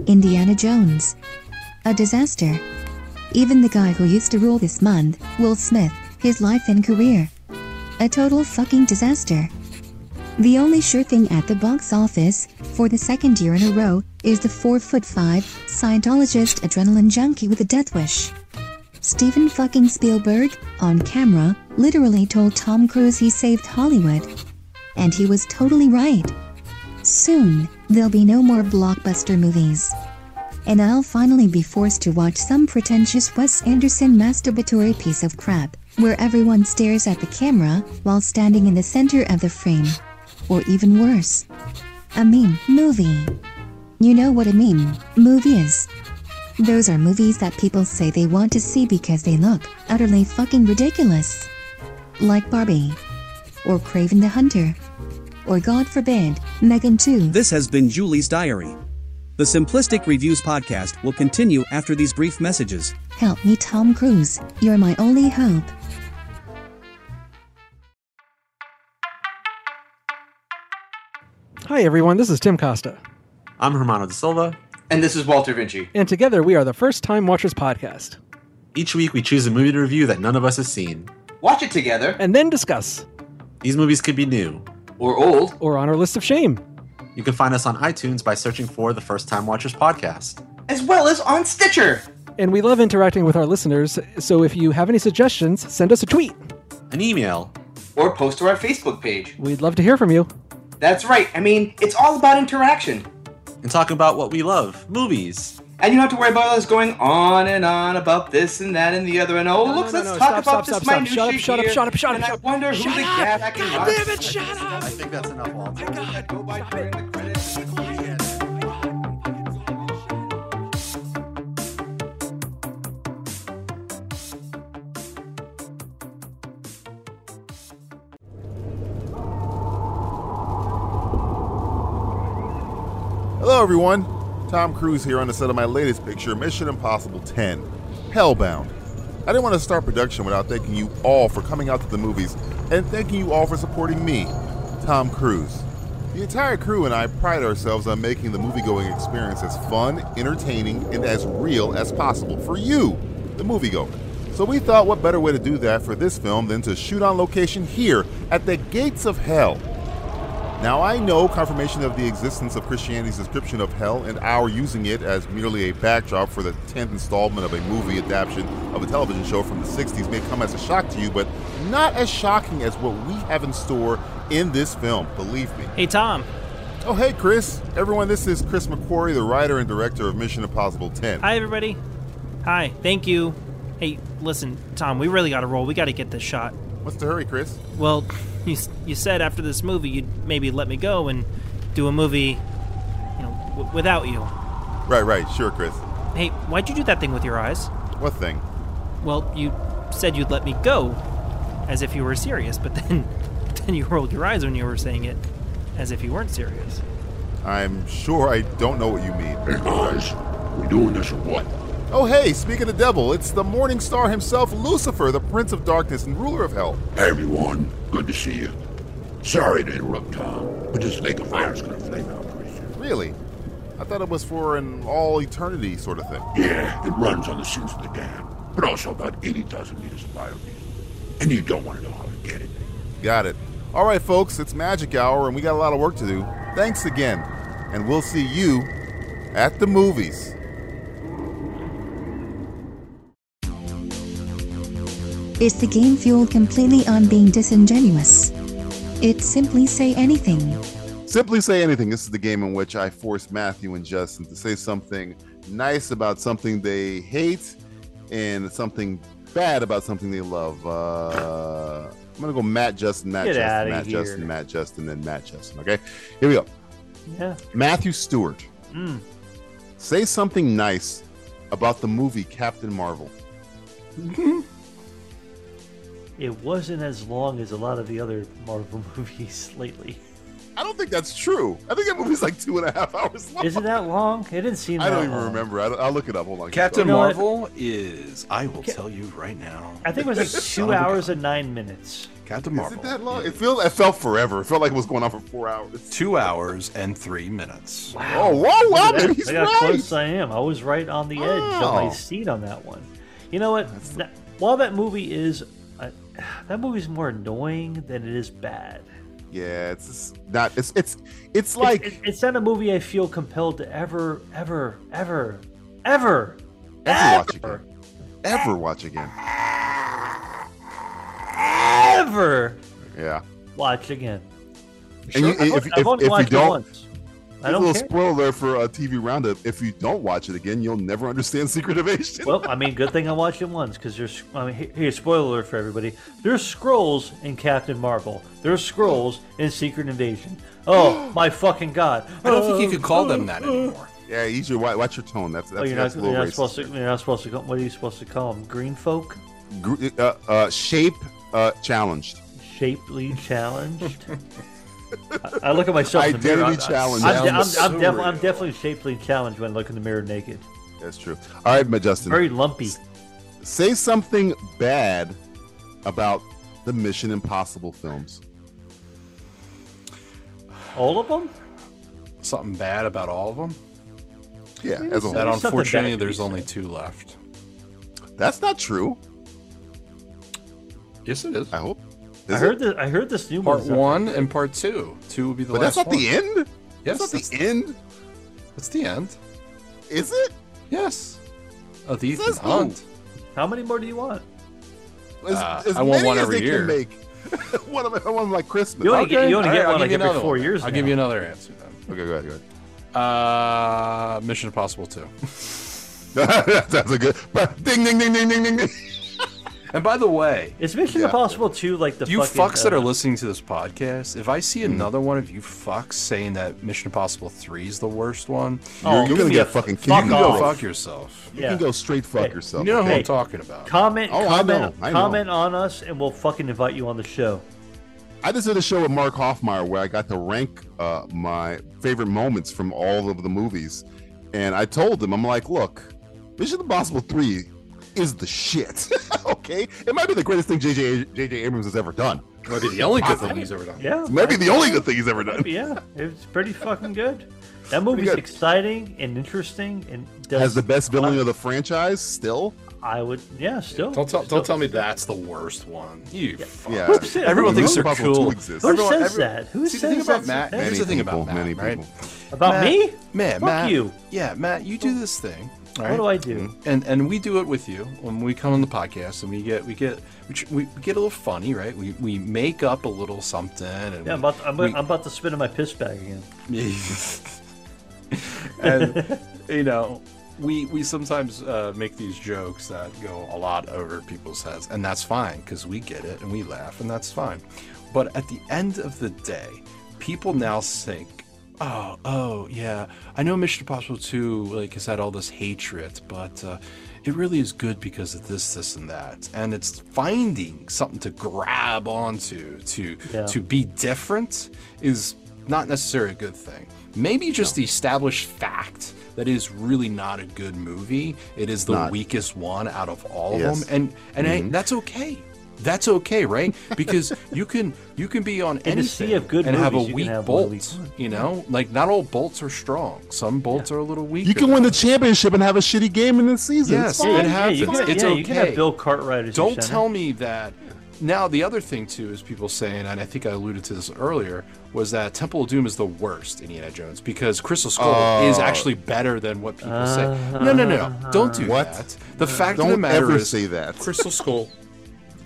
Speaker 3: Indiana Jones. A disaster. Even the guy who used to rule this month, Will Smith, his life and career. A total fucking disaster. The only sure thing at the box office, for the second year in a row, is the 4 foot 5 Scientologist adrenaline junkie with a death wish. Steven fucking Spielberg, on camera, literally told Tom Cruise he saved Hollywood. And he was totally right. Soon, there'll be no more blockbuster movies. And I'll finally be forced to watch some pretentious Wes Anderson masturbatory piece of crap, where everyone stares at the camera while standing in the center of the frame. Or even worse, a meme movie. You know what a meme movie is. Those are movies that people say they want to see because they look utterly fucking ridiculous. Like Barbie. Or Craven the Hunter. Or God forbid, Megan 2.
Speaker 6: This has been Julie's Diary. The Simplistic Reviews podcast will continue after these brief messages.
Speaker 3: Help me, Tom Cruise. You're my only hope.
Speaker 7: Hi, everyone. This is Tim Costa.
Speaker 8: I'm Hermano da Silva.
Speaker 9: And this is Walter Vinci.
Speaker 7: And together we are the First Time Watchers podcast.
Speaker 8: Each week we choose a movie to review that none of us has seen.
Speaker 9: Watch it together.
Speaker 7: And then discuss.
Speaker 8: These movies could be new.
Speaker 9: Or old.
Speaker 7: Or on our list of shame.
Speaker 8: You can find us on iTunes by searching for the First Time Watchers podcast.
Speaker 9: As well as on Stitcher.
Speaker 7: And we love interacting with our listeners, so if you have any suggestions, send us a tweet,
Speaker 8: an email,
Speaker 9: or post to our Facebook page.
Speaker 7: We'd love to hear from you.
Speaker 9: That's right. I mean, it's all about interaction
Speaker 8: and talk about what we love movies.
Speaker 9: And you don't have to worry about us going on and on about this and that and the other. And
Speaker 7: No,
Speaker 9: oh, look,
Speaker 7: no,
Speaker 9: let's
Speaker 7: no, no,
Speaker 9: talk
Speaker 7: stop,
Speaker 9: about
Speaker 7: stop,
Speaker 9: this
Speaker 7: stop,
Speaker 9: minutiae
Speaker 7: stop. Shut up, shut up,
Speaker 9: here,
Speaker 7: shut up, shut up,
Speaker 9: And
Speaker 7: shut
Speaker 9: I
Speaker 7: up.
Speaker 9: wonder who
Speaker 7: Shut
Speaker 9: the
Speaker 7: up.
Speaker 9: cat I can
Speaker 7: God
Speaker 9: watch.
Speaker 7: damn it, shut up.
Speaker 8: I think that's enough, Walter.
Speaker 7: God,
Speaker 9: Go by during the credits.
Speaker 1: Hello, everyone. Tom Cruise here on the set of my latest picture, Mission Impossible 10 Hellbound. I didn't want to start production without thanking you all for coming out to the movies and thanking you all for supporting me, Tom Cruise. The entire crew and I pride ourselves on making the moviegoing experience as fun, entertaining, and as real as possible for you, the moviegoer. So we thought what better way to do that for this film than to shoot on location here at the gates of hell. Now, I know confirmation of the existence of Christianity's description of hell and our using it as merely a backdrop for the 10th installment of a movie adaptation of a television show from the 60s may come as a shock to you, but not as shocking as what we have in store in this film, believe me.
Speaker 10: Hey, Tom,
Speaker 1: Oh, hey, Chris. Everyone, this is Chris McQuarrie, the writer and director of Mission Impossible 10.
Speaker 10: Hi, everybody. Hi. Thank you. Hey, listen, Tom. We really got to roll. We got to get this shot.
Speaker 1: What's the hurry, Chris?
Speaker 10: Well, you s- you said after this movie you'd maybe let me go and do a movie, you know, w- without you.
Speaker 1: Right, right, sure, Chris.
Speaker 10: Hey, why'd you do that thing with your eyes?
Speaker 1: What thing?
Speaker 10: Well, you said you'd let me go, as if you were serious. But then, <laughs> then you rolled your eyes when you were saying it, as if you weren't serious.
Speaker 1: I'm sure I don't know what you mean.
Speaker 11: Hey guys, we doing this or what?
Speaker 1: Oh, hey, speaking of the devil, it's the Morning Star himself, Lucifer, the Prince of Darkness and ruler of hell.
Speaker 11: Hey everyone, good to see you. Sorry to interrupt, Tom, but this lake of fire's gonna flame out pretty soon.
Speaker 1: Really? I thought it was for an all eternity sort of thing.
Speaker 11: Yeah, it runs on the sins of the damned, but also about 80,000 liters of biodiesel. And you don't want to know how to get it.
Speaker 1: Got it. All right, folks, it's magic hour and we got a lot of work to do. Thanks again, and we'll see you at the movies.
Speaker 3: Is the game fueled completely on being disingenuous? It simply say anything.
Speaker 1: Simply say anything. This is the game in which I force Matthew and Justin to say something nice about something they hate and something bad about something they love. Uh, I'm gonna go Matt Justin, Matt
Speaker 4: Get
Speaker 1: Justin,
Speaker 4: outta
Speaker 1: Matt
Speaker 4: here.
Speaker 1: Justin, Matt Justin, then Matt Justin. Okay, here we go.
Speaker 4: Yeah.
Speaker 1: Matthew Stewart,
Speaker 4: Mm.
Speaker 1: say something nice about the movie Captain Marvel.
Speaker 4: It wasn't as long as a lot of the other Marvel <laughs> movies lately.
Speaker 1: I don't think that's true. I think that movie's like two and a half hours long.
Speaker 4: Is it that long? It didn't seem.
Speaker 1: I
Speaker 4: that
Speaker 1: don't even
Speaker 4: long.
Speaker 1: remember. I, I'll look it up. Hold on.
Speaker 5: Captain
Speaker 4: You know what?
Speaker 5: Marvel is. I will tell you right now.
Speaker 4: I think it was like
Speaker 1: <laughs> Oh
Speaker 4: two hours and nine minutes.
Speaker 5: Captain Marvel.
Speaker 1: That long? It feels. It felt forever. It felt like it was going on for four hours.
Speaker 5: Two hours and three minutes.
Speaker 1: Oh, whoa,
Speaker 4: Look
Speaker 1: wow,
Speaker 4: at that.
Speaker 1: man, he's
Speaker 4: Look how
Speaker 1: right.
Speaker 4: close I am. I was right on the edge of
Speaker 1: Oh.
Speaker 4: my
Speaker 5: Wow.
Speaker 4: seat on that one. You know what? That- while that movie is, uh, that movie's more annoying than it is bad.
Speaker 1: Yeah, it's just not. It's it's it's like
Speaker 4: it's, it's not a movie I feel compelled to ever, ever, ever, ever.
Speaker 1: ever watch again. Ever watch again.
Speaker 4: Ever
Speaker 1: Yeah.
Speaker 4: watch again.
Speaker 1: And you,
Speaker 4: Sure, I've
Speaker 1: if,
Speaker 4: only-
Speaker 1: if,
Speaker 4: I've only
Speaker 1: if you
Speaker 4: watched it
Speaker 1: don't,
Speaker 4: once. I
Speaker 1: here's a
Speaker 4: don't
Speaker 1: little
Speaker 4: care.
Speaker 1: spoiler alert for a TV roundup. If you don't watch it again, you'll never understand <laughs> Secret Invasion.
Speaker 4: well, I mean, good thing I watched it once because there's. I mean, he- here's spoiler alert for everybody. There's scrolls in Captain Marvel. There's scrolls in Secret Invasion.
Speaker 5: <gasps>
Speaker 4: Oh my fucking god! Oh,
Speaker 5: I don't think you could call them that anymore.
Speaker 1: Yeah, use your wa- watch your tone. That's that's,
Speaker 4: oh, you're
Speaker 1: that's
Speaker 4: not,
Speaker 1: a
Speaker 4: you're
Speaker 1: little
Speaker 4: not
Speaker 1: racist.
Speaker 4: supposed to. You're not supposed to. Call, what are you supposed to call them? Green folk,
Speaker 1: Gr- uh, uh, shape uh, challenged.
Speaker 4: shapely challenged. I, I look at myself. in the mirror.
Speaker 1: Identity
Speaker 4: I'm-
Speaker 1: challenge.
Speaker 4: I'm, de- I'm,
Speaker 1: Sounds
Speaker 4: I'm, def-
Speaker 1: surreal.
Speaker 4: I'm definitely shapely challenged when I look in the mirror naked.
Speaker 1: That's true. All right, Ma- Justin.
Speaker 4: Very lumpy.
Speaker 1: Say something bad about the Mission Impossible films.
Speaker 4: All of them?
Speaker 5: Something bad about all of them?
Speaker 1: Yeah, as a whole.
Speaker 5: That
Speaker 4: There's something
Speaker 5: unfortunately,
Speaker 4: bad to be
Speaker 5: there's only two left.
Speaker 1: That's not true.
Speaker 5: Yes, it is.
Speaker 1: I hope.
Speaker 4: I
Speaker 1: Is
Speaker 4: heard. The, I heard this new
Speaker 5: Part
Speaker 4: one's out.
Speaker 5: one and part two. Two will be the
Speaker 1: But
Speaker 5: last
Speaker 1: that's not
Speaker 5: one.
Speaker 1: the end.
Speaker 5: Yes,
Speaker 1: that's not the end.
Speaker 5: That's the end.
Speaker 1: Is it?
Speaker 5: Yes. Of the Ethan
Speaker 1: Says who?
Speaker 5: Hunt.
Speaker 4: How many more do you want?
Speaker 1: As,
Speaker 5: Uh,
Speaker 1: as
Speaker 5: I want
Speaker 1: many
Speaker 5: one
Speaker 1: as
Speaker 5: every
Speaker 1: they
Speaker 5: year.
Speaker 1: Can make. <laughs> one, of, one like Christmas.
Speaker 4: You only get, you only
Speaker 5: All
Speaker 4: get
Speaker 5: right, I'll
Speaker 4: one
Speaker 5: give
Speaker 4: like
Speaker 5: you
Speaker 4: every
Speaker 5: another
Speaker 4: four
Speaker 5: one.
Speaker 4: years.
Speaker 5: I'll
Speaker 4: now.
Speaker 5: give you another answer
Speaker 1: Okay, go ahead, go ahead.
Speaker 5: then. Uh, Mission Impossible 2.
Speaker 1: <laughs> That's a good. But ding, ding, ding, ding, ding, ding, ding.
Speaker 5: <laughs> And by the way,
Speaker 4: Is Mission
Speaker 1: Yeah.
Speaker 4: Impossible 2 like the
Speaker 5: you
Speaker 4: fucking,
Speaker 5: fucks that
Speaker 4: uh, Hmm.
Speaker 5: are listening to this podcast, if I see another one of you fucks saying that Mission Impossible 3 is the worst one,
Speaker 4: Oh,
Speaker 1: you're
Speaker 4: give
Speaker 1: gonna
Speaker 4: me
Speaker 1: get
Speaker 4: a
Speaker 1: fucking
Speaker 5: you
Speaker 1: killed.
Speaker 4: fuck
Speaker 5: can
Speaker 1: You
Speaker 5: go
Speaker 4: off.
Speaker 5: fuck yourself.
Speaker 1: You
Speaker 4: Yeah.
Speaker 1: can go straight fuck
Speaker 4: Hey,
Speaker 1: yourself.
Speaker 5: You know who
Speaker 4: Hey.
Speaker 5: I'm talking about.
Speaker 4: Comment,
Speaker 1: Oh, I
Speaker 4: comment,
Speaker 1: know, I know.
Speaker 4: comment on us, and we'll fucking invite you on the show.
Speaker 1: I just did a show with Mark Hoffmeyer where I got to rank uh, my favorite moments from all of the movies, and I told him, I'm like, look, Mission Impossible Three is the shit. <laughs> okay, it might be the greatest thing JJ A- JJ Abrams has ever done.
Speaker 5: Might be the only good thing he's ever done.
Speaker 4: Yeah,
Speaker 1: It might be the only good thing he's ever
Speaker 4: I-
Speaker 1: done.
Speaker 4: <laughs> yeah, it's pretty fucking good. That movie's
Speaker 1: good.
Speaker 4: exciting and interesting, and does,
Speaker 1: Has the best villain of the franchise still.
Speaker 4: I would, yeah, still.
Speaker 5: Don't tell,
Speaker 4: still-
Speaker 5: don't tell me that's the worst one. You fuck.
Speaker 1: Yeah.
Speaker 4: Who said-
Speaker 5: Everyone
Speaker 4: who-
Speaker 5: thinks they're
Speaker 1: Impossible two
Speaker 5: cool.
Speaker 1: exists.
Speaker 4: Who
Speaker 5: Everyone-
Speaker 4: says
Speaker 5: every-
Speaker 4: that? Who
Speaker 5: See, the
Speaker 4: says
Speaker 5: thing about
Speaker 4: that's-
Speaker 5: Matt.
Speaker 4: that's-
Speaker 5: Here's the
Speaker 1: Many
Speaker 5: thing about
Speaker 1: people,
Speaker 5: Matt.
Speaker 1: many
Speaker 5: right?
Speaker 1: people.
Speaker 4: about
Speaker 5: Matt-
Speaker 4: me?
Speaker 5: Man,
Speaker 4: Fuck
Speaker 5: Matt,
Speaker 4: you.
Speaker 5: Yeah, Matt, you do this thing.
Speaker 4: What
Speaker 5: Right?
Speaker 4: do I do?
Speaker 1: Mm-hmm.
Speaker 5: and and we do it with you when we come on the podcast and we get we get we, tr- we get a little funny, right? We we make up a little something and
Speaker 4: Yeah, I'm
Speaker 5: we-
Speaker 4: about, to, I'm,
Speaker 1: Mm.
Speaker 5: we-
Speaker 4: I'm about to spit in my piss bag again.
Speaker 5: <laughs> and you know we we sometimes uh, make these jokes that go a lot over people's heads and that's fine because we get it and we laugh and that's fine but at the end of the day people now think oh oh yeah i know mission impossible 2 like has had all this hatred but uh, it really is good because of this this and that and it's finding something to grab onto to
Speaker 4: Yeah.
Speaker 5: to be different is not necessarily a good thing. Maybe just the established fact that it is really not a good movie. It is the
Speaker 1: Not.
Speaker 5: weakest one out of all
Speaker 1: Yes. Mm-hmm.
Speaker 5: of them, and and I- that's okay. That's okay,
Speaker 1: <laughs>
Speaker 5: right? Because you can you can be on
Speaker 4: In a sea
Speaker 5: anything
Speaker 4: of good
Speaker 5: and have a
Speaker 4: movies, you can
Speaker 5: weak
Speaker 4: have one
Speaker 5: bolt.
Speaker 4: weak one.
Speaker 5: you know, like not all bolts are strong. Some bolts are a little weaker.
Speaker 1: You can win the championship and have a shitty game in the season.
Speaker 5: Yes,
Speaker 1: It's fine.
Speaker 5: it
Speaker 4: Yeah,
Speaker 5: happens.
Speaker 4: you can,
Speaker 5: it's
Speaker 4: yeah,
Speaker 5: okay.
Speaker 4: you can have Bill Cartwright as your
Speaker 5: Don't
Speaker 4: center.
Speaker 5: tell me that. Now, the other thing too is people saying, and I think I alluded to this earlier, was that Temple of Doom is the worst Indiana Jones because Crystal Skull is
Speaker 1: Oh.
Speaker 5: actually better than what people say. No, no, no, no. Don't do
Speaker 1: What?
Speaker 5: that. The fact of the
Speaker 1: Don't
Speaker 5: matter
Speaker 1: ever
Speaker 5: is,
Speaker 1: say that.
Speaker 5: Crystal Skull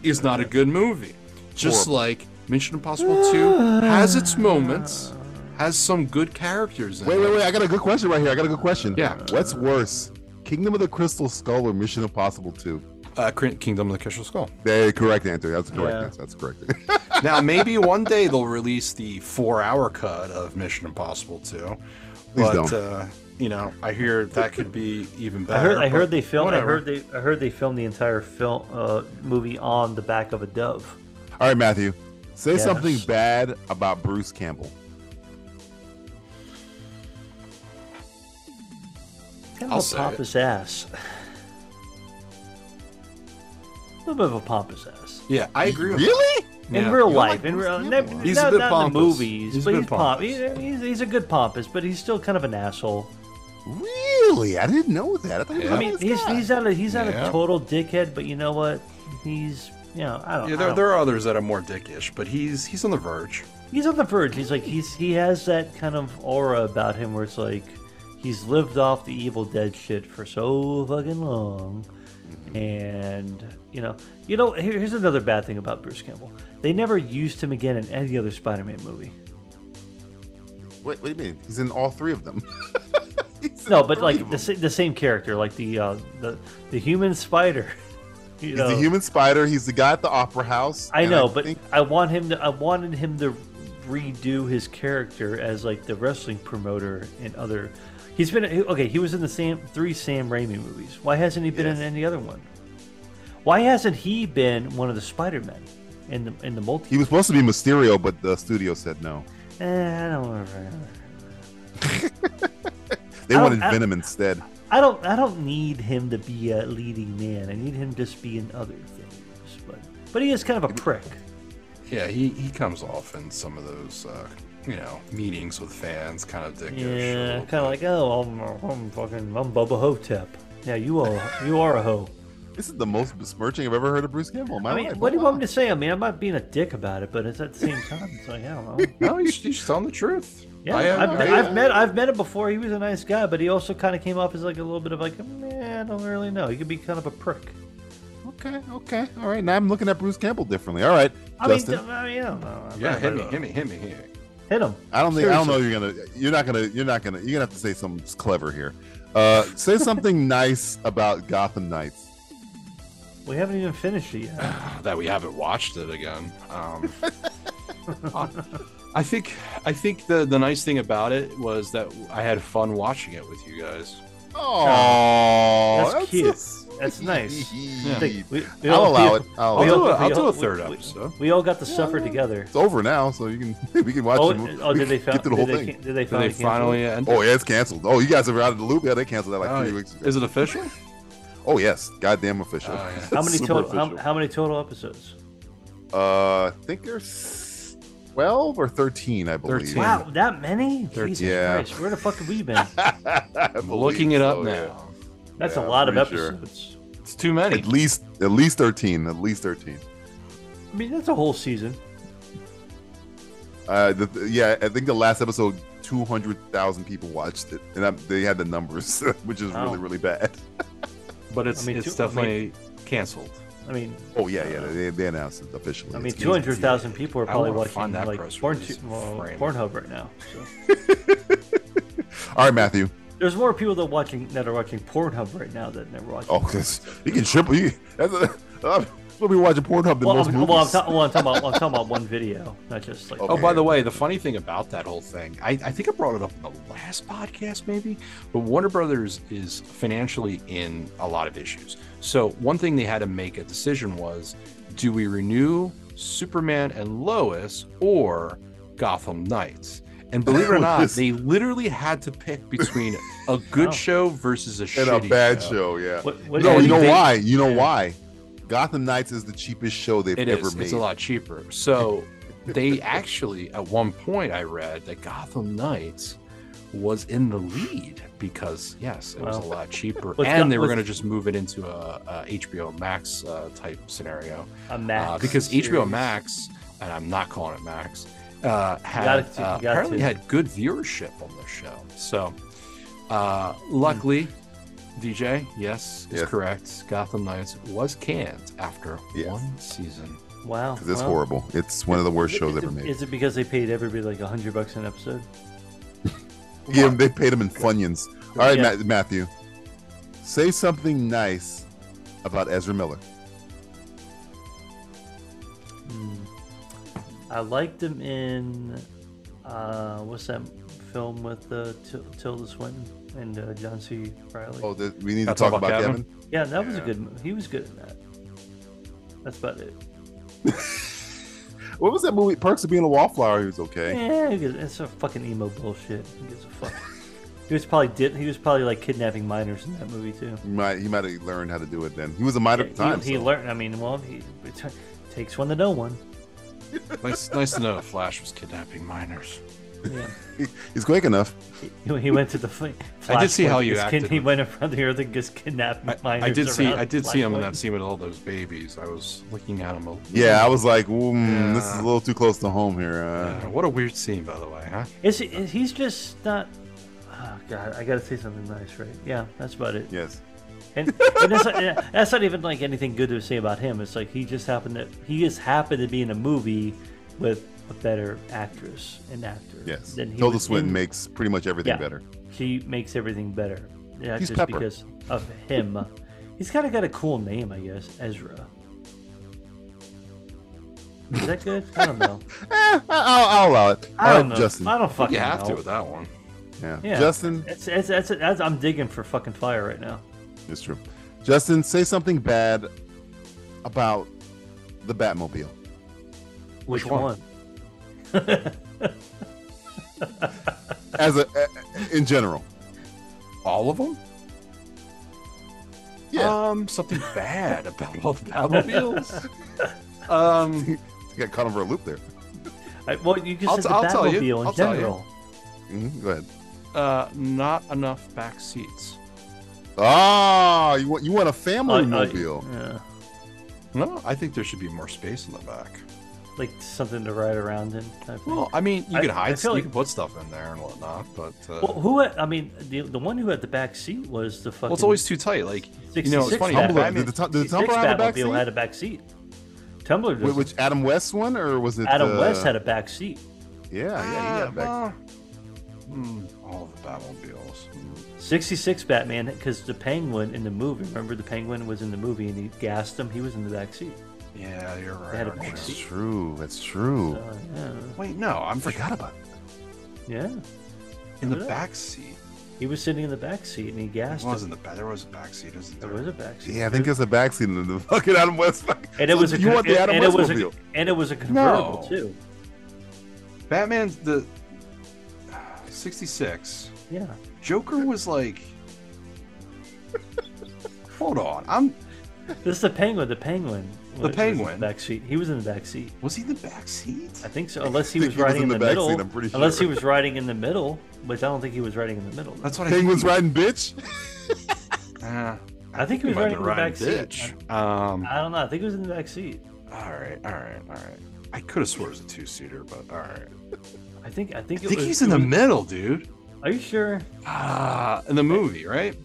Speaker 5: is not a good movie. Just
Speaker 1: Horrible.
Speaker 5: like Mission Impossible 2 has its moments, has some good characters in
Speaker 1: Wait,
Speaker 5: it.
Speaker 1: wait, wait! I got a good question right here. I got a good question.
Speaker 5: Yeah.
Speaker 1: What's worse, Kingdom of the Crystal Skull or Mission Impossible Two?
Speaker 5: Uh, Kingdom of the Crystal Skull.
Speaker 1: The correct answer. That's the correct
Speaker 4: Yeah.
Speaker 1: answer. <laughs> That's the correct.
Speaker 5: now maybe one day they'll release the four hour cut of mission impossible 2
Speaker 1: Please
Speaker 5: but
Speaker 1: don't.
Speaker 5: Uh, you know, I hear that could be even better.
Speaker 4: I heard, I
Speaker 5: but
Speaker 4: heard they filmed.
Speaker 5: whatever.
Speaker 4: I heard they. I heard they filmed the entire film uh, movie on the back of a dove.
Speaker 1: All right, Matthew, say
Speaker 4: Yes.
Speaker 1: something bad about Bruce Campbell.
Speaker 4: Kind
Speaker 1: I'll
Speaker 4: of a
Speaker 1: say
Speaker 4: pompous ass. A little bit of a pompous ass.
Speaker 5: Yeah, I agree. With
Speaker 1: Really?
Speaker 4: In
Speaker 5: Yeah.
Speaker 4: real
Speaker 5: You don't
Speaker 4: life,
Speaker 5: like
Speaker 4: in
Speaker 5: Bruce
Speaker 4: real,
Speaker 5: Campbell,
Speaker 4: not,
Speaker 5: huh?
Speaker 4: not,
Speaker 5: He's a bit
Speaker 4: not in
Speaker 5: pompous.
Speaker 4: the movies,
Speaker 5: He's a
Speaker 4: but
Speaker 5: bit
Speaker 4: he's, pom- he- he's he's a good pompous, but he's still kind of an asshole.
Speaker 1: Really, I didn't know that. I, thought he was
Speaker 4: I mean,
Speaker 1: nice
Speaker 4: he's
Speaker 1: guy.
Speaker 4: he's not a he's not
Speaker 5: Yeah.
Speaker 4: a total dickhead, but you know what? He's you know I don't.
Speaker 5: Yeah,
Speaker 4: know.
Speaker 5: there, there are others that are more dickish, but he's he's on the verge.
Speaker 4: He's on the verge. He's like he's he has that kind of aura about him where it's like he's lived off the Evil Dead shit for so fucking long,
Speaker 1: Mm-hmm.
Speaker 4: and you know you know here, here's another bad thing about Bruce Campbell. They never used him again in any other Spider-Man movie.
Speaker 1: What, what do you mean? He's in all three of them. <laughs> He's in
Speaker 4: No, but
Speaker 1: three
Speaker 4: like
Speaker 1: of
Speaker 4: the,
Speaker 1: them.
Speaker 4: sa- the same character, like the uh, the the human spider. <laughs> You
Speaker 1: he's
Speaker 4: know,
Speaker 1: the human spider. He's the guy at the opera house.
Speaker 4: I
Speaker 1: and
Speaker 4: know, but
Speaker 1: think-
Speaker 4: I want him to. I wanted him to redo his character as like the wrestling promoter and other. He's been okay. He was in the Sam three Sam Raimi movies. Why hasn't he been in any other one? Why hasn't he been one of the Spider Men in the in the multi?
Speaker 1: he was supposed to be Mysterio, but the studio said no.
Speaker 4: Eh, I don't remember.
Speaker 1: They
Speaker 4: I don't-
Speaker 1: wanted
Speaker 4: I-
Speaker 1: Venom instead.
Speaker 4: I don't. I don't need him to be a leading man. I need him just be in other things. But but he is kind of a prick.
Speaker 5: Yeah, he, he comes off in some of those uh, you know meetings with fans, kind of dickish.
Speaker 4: Yeah, kind of like oh, I'm, I'm fucking I'm Bubba Hotep. Yeah, you are you are a hoe.
Speaker 1: This is the most besmirching I've ever heard of Bruce Campbell. in My
Speaker 4: I mean,
Speaker 1: life.
Speaker 4: what do you want me to say? I mean, I'm not being a dick about it, but it's at the same time, it's like I
Speaker 1: <laughs>
Speaker 4: don't know.
Speaker 5: No, he's, he's telling the truth.
Speaker 4: Yeah,
Speaker 5: I,
Speaker 4: I've,
Speaker 5: I-
Speaker 4: I've met I've met him before. He was a nice guy, but he also kind of came off as like a little bit of like, man, I don't really know. He could be kind of a prick.
Speaker 1: Okay, okay, all right. Now I'm looking at Bruce Campbell differently. All right,
Speaker 4: I mean,
Speaker 1: Justin.
Speaker 4: d- I mean, I don't know.
Speaker 5: yeah, hit me, hit me, hit me, hit me.
Speaker 4: Hit him.
Speaker 1: I don't think I don't know you're gonna you're not gonna you're not gonna you're gonna have to say something clever here. Uh, say something <laughs> nice about Gotham Knights.
Speaker 4: We haven't even finished it yet.
Speaker 5: that we haven't watched it again. Um,
Speaker 4: <laughs>
Speaker 5: I- I think I think the the nice thing about it was that I had fun watching it with you guys.
Speaker 1: Oh,
Speaker 4: that's, cute. <laughs> That's nice.
Speaker 1: <laughs>
Speaker 5: Yeah.
Speaker 4: Think we- we
Speaker 1: I'll
Speaker 4: all-
Speaker 1: allow
Speaker 4: we-
Speaker 1: it. I'll,
Speaker 4: we
Speaker 1: allow
Speaker 4: all-
Speaker 1: it.
Speaker 4: we
Speaker 5: I'll do
Speaker 4: all-
Speaker 5: a third
Speaker 4: we- we-
Speaker 1: uh,
Speaker 5: episode.
Speaker 4: We all got to suffer together.
Speaker 1: It's over now, so you can <laughs> we can watch.
Speaker 4: Oh,
Speaker 1: the mo-
Speaker 4: oh,
Speaker 1: we
Speaker 4: did they
Speaker 1: can
Speaker 4: fin-
Speaker 1: get through the
Speaker 4: did
Speaker 1: whole
Speaker 4: they
Speaker 1: thing?
Speaker 4: can- did they Did they
Speaker 5: finally cancel finally it? end
Speaker 1: Oh yeah, it's canceled. Oh, you guys are out of the loop. Yeah, they canceled that like
Speaker 5: Oh,
Speaker 1: three weeks ago.
Speaker 5: Is it official?
Speaker 1: Oh yes, goddamn official.
Speaker 5: Oh, yeah.
Speaker 4: How many
Speaker 1: Super
Speaker 4: total? How,
Speaker 1: official.
Speaker 4: how many total episodes?
Speaker 1: Uh, I think there's twelve or thirteen, I believe.
Speaker 5: 13.
Speaker 4: Wow, that many?
Speaker 5: Thirteen.
Speaker 4: Jesus
Speaker 1: Yeah.
Speaker 4: Christ, where the fuck have
Speaker 1: <laughs>
Speaker 4: we been?
Speaker 1: I'm
Speaker 5: looking it up now.
Speaker 4: That's
Speaker 1: Yeah,
Speaker 4: a lot of
Speaker 1: pretty sure.
Speaker 4: episodes.
Speaker 5: It's too many.
Speaker 1: At least, at least thirteen. At least thirteen.
Speaker 4: I mean, that's a whole season.
Speaker 1: Uh, the, the- yeah, I think the last episode, two hundred thousand people watched it, and I, they had the numbers, <laughs> which is
Speaker 4: Wow.
Speaker 1: really, really bad.
Speaker 5: But it's
Speaker 4: I mean,
Speaker 5: it's
Speaker 4: two- I mean-
Speaker 5: definitely canceled.
Speaker 4: I mean,
Speaker 1: Oh yeah, yeah, they, they announced it officially.
Speaker 4: Uh. I mean,
Speaker 1: It's-
Speaker 4: two hundred thousand people are
Speaker 5: I
Speaker 4: probably
Speaker 5: wanna
Speaker 4: watching
Speaker 5: find that
Speaker 4: like
Speaker 5: press
Speaker 4: porn,
Speaker 5: release.
Speaker 4: well,
Speaker 5: Frame it.
Speaker 4: Pornhub right now. So.
Speaker 1: All right, Matthew.
Speaker 4: There's more people that watching that are watching Pornhub right now than they're watching.
Speaker 1: Oh, this you can triple. You, that's a, uh, we'll be watching Pornhub than
Speaker 4: well,
Speaker 1: most
Speaker 4: I'm,
Speaker 1: movies.
Speaker 4: well,
Speaker 1: <laughs>
Speaker 4: I'm, ta- well, I'm talking about I'm talking about one video, not just like.
Speaker 5: Oh, by the way, the funny thing about that whole thing, I, I think I brought it up in the last podcast, maybe, but Warner Brothers is financially in a lot of issues. So, one thing they had to make a decision was do we renew Superman and Lois or Gotham Knights? And believe it or not, they literally had to pick between a good show versus a
Speaker 1: and a
Speaker 5: shitty
Speaker 1: bad show, yeah.
Speaker 4: What- what-
Speaker 1: no,
Speaker 4: and
Speaker 1: you know
Speaker 5: they-
Speaker 1: why? You know why? Gotham Knights is the cheapest show they've
Speaker 5: It
Speaker 1: ever
Speaker 5: is.
Speaker 1: made.
Speaker 5: It's a lot cheaper. So they actually, at one point, I read that Gotham Knights was in the lead because yes, it was a
Speaker 4: Wow.
Speaker 5: lot cheaper,
Speaker 4: What's
Speaker 5: and
Speaker 4: got-
Speaker 5: they were
Speaker 4: what's-
Speaker 5: going to just move it into a, a HBO Max uh, type scenario
Speaker 4: a Max
Speaker 1: Ah,
Speaker 5: uh, because HBO
Speaker 4: series.
Speaker 5: Max, and I'm not calling it Max, uh, had
Speaker 4: gotta t- you
Speaker 5: uh,
Speaker 4: gotta
Speaker 5: apparently
Speaker 4: t-
Speaker 5: had good viewership on this show. So uh, luckily. DJ, yes, is
Speaker 1: Yes.
Speaker 5: correct. Gotham Knights was canned after
Speaker 1: Yes.
Speaker 5: one season.
Speaker 4: Wow,
Speaker 1: 'Cause it's
Speaker 4: well,
Speaker 1: horrible. It's one of the worst
Speaker 4: is
Speaker 1: shows
Speaker 4: it-
Speaker 1: ever made.
Speaker 4: Is it because they paid everybody like hundred bucks an episode?
Speaker 1: Yeah, they paid him in Funyuns. All right,
Speaker 4: Yeah.
Speaker 1: Ma- Matthew, say something nice about Ezra Miller.
Speaker 4: I liked him in uh, what's that film with uh, T- Tilda Swinton and uh, John C. Riley.
Speaker 1: Oh, th- we need to That's talk about about Gavin? Gavin?
Speaker 4: Yeah, that was a good. mo- He was good in that. That's about it.
Speaker 1: What was that movie? Perks of Being a Wallflower. He was okay.
Speaker 4: Yeah, it's a fucking emo bullshit. He gives a fuck. he was probably did. He was probably like kidnapping minors in that movie too.
Speaker 1: He might he might have learned how to do it then. He was a minor at the time.
Speaker 4: he, he
Speaker 1: so-
Speaker 4: learned. I mean, well, he it t- takes one to know one.
Speaker 5: nice, nice to know that Flash was kidnapping minors.
Speaker 4: Yeah.
Speaker 1: He's quick enough.
Speaker 4: He, he went to the. Fl-
Speaker 5: I did see how
Speaker 4: Flashpoint.
Speaker 5: you
Speaker 4: His kid-
Speaker 5: acted.
Speaker 4: He went in front of the earth and just kidnapped minors.
Speaker 5: I did see.
Speaker 4: around
Speaker 5: I did see him in
Speaker 4: Flashpoint.
Speaker 5: that scene with all those babies. I was looking at him. A
Speaker 1: Yeah, I was like, mm, this is
Speaker 5: Yeah.
Speaker 1: a little too close to home here. Uh,
Speaker 5: Yeah, what a weird scene, by the way, huh?
Speaker 4: Is, he, is he's just not? Oh God, I gotta say something nice, right? Yeah, that's about it.
Speaker 1: Yes.
Speaker 4: And, and that's, not, yeah, that's not even like anything good to say about him. It's like he just happened to he just happened to be in a movie with a better actress and actor.
Speaker 1: Yes.
Speaker 4: than he
Speaker 1: Tilda
Speaker 4: was
Speaker 1: Swinton
Speaker 4: in-
Speaker 1: makes pretty much everything
Speaker 4: Yeah,
Speaker 1: better.
Speaker 4: She makes everything better. Yeah,
Speaker 1: He's
Speaker 4: just
Speaker 1: Pepper.
Speaker 4: because of him. He's kind of got a cool name, I guess. Ezra. Is that good? I
Speaker 1: <laughs>
Speaker 4: don't know.
Speaker 1: Eh, I'll, I'll allow it.
Speaker 4: I
Speaker 1: All
Speaker 4: don't
Speaker 1: right,
Speaker 4: know.
Speaker 1: Justin.
Speaker 4: I don't fucking
Speaker 5: You have
Speaker 4: know.
Speaker 5: to with that one.
Speaker 1: Yeah.
Speaker 4: Yeah.
Speaker 1: Justin,
Speaker 4: It's, it's, it's, it's- I'm digging for fucking fire right now.
Speaker 1: it's true. Justin, say something bad about the
Speaker 4: <laughs>
Speaker 1: Batmobile.
Speaker 4: Which,
Speaker 1: one?
Speaker 4: one?
Speaker 1: As a, a- in general.
Speaker 5: All of them?
Speaker 1: Yeah.
Speaker 5: Um, something bad about both <laughs> Batmobiles. um,
Speaker 1: got caught over a loop there.
Speaker 4: I, well, you just
Speaker 5: I'll
Speaker 4: said
Speaker 5: t-
Speaker 4: the
Speaker 5: I'll tell you.
Speaker 4: Batmobile in
Speaker 5: I'll tell you.
Speaker 4: general.
Speaker 1: Mhm, go ahead.
Speaker 5: uh, not enough back seats.
Speaker 1: Ah, you want you want a family
Speaker 4: I- I-
Speaker 1: mobile?
Speaker 4: Uh, yeah.
Speaker 5: No, I think there should be more space in the back.
Speaker 4: like something to ride around in. Type thing.
Speaker 5: Well, I mean, you
Speaker 4: I-
Speaker 5: can
Speaker 4: I
Speaker 5: hide,
Speaker 4: feel
Speaker 5: you
Speaker 4: like-
Speaker 5: can put stuff in there and whatnot, but
Speaker 4: Well,
Speaker 5: uh, well,
Speaker 4: who? Had, I mean, the, the one who had the back seat was the fucking.
Speaker 5: it's always too tight. Like, you know, it's
Speaker 4: 66
Speaker 5: funny.
Speaker 4: Batman.
Speaker 5: Batman-
Speaker 1: Did the, tu- did the
Speaker 4: 66
Speaker 1: Tumblr have a back
Speaker 4: Batmobile
Speaker 1: seat?
Speaker 4: had a back seat. Tumblr
Speaker 1: Wh-
Speaker 4: does.
Speaker 1: Which Adam West one or was it?
Speaker 4: Adam
Speaker 1: uh,
Speaker 4: West had a back seat.
Speaker 1: Yeah, yeah, he had a back.
Speaker 5: Ah, well, hmm, all the Batmobiles. Hmm.
Speaker 4: 66 Batman, because the Penguin in the movie. Remember, the Penguin was in the movie and he gassed him. He was in the back seat.
Speaker 5: Yeah, you're right.
Speaker 4: They had a
Speaker 5: aren't
Speaker 4: back
Speaker 5: you?
Speaker 1: That's
Speaker 4: seat.
Speaker 1: true. That's true.
Speaker 4: Uh, yeah.
Speaker 5: Wait, no, I forgot about it.
Speaker 4: yeah,
Speaker 5: In the
Speaker 4: Look it up.
Speaker 5: back seat.
Speaker 4: he was sitting in the back seat and he
Speaker 5: It
Speaker 4: gassed him.
Speaker 5: wasn't the back. There was a back seat, isn't
Speaker 4: There
Speaker 5: there?
Speaker 4: was a back seat.
Speaker 1: Yeah, I think it's a backseat in the <laughs> fucking Adam West. back-
Speaker 4: And it
Speaker 1: So
Speaker 4: was a
Speaker 1: you
Speaker 4: con-
Speaker 1: want the
Speaker 4: and-
Speaker 1: Adam
Speaker 4: and
Speaker 1: West
Speaker 4: it was a,
Speaker 1: mobile?
Speaker 4: and it was a convertible
Speaker 5: No.
Speaker 4: too.
Speaker 5: Batman's the 66.
Speaker 4: Yeah.
Speaker 5: Joker was like Hold on. I'm
Speaker 4: <laughs> This is the penguin. The penguin. was- was in
Speaker 5: Penguin.
Speaker 4: The back seat. He was in the back seat.
Speaker 5: was he in the back seat?
Speaker 4: I think so. Unless he
Speaker 1: think
Speaker 4: was
Speaker 1: he was
Speaker 4: riding
Speaker 1: in
Speaker 4: in
Speaker 1: the
Speaker 4: the,
Speaker 1: back
Speaker 4: middle.
Speaker 1: seat, I'm pretty
Speaker 4: Unless he
Speaker 1: sure.
Speaker 4: was riding in the middle, which I don't think he was riding in the middle.
Speaker 5: That's what
Speaker 1: Penguins riding bitch. <laughs>
Speaker 5: I uh,
Speaker 4: I think he was
Speaker 5: might
Speaker 4: riding
Speaker 5: have
Speaker 4: in the
Speaker 5: been
Speaker 4: back
Speaker 5: ditch.
Speaker 4: seat.
Speaker 5: Um
Speaker 4: I don't know. I think it was in the back seat.
Speaker 5: all right, all right, all right. I could have swore it was a two seater, but all right.
Speaker 4: I think. I
Speaker 5: I
Speaker 4: think. It
Speaker 5: think
Speaker 4: was,
Speaker 5: he's in
Speaker 4: it
Speaker 5: the
Speaker 4: was-
Speaker 5: middle, dude.
Speaker 4: Are you sure?
Speaker 5: Ah, in the movie, right?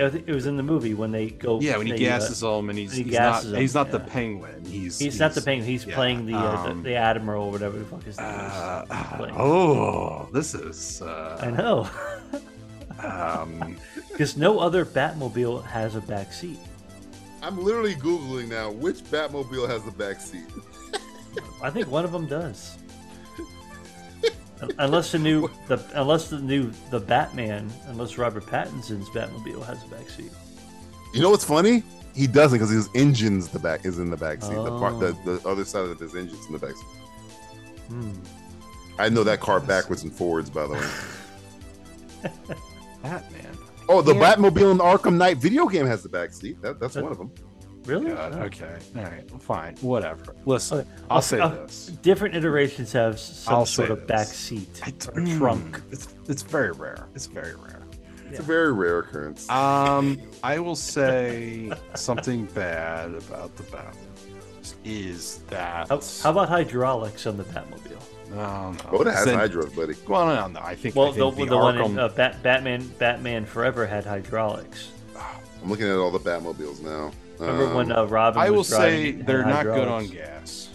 Speaker 4: I think It was in the movie when they go.
Speaker 5: Yeah, when he
Speaker 4: they, uh,
Speaker 5: gasses him and he's,
Speaker 4: he
Speaker 5: he's
Speaker 4: gasses
Speaker 5: not
Speaker 4: him,
Speaker 5: he's not the
Speaker 4: yeah.
Speaker 5: penguin. He's
Speaker 4: He's, not the penguin. He's
Speaker 5: yeah,
Speaker 4: playing the, uh,
Speaker 5: um,
Speaker 4: the the admiral or whatever the fuck his name is.
Speaker 5: uh,
Speaker 4: He's playing.
Speaker 5: oh, this is uh,
Speaker 4: I know. <laughs>
Speaker 5: Um,
Speaker 4: Because no other Batmobile has a back seat.
Speaker 1: I'm literally googling now which Batmobile has a backseat.
Speaker 4: I think one of them does. Un- unless the
Speaker 5: <laughs>
Speaker 4: new the unless the new the Batman unless Robert Pattinson's Batmobile has a backseat.
Speaker 1: You know what's funny? He doesn't because his engine's the back is in the backseat. The part the, the other side of his engine's in the backseat.
Speaker 4: Oh. Hmm.
Speaker 1: I know that car backwards and forwards, by the
Speaker 4: <laughs>
Speaker 1: way.
Speaker 5: Batman.
Speaker 1: Oh, the
Speaker 5: Yeah.
Speaker 1: Batmobile in the Arkham Knight video game has the backseat. That, that's one of them.
Speaker 4: Really?
Speaker 5: God,
Speaker 4: Oh.
Speaker 5: okay. All right. Fine. Whatever. Listen,
Speaker 4: Okay.
Speaker 5: I'll say
Speaker 4: Uh,
Speaker 5: this.
Speaker 4: Different iterations have s- some
Speaker 5: I'll
Speaker 4: sort
Speaker 5: say
Speaker 4: of
Speaker 5: this.
Speaker 4: back seat
Speaker 5: I
Speaker 4: or
Speaker 5: don't-
Speaker 4: trunk.
Speaker 5: It's it's very rare. It's very rare.
Speaker 1: It's a very rare occurrence.
Speaker 5: Um, I will say something bad about the Batmobile is that
Speaker 4: How, how about hydraulics on the Batmobile?
Speaker 5: no, no.
Speaker 1: oh, that has
Speaker 5: Then-
Speaker 1: hydros, buddy.
Speaker 5: Well, no, no, I think.
Speaker 4: Well,
Speaker 5: I think
Speaker 4: the,
Speaker 5: the,
Speaker 4: the one in
Speaker 5: Arkham-
Speaker 4: uh, Bat, Batman Batman Forever had hydraulics.
Speaker 1: I'm looking at all the Batmobiles now.
Speaker 4: Remember
Speaker 1: Um,
Speaker 4: when uh, Robin?
Speaker 5: I will
Speaker 4: was driving
Speaker 5: say
Speaker 4: it, it had
Speaker 5: they're not good on
Speaker 4: hydraulics.
Speaker 5: gas.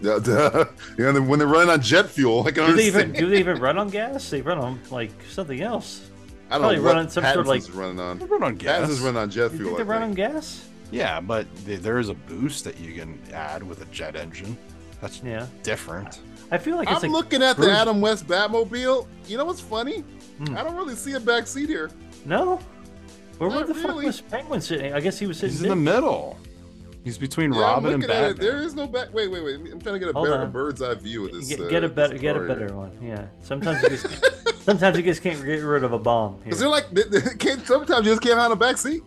Speaker 1: Yeah, duh. <laughs> yeah, they- when they're running on jet fuel, I can
Speaker 4: uh, Do they
Speaker 1: understand.
Speaker 4: even do they even run on gas? They run on like something else.
Speaker 1: I don't
Speaker 4: probably
Speaker 1: know
Speaker 4: run
Speaker 1: what
Speaker 4: on some sort of, like-
Speaker 1: Pattinson's running on.
Speaker 5: They run on gas.
Speaker 1: Pattinson's running on jet
Speaker 4: You
Speaker 1: fuel.
Speaker 4: think
Speaker 1: I
Speaker 4: they run on
Speaker 1: think.
Speaker 4: gas?
Speaker 5: Yeah, but th there is a boost that you can add with a jet engine. That's yeah. different.
Speaker 4: I feel like
Speaker 1: I'm
Speaker 4: it's like
Speaker 1: looking at the
Speaker 4: Bruce- Hmm.
Speaker 1: Adam West Batmobile. You know what's funny? I don't really see a back seat here.
Speaker 4: No. Where
Speaker 1: Not
Speaker 4: the fuck
Speaker 1: really.
Speaker 4: was Penguin sitting? I guess he was sitting
Speaker 5: He's in the
Speaker 4: mid-
Speaker 5: middle. He's between
Speaker 1: Yeah,
Speaker 5: Robin
Speaker 1: I'm
Speaker 5: and
Speaker 1: looking at it.
Speaker 5: Batman.
Speaker 1: There is no back. Wait, wait, wait. I'm trying to get a
Speaker 4: Hold
Speaker 1: better
Speaker 4: on.
Speaker 1: bird's eye view of this.
Speaker 4: Get,
Speaker 1: uh,
Speaker 4: get a
Speaker 1: this
Speaker 4: better, get a
Speaker 1: car here.
Speaker 4: better one. Yeah. Sometimes
Speaker 1: <laughs>
Speaker 4: you just, sometimes you just can't get rid of a bomb. here.
Speaker 1: Cause they're like, <laughs> they, they can't, sometimes you just can't have a back seat.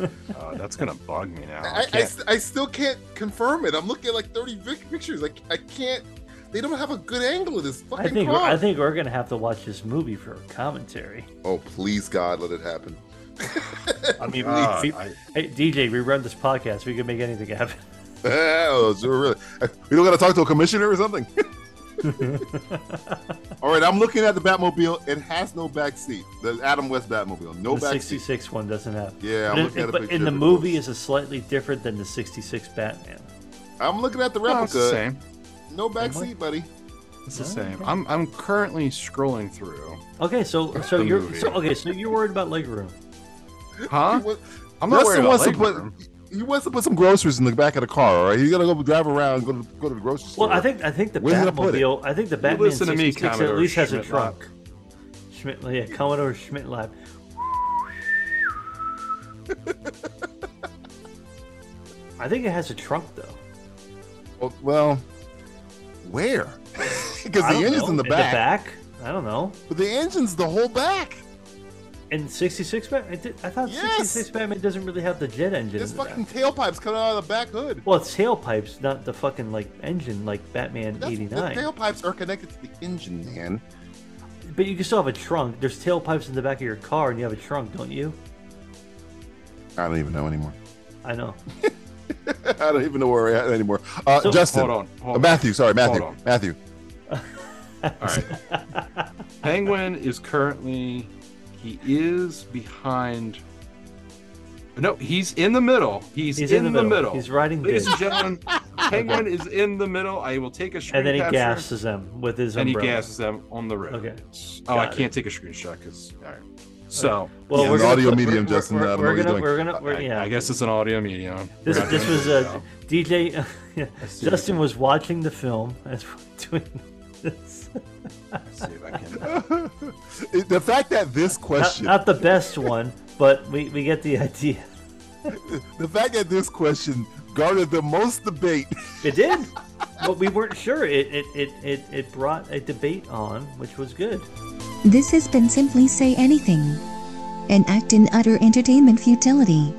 Speaker 5: Uh, that's gonna bug me now.
Speaker 1: I, I,
Speaker 5: can't-
Speaker 1: st- I still can't confirm it. I'm looking at like 30 vic- pictures. Like I can't. They don't have a good angle of this fucking
Speaker 4: I think
Speaker 1: car.
Speaker 4: I think we're gonna have to watch this movie for commentary.
Speaker 1: Oh please, God, let it happen. <laughs>
Speaker 4: I mean,
Speaker 1: God,
Speaker 4: we-
Speaker 1: Uh, I-
Speaker 4: hey, DJ, rerun this podcast. We can make anything happen.
Speaker 1: oh, so really, we don't got to talk to a commissioner or
Speaker 4: <laughs>
Speaker 1: something. <laughs> All right, I'm looking at the Batmobile. It has no back seat. The Adam West Batmobile, no
Speaker 4: the
Speaker 1: back seat.
Speaker 4: 66 one doesn't have.
Speaker 1: Yeah, I'm
Speaker 4: but, in-
Speaker 1: looking at a
Speaker 4: but
Speaker 1: picture
Speaker 4: in
Speaker 1: of
Speaker 4: the
Speaker 1: it.
Speaker 4: movie is a slightly different than the 66 Batman.
Speaker 1: I'm looking at the
Speaker 5: No, it's
Speaker 1: replica.
Speaker 5: the same.
Speaker 1: No back seat, buddy.
Speaker 5: It's the same. I'm I'm currently scrolling through.
Speaker 1: <gasps>
Speaker 4: Okay, so so
Speaker 5: The
Speaker 4: you're
Speaker 5: movie.
Speaker 4: so, okay, so you're worried about legroom.
Speaker 5: Huh? I'm not
Speaker 1: Russell
Speaker 5: worried about
Speaker 1: wants to
Speaker 5: leg
Speaker 1: put-
Speaker 5: room.
Speaker 1: He wants to put some groceries in the back of the car. All right, he's gonna go drive around, go to go to the grocery store.
Speaker 4: Well, I think I think the
Speaker 1: Where's he gonna put it?
Speaker 4: Batmobile. I think the
Speaker 1: You
Speaker 4: Batman
Speaker 1: listen to me,
Speaker 4: 66 at
Speaker 1: Commodore
Speaker 4: least has a
Speaker 1: Schmidt
Speaker 4: trunk. Schmidt, yeah, Commodore Schmidt Lab. I think it has a trunk though.
Speaker 1: Well, well where? <laughs> Because
Speaker 4: I
Speaker 1: the
Speaker 4: don't
Speaker 1: engine's
Speaker 4: know.
Speaker 1: in the
Speaker 4: In
Speaker 1: back.
Speaker 4: back. I don't know.
Speaker 1: But the engine's the whole back.
Speaker 4: And 66 Batman, I, did, I thought 66 Batman doesn't really have the jet engine.
Speaker 1: This
Speaker 4: in the back.
Speaker 1: fucking tailpipe's coming out of the back hood.
Speaker 4: Well, it's tailpipes, not the fucking like engine, like Batman
Speaker 1: That's, the
Speaker 4: '89.
Speaker 1: tailpipes are connected to the engine, man.
Speaker 4: But you can still have a trunk. There's tailpipes in the back of your car, and you have a trunk, don't you?
Speaker 1: I don't even know anymore.
Speaker 4: I know.
Speaker 1: <laughs> I don't even know where we're at anymore. Uh,
Speaker 4: So-
Speaker 1: Justin,
Speaker 5: Hold on,
Speaker 1: Uh,
Speaker 5: hold on.
Speaker 1: Matthew. Sorry, Matthew.
Speaker 5: Hold on.
Speaker 1: Matthew.
Speaker 5: All right. Penguin is currently he is behind. No, he's in the middle. He's,
Speaker 4: He's
Speaker 5: in, the, middle.
Speaker 4: He's riding
Speaker 5: Ladies and
Speaker 4: good. <laughs>
Speaker 5: gentlemen, Penguin is in the middle. I will take a screen
Speaker 4: And then he
Speaker 5: capture,
Speaker 4: gasses them with his
Speaker 5: And he
Speaker 4: umbrella.
Speaker 5: gasses them on the road.
Speaker 4: Okay.
Speaker 5: Oh, I
Speaker 4: Got it.
Speaker 5: can't take a screenshot because all right. So
Speaker 4: Well,
Speaker 1: Yeah,
Speaker 4: we're
Speaker 1: it's
Speaker 4: gonna
Speaker 1: audio
Speaker 4: put-
Speaker 1: medium,
Speaker 4: we're-
Speaker 1: Justin.
Speaker 4: We're,
Speaker 1: I don't know
Speaker 4: we're
Speaker 1: what you're
Speaker 4: gonna,
Speaker 1: doing.
Speaker 4: we're gonna, we're, yeah.
Speaker 5: I guess it's an audio medium.
Speaker 4: This,
Speaker 5: We're not
Speaker 4: this
Speaker 5: doing
Speaker 4: was
Speaker 5: that
Speaker 4: uh,
Speaker 5: now.
Speaker 4: DJ. <laughs> yeah,
Speaker 5: Let's see if I
Speaker 4: Justin
Speaker 5: can-
Speaker 4: was watching the film as we're <laughs> doing this.
Speaker 5: Let's see if I can.
Speaker 1: It- the fact that this
Speaker 4: Not,
Speaker 1: question,
Speaker 4: not the best one, but we, we get the <laughs> idea.
Speaker 1: the fact that this question garnered the most debate.
Speaker 4: It did, but we weren't sure. It it, it, it it brought a debate on, which was good.
Speaker 3: This has been Simply Say Anything. An act in utter entertainment futility.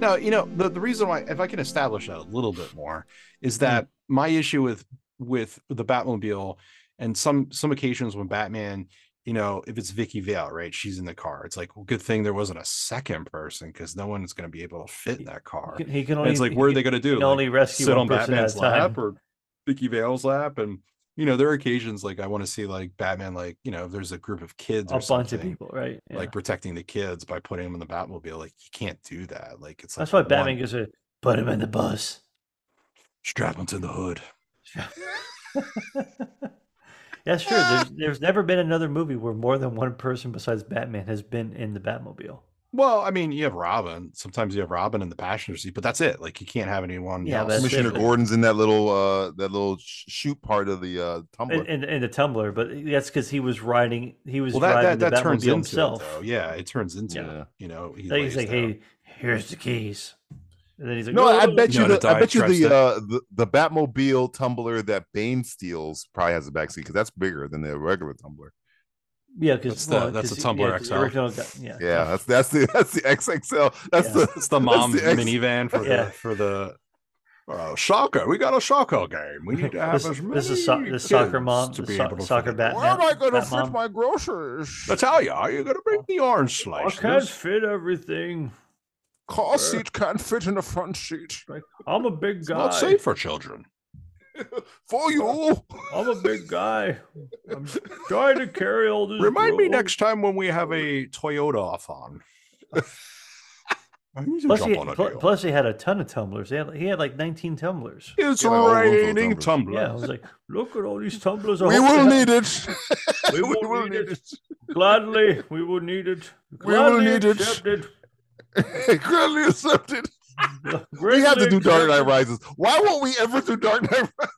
Speaker 5: Now, you know, the, the reason why, if I can establish that a little bit more,
Speaker 4: Hmm.
Speaker 5: is that my issue with with the Batmobile and some some occasions when Batman, you know, if it's Vicky Vale, right, she's in the car. It's like, well, good thing there wasn't a second person because no one's going to be able to fit in that car.
Speaker 4: He can- he can
Speaker 5: And it's
Speaker 4: only-
Speaker 5: like, what are
Speaker 4: he
Speaker 5: they going to do?
Speaker 4: can
Speaker 5: Like,
Speaker 4: only rescue
Speaker 5: sit
Speaker 4: one
Speaker 5: on
Speaker 4: person at a
Speaker 5: Batman's lap
Speaker 4: time.
Speaker 5: or Vicky Vale's lap, and you know, there are occasions like I want to see like Batman, like you know, if there's a group of kids,
Speaker 4: A
Speaker 5: or
Speaker 4: bunch of
Speaker 5: something,
Speaker 4: people, right? Yeah.
Speaker 5: Like protecting the kids by putting them in the Batmobile. Like you can't do that. Like it's
Speaker 4: That's
Speaker 5: like
Speaker 4: why Batman
Speaker 5: one-
Speaker 4: gives a put him in the bus.
Speaker 5: strap them to the hood.
Speaker 4: That's true. <laughs> There's, there's never been another movie where more than one person besides Batman has been in the Batmobile.
Speaker 5: Well, I mean, you have Robin. Sometimes you have Robin in the passenger seat, but that's it. Like you can't have anyone.
Speaker 4: Yeah,
Speaker 5: else.
Speaker 4: that's it.
Speaker 5: Commissioner
Speaker 1: Commissioner Gordon's in that little uh, that little sh- shoot part of the uh, tumbler.
Speaker 4: In, in, in the tumbler, but that's because he was riding. He was
Speaker 5: Well, that
Speaker 4: driving
Speaker 5: that, that
Speaker 4: the Batmobile
Speaker 5: turns into
Speaker 4: himself.
Speaker 5: It, though. Yeah, it turns into
Speaker 4: Yeah.
Speaker 5: it. You know, he
Speaker 4: Like, he's
Speaker 5: lays
Speaker 4: like,
Speaker 5: down.
Speaker 4: "Hey, here's the keys," and then he's like,
Speaker 1: No, I bet
Speaker 5: You
Speaker 1: you.
Speaker 5: know,
Speaker 1: The, I bet you
Speaker 5: diatribe's
Speaker 1: the,
Speaker 5: that-
Speaker 1: uh, the the Batmobile tumbler that Bane steals probably has a backseat because that's bigger than the regular tumbler.
Speaker 4: Yeah, because
Speaker 5: That's the- that's the Tumbler
Speaker 4: yeah, 'cause the
Speaker 5: XL.
Speaker 4: original guy- yeah.
Speaker 1: Yeah, that's that's the that's the <laughs> XXL. That's
Speaker 4: Yeah.
Speaker 1: the
Speaker 4: <laughs>
Speaker 5: It's the mom
Speaker 1: that's the X-
Speaker 5: minivan for
Speaker 4: Yeah.
Speaker 5: the for the uh, soccer. We got a soccer game. We need to have
Speaker 4: This,
Speaker 5: as many
Speaker 4: this is so- the
Speaker 5: kids
Speaker 4: soccer mom,
Speaker 5: to
Speaker 4: the
Speaker 5: be
Speaker 4: so-
Speaker 5: able to
Speaker 4: soccer
Speaker 5: fit.
Speaker 4: bat.
Speaker 1: Where am I going to
Speaker 4: bat
Speaker 1: fit
Speaker 4: mom.
Speaker 1: my groceries?
Speaker 5: Natalia, you're gonna
Speaker 4: Oh,
Speaker 5: bring the orange
Speaker 4: I
Speaker 5: slice.
Speaker 4: can't fit everything.
Speaker 1: Car seat can't fit in the front seat.
Speaker 4: I'm a big guy.
Speaker 5: Not safe for children.
Speaker 1: For you.
Speaker 4: I'm a big
Speaker 5: <laughs>
Speaker 4: guy. I'm trying to carry all this.
Speaker 5: Remind me
Speaker 4: room.
Speaker 5: next <laughs> time when we have a Toyota off on. I need to
Speaker 4: Plus
Speaker 5: jump
Speaker 4: he,
Speaker 5: on a
Speaker 4: pl-
Speaker 5: deal.
Speaker 4: plus he had a ton of tumblers. He had, he had like 19 tumblers.
Speaker 5: It's
Speaker 1: Yeah, all those
Speaker 5: raining
Speaker 1: tumblers.
Speaker 5: tumblers.
Speaker 4: Yeah, I was like, look at all these tumblers. I
Speaker 1: We
Speaker 4: hope
Speaker 1: will
Speaker 4: you
Speaker 1: need
Speaker 4: have-
Speaker 1: it. <laughs>
Speaker 4: <laughs> We will, need, it. Gladly, we will need it.
Speaker 1: We will
Speaker 4: Gladly
Speaker 1: need it. <laughs>
Speaker 4: accepted.
Speaker 1: Gladly accepted. we have to do Dark Knight Rises. Why won't we ever do Dark Knight Rises?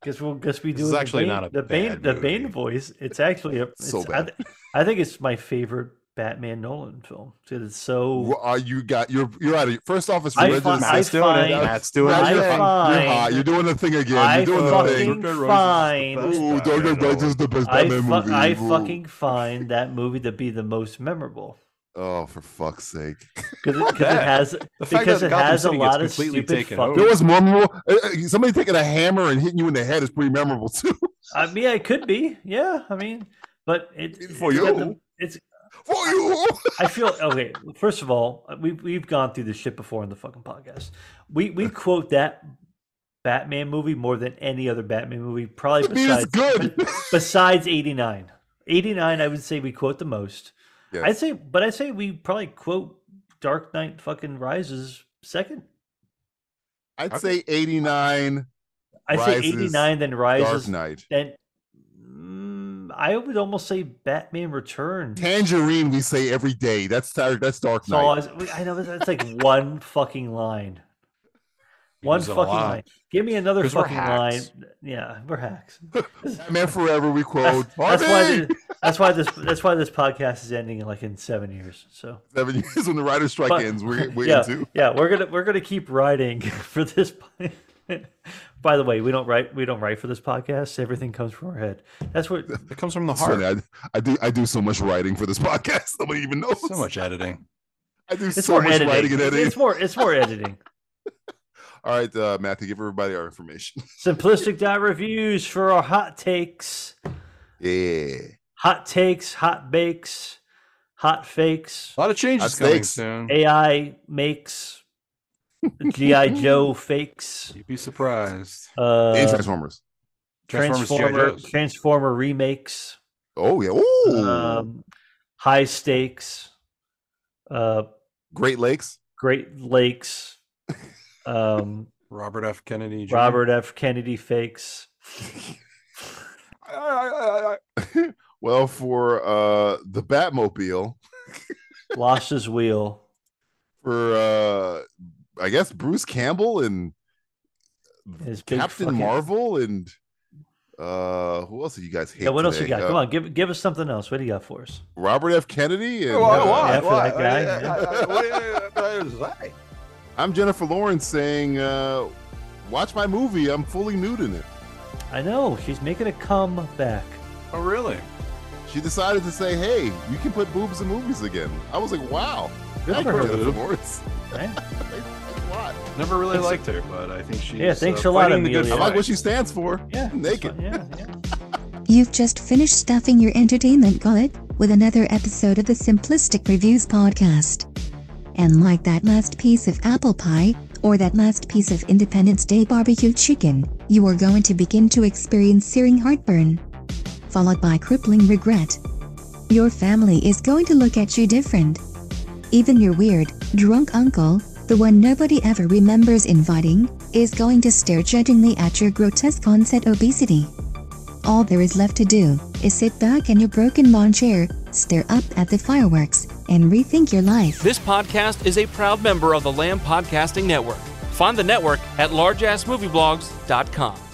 Speaker 4: Because we'll because we do
Speaker 5: This
Speaker 4: it in
Speaker 5: is
Speaker 4: the
Speaker 5: actually
Speaker 4: Bane-
Speaker 5: not a
Speaker 4: the Bane
Speaker 5: bad
Speaker 4: the Bane voice. It's actually a
Speaker 1: So
Speaker 4: it's- I
Speaker 1: bad.
Speaker 4: th- I, think it's my favorite Batman Nolan film. 'cause It's so
Speaker 1: Well, Are you got you're you're out of first off it's
Speaker 4: I
Speaker 1: religious.
Speaker 4: fi- I Matt's doing it. find- Matt's doing
Speaker 1: Now
Speaker 4: it.
Speaker 1: You're,
Speaker 4: I
Speaker 1: you're
Speaker 4: find-
Speaker 1: hot. You're doing the thing again.
Speaker 4: I
Speaker 1: you're doing the
Speaker 4: fucking
Speaker 1: thing.
Speaker 4: find
Speaker 1: Ooh, Dark Knight Rises is the best
Speaker 4: I,
Speaker 1: Batman
Speaker 4: fu-
Speaker 1: movie.
Speaker 4: I
Speaker 1: Ooh.
Speaker 4: fucking find that movie to be the most memorable
Speaker 1: Oh, for fuck's sake!
Speaker 4: because it, 'cause it has because it has a lot of stupid fucking.
Speaker 1: There was one more. uh, uh, Somebody taking a hammer and hitting you in the head is pretty memorable too. <laughs>
Speaker 4: I mean, it could be. Yeah, I mean, but it,
Speaker 1: for
Speaker 4: it's got
Speaker 1: you.
Speaker 4: the- it's
Speaker 1: for you. <laughs>
Speaker 4: I feel okay. First of all, uh, we we've gone through this shit before on the fucking podcast. We we quote that Batman movie more than any other Batman
Speaker 1: <laughs>
Speaker 4: movie, probably
Speaker 1: mean, it's
Speaker 4: besides good. besides eighty nine. Eighty nine, I would say we quote the most.
Speaker 1: Yes.
Speaker 4: I'd say, but I would say we probably quote Dark Knight fucking Rises second.
Speaker 1: <laughs> I'd say eighty nine.
Speaker 4: I say eighty nine, then Rises.
Speaker 1: Dark Knight.
Speaker 4: Then mm, I would almost say Batman Returns.
Speaker 1: Tangerine, we say every day. That's tar- that's Dark
Speaker 4: So I,
Speaker 1: Knight.
Speaker 4: was, I know that's like
Speaker 1: <laughs>
Speaker 4: one fucking line. One
Speaker 1: was a
Speaker 4: fucking
Speaker 1: lot.
Speaker 4: line. Give me another
Speaker 1: 'Cause we're
Speaker 4: fucking line.
Speaker 1: hacks.
Speaker 4: Yeah, we're hacks.
Speaker 1: Batman Forever, <laughs> we
Speaker 4: That's,
Speaker 1: quote.
Speaker 4: that's why.
Speaker 1: Barbie!
Speaker 4: thi- that's why this. That's why this podcast is ending in like in seven years. So
Speaker 1: Seven years when the writer's strike
Speaker 4: But-
Speaker 1: ends, we're, we're
Speaker 4: yeah,
Speaker 1: into.
Speaker 4: yeah, we're gonna we're gonna keep writing <laughs> for this. po- <laughs> By the way, we don't write. We don't write for this podcast. Everything comes from our head.
Speaker 1: <laughs>
Speaker 4: That's what it
Speaker 5: comes from
Speaker 1: It's
Speaker 5: <laughs>
Speaker 1: funny, I, I do I do so much writing for this <laughs> podcast. Nobody even knows.
Speaker 5: So much editing.
Speaker 1: I do
Speaker 4: It's
Speaker 1: so
Speaker 4: more
Speaker 1: much
Speaker 4: editing.
Speaker 1: writing and editing.
Speaker 4: It's more. It's more editing.
Speaker 1: All right, uh, Matthew, give everybody our information. <laughs>
Speaker 4: Simplistic dot reviews for our hot takes.
Speaker 1: Yeah.
Speaker 4: hot takes, hot bakes, hot fakes.
Speaker 5: A lot of
Speaker 1: changes Hot coming fakes. soon.
Speaker 4: AI makes GI
Speaker 1: <laughs>
Speaker 4: Joe fakes.
Speaker 5: You'd be surprised.
Speaker 4: Uh,
Speaker 1: and Transformers.
Speaker 5: Transformers, G.I.
Speaker 4: Transformer
Speaker 5: Joes.
Speaker 4: Transformer remakes.
Speaker 1: Oh yeah. Ooh.
Speaker 4: Um, high stakes. Uh,
Speaker 1: Great Lakes.
Speaker 4: Great Lakes.
Speaker 1: <laughs>
Speaker 4: Um,
Speaker 5: Robert F. Kennedy. Jr. <laughs>
Speaker 4: Robert F. Kennedy fakes.
Speaker 1: <laughs> well, for uh, the Batmobile,
Speaker 4: lost his wheel.
Speaker 1: <laughs> For uh, I guess Bruce Campbell and
Speaker 4: His big
Speaker 1: Captain
Speaker 4: fucking-
Speaker 1: Marvel and uh, who else do you guys hate?
Speaker 4: Yeah, what else you
Speaker 1: today?
Speaker 4: got?
Speaker 1: Uh,
Speaker 4: Come on, give give us something else. What do you got for us?
Speaker 1: Robert F. Kennedy
Speaker 5: Oh,
Speaker 1: and
Speaker 4: Why-
Speaker 1: uh,
Speaker 4: why- Yeah, for why? that guy, yeah.
Speaker 5: <laughs>
Speaker 1: I'm Jennifer Lawrence saying, uh, "Watch my movie. I'm fully nude in it."
Speaker 4: I know she's making a comeback.
Speaker 5: Oh, really?
Speaker 1: She decided to say, "Hey, you can put boobs in movies again." I was like, "Wow,
Speaker 4: Good
Speaker 1: Thank
Speaker 4: for
Speaker 1: you,
Speaker 4: her,
Speaker 1: Jennifer
Speaker 5: Lube.
Speaker 1: Lawrence."
Speaker 5: Never really
Speaker 1: Thanks-
Speaker 5: liked her, but I think she's.
Speaker 4: Yeah, thanks a
Speaker 5: uh,
Speaker 4: lot,
Speaker 5: fighting the good
Speaker 4: Amelia.
Speaker 1: I like
Speaker 5: fight.
Speaker 1: what she stands for.
Speaker 4: Yeah,
Speaker 1: naked.
Speaker 4: Yeah,
Speaker 3: You've just finished stuffing your entertainment gullet with another episode of the Simplistic Reviews podcast. And like that last piece of apple pie, or that last piece of Independence Day barbecue chicken, you are going to begin to experience searing heartburn, followed by crippling regret. Your family is going to look at you different. Even your weird, drunk uncle, the one nobody ever remembers inviting, is going to stare judgingly at your grotesque onset obesity. All there is left to do is sit back in your broken lawn chair, stare up at the fireworks, and rethink your life.
Speaker 12: This podcast is a proud member of the Lamb Podcasting Network. Find the network at largeassmovieblogs.com.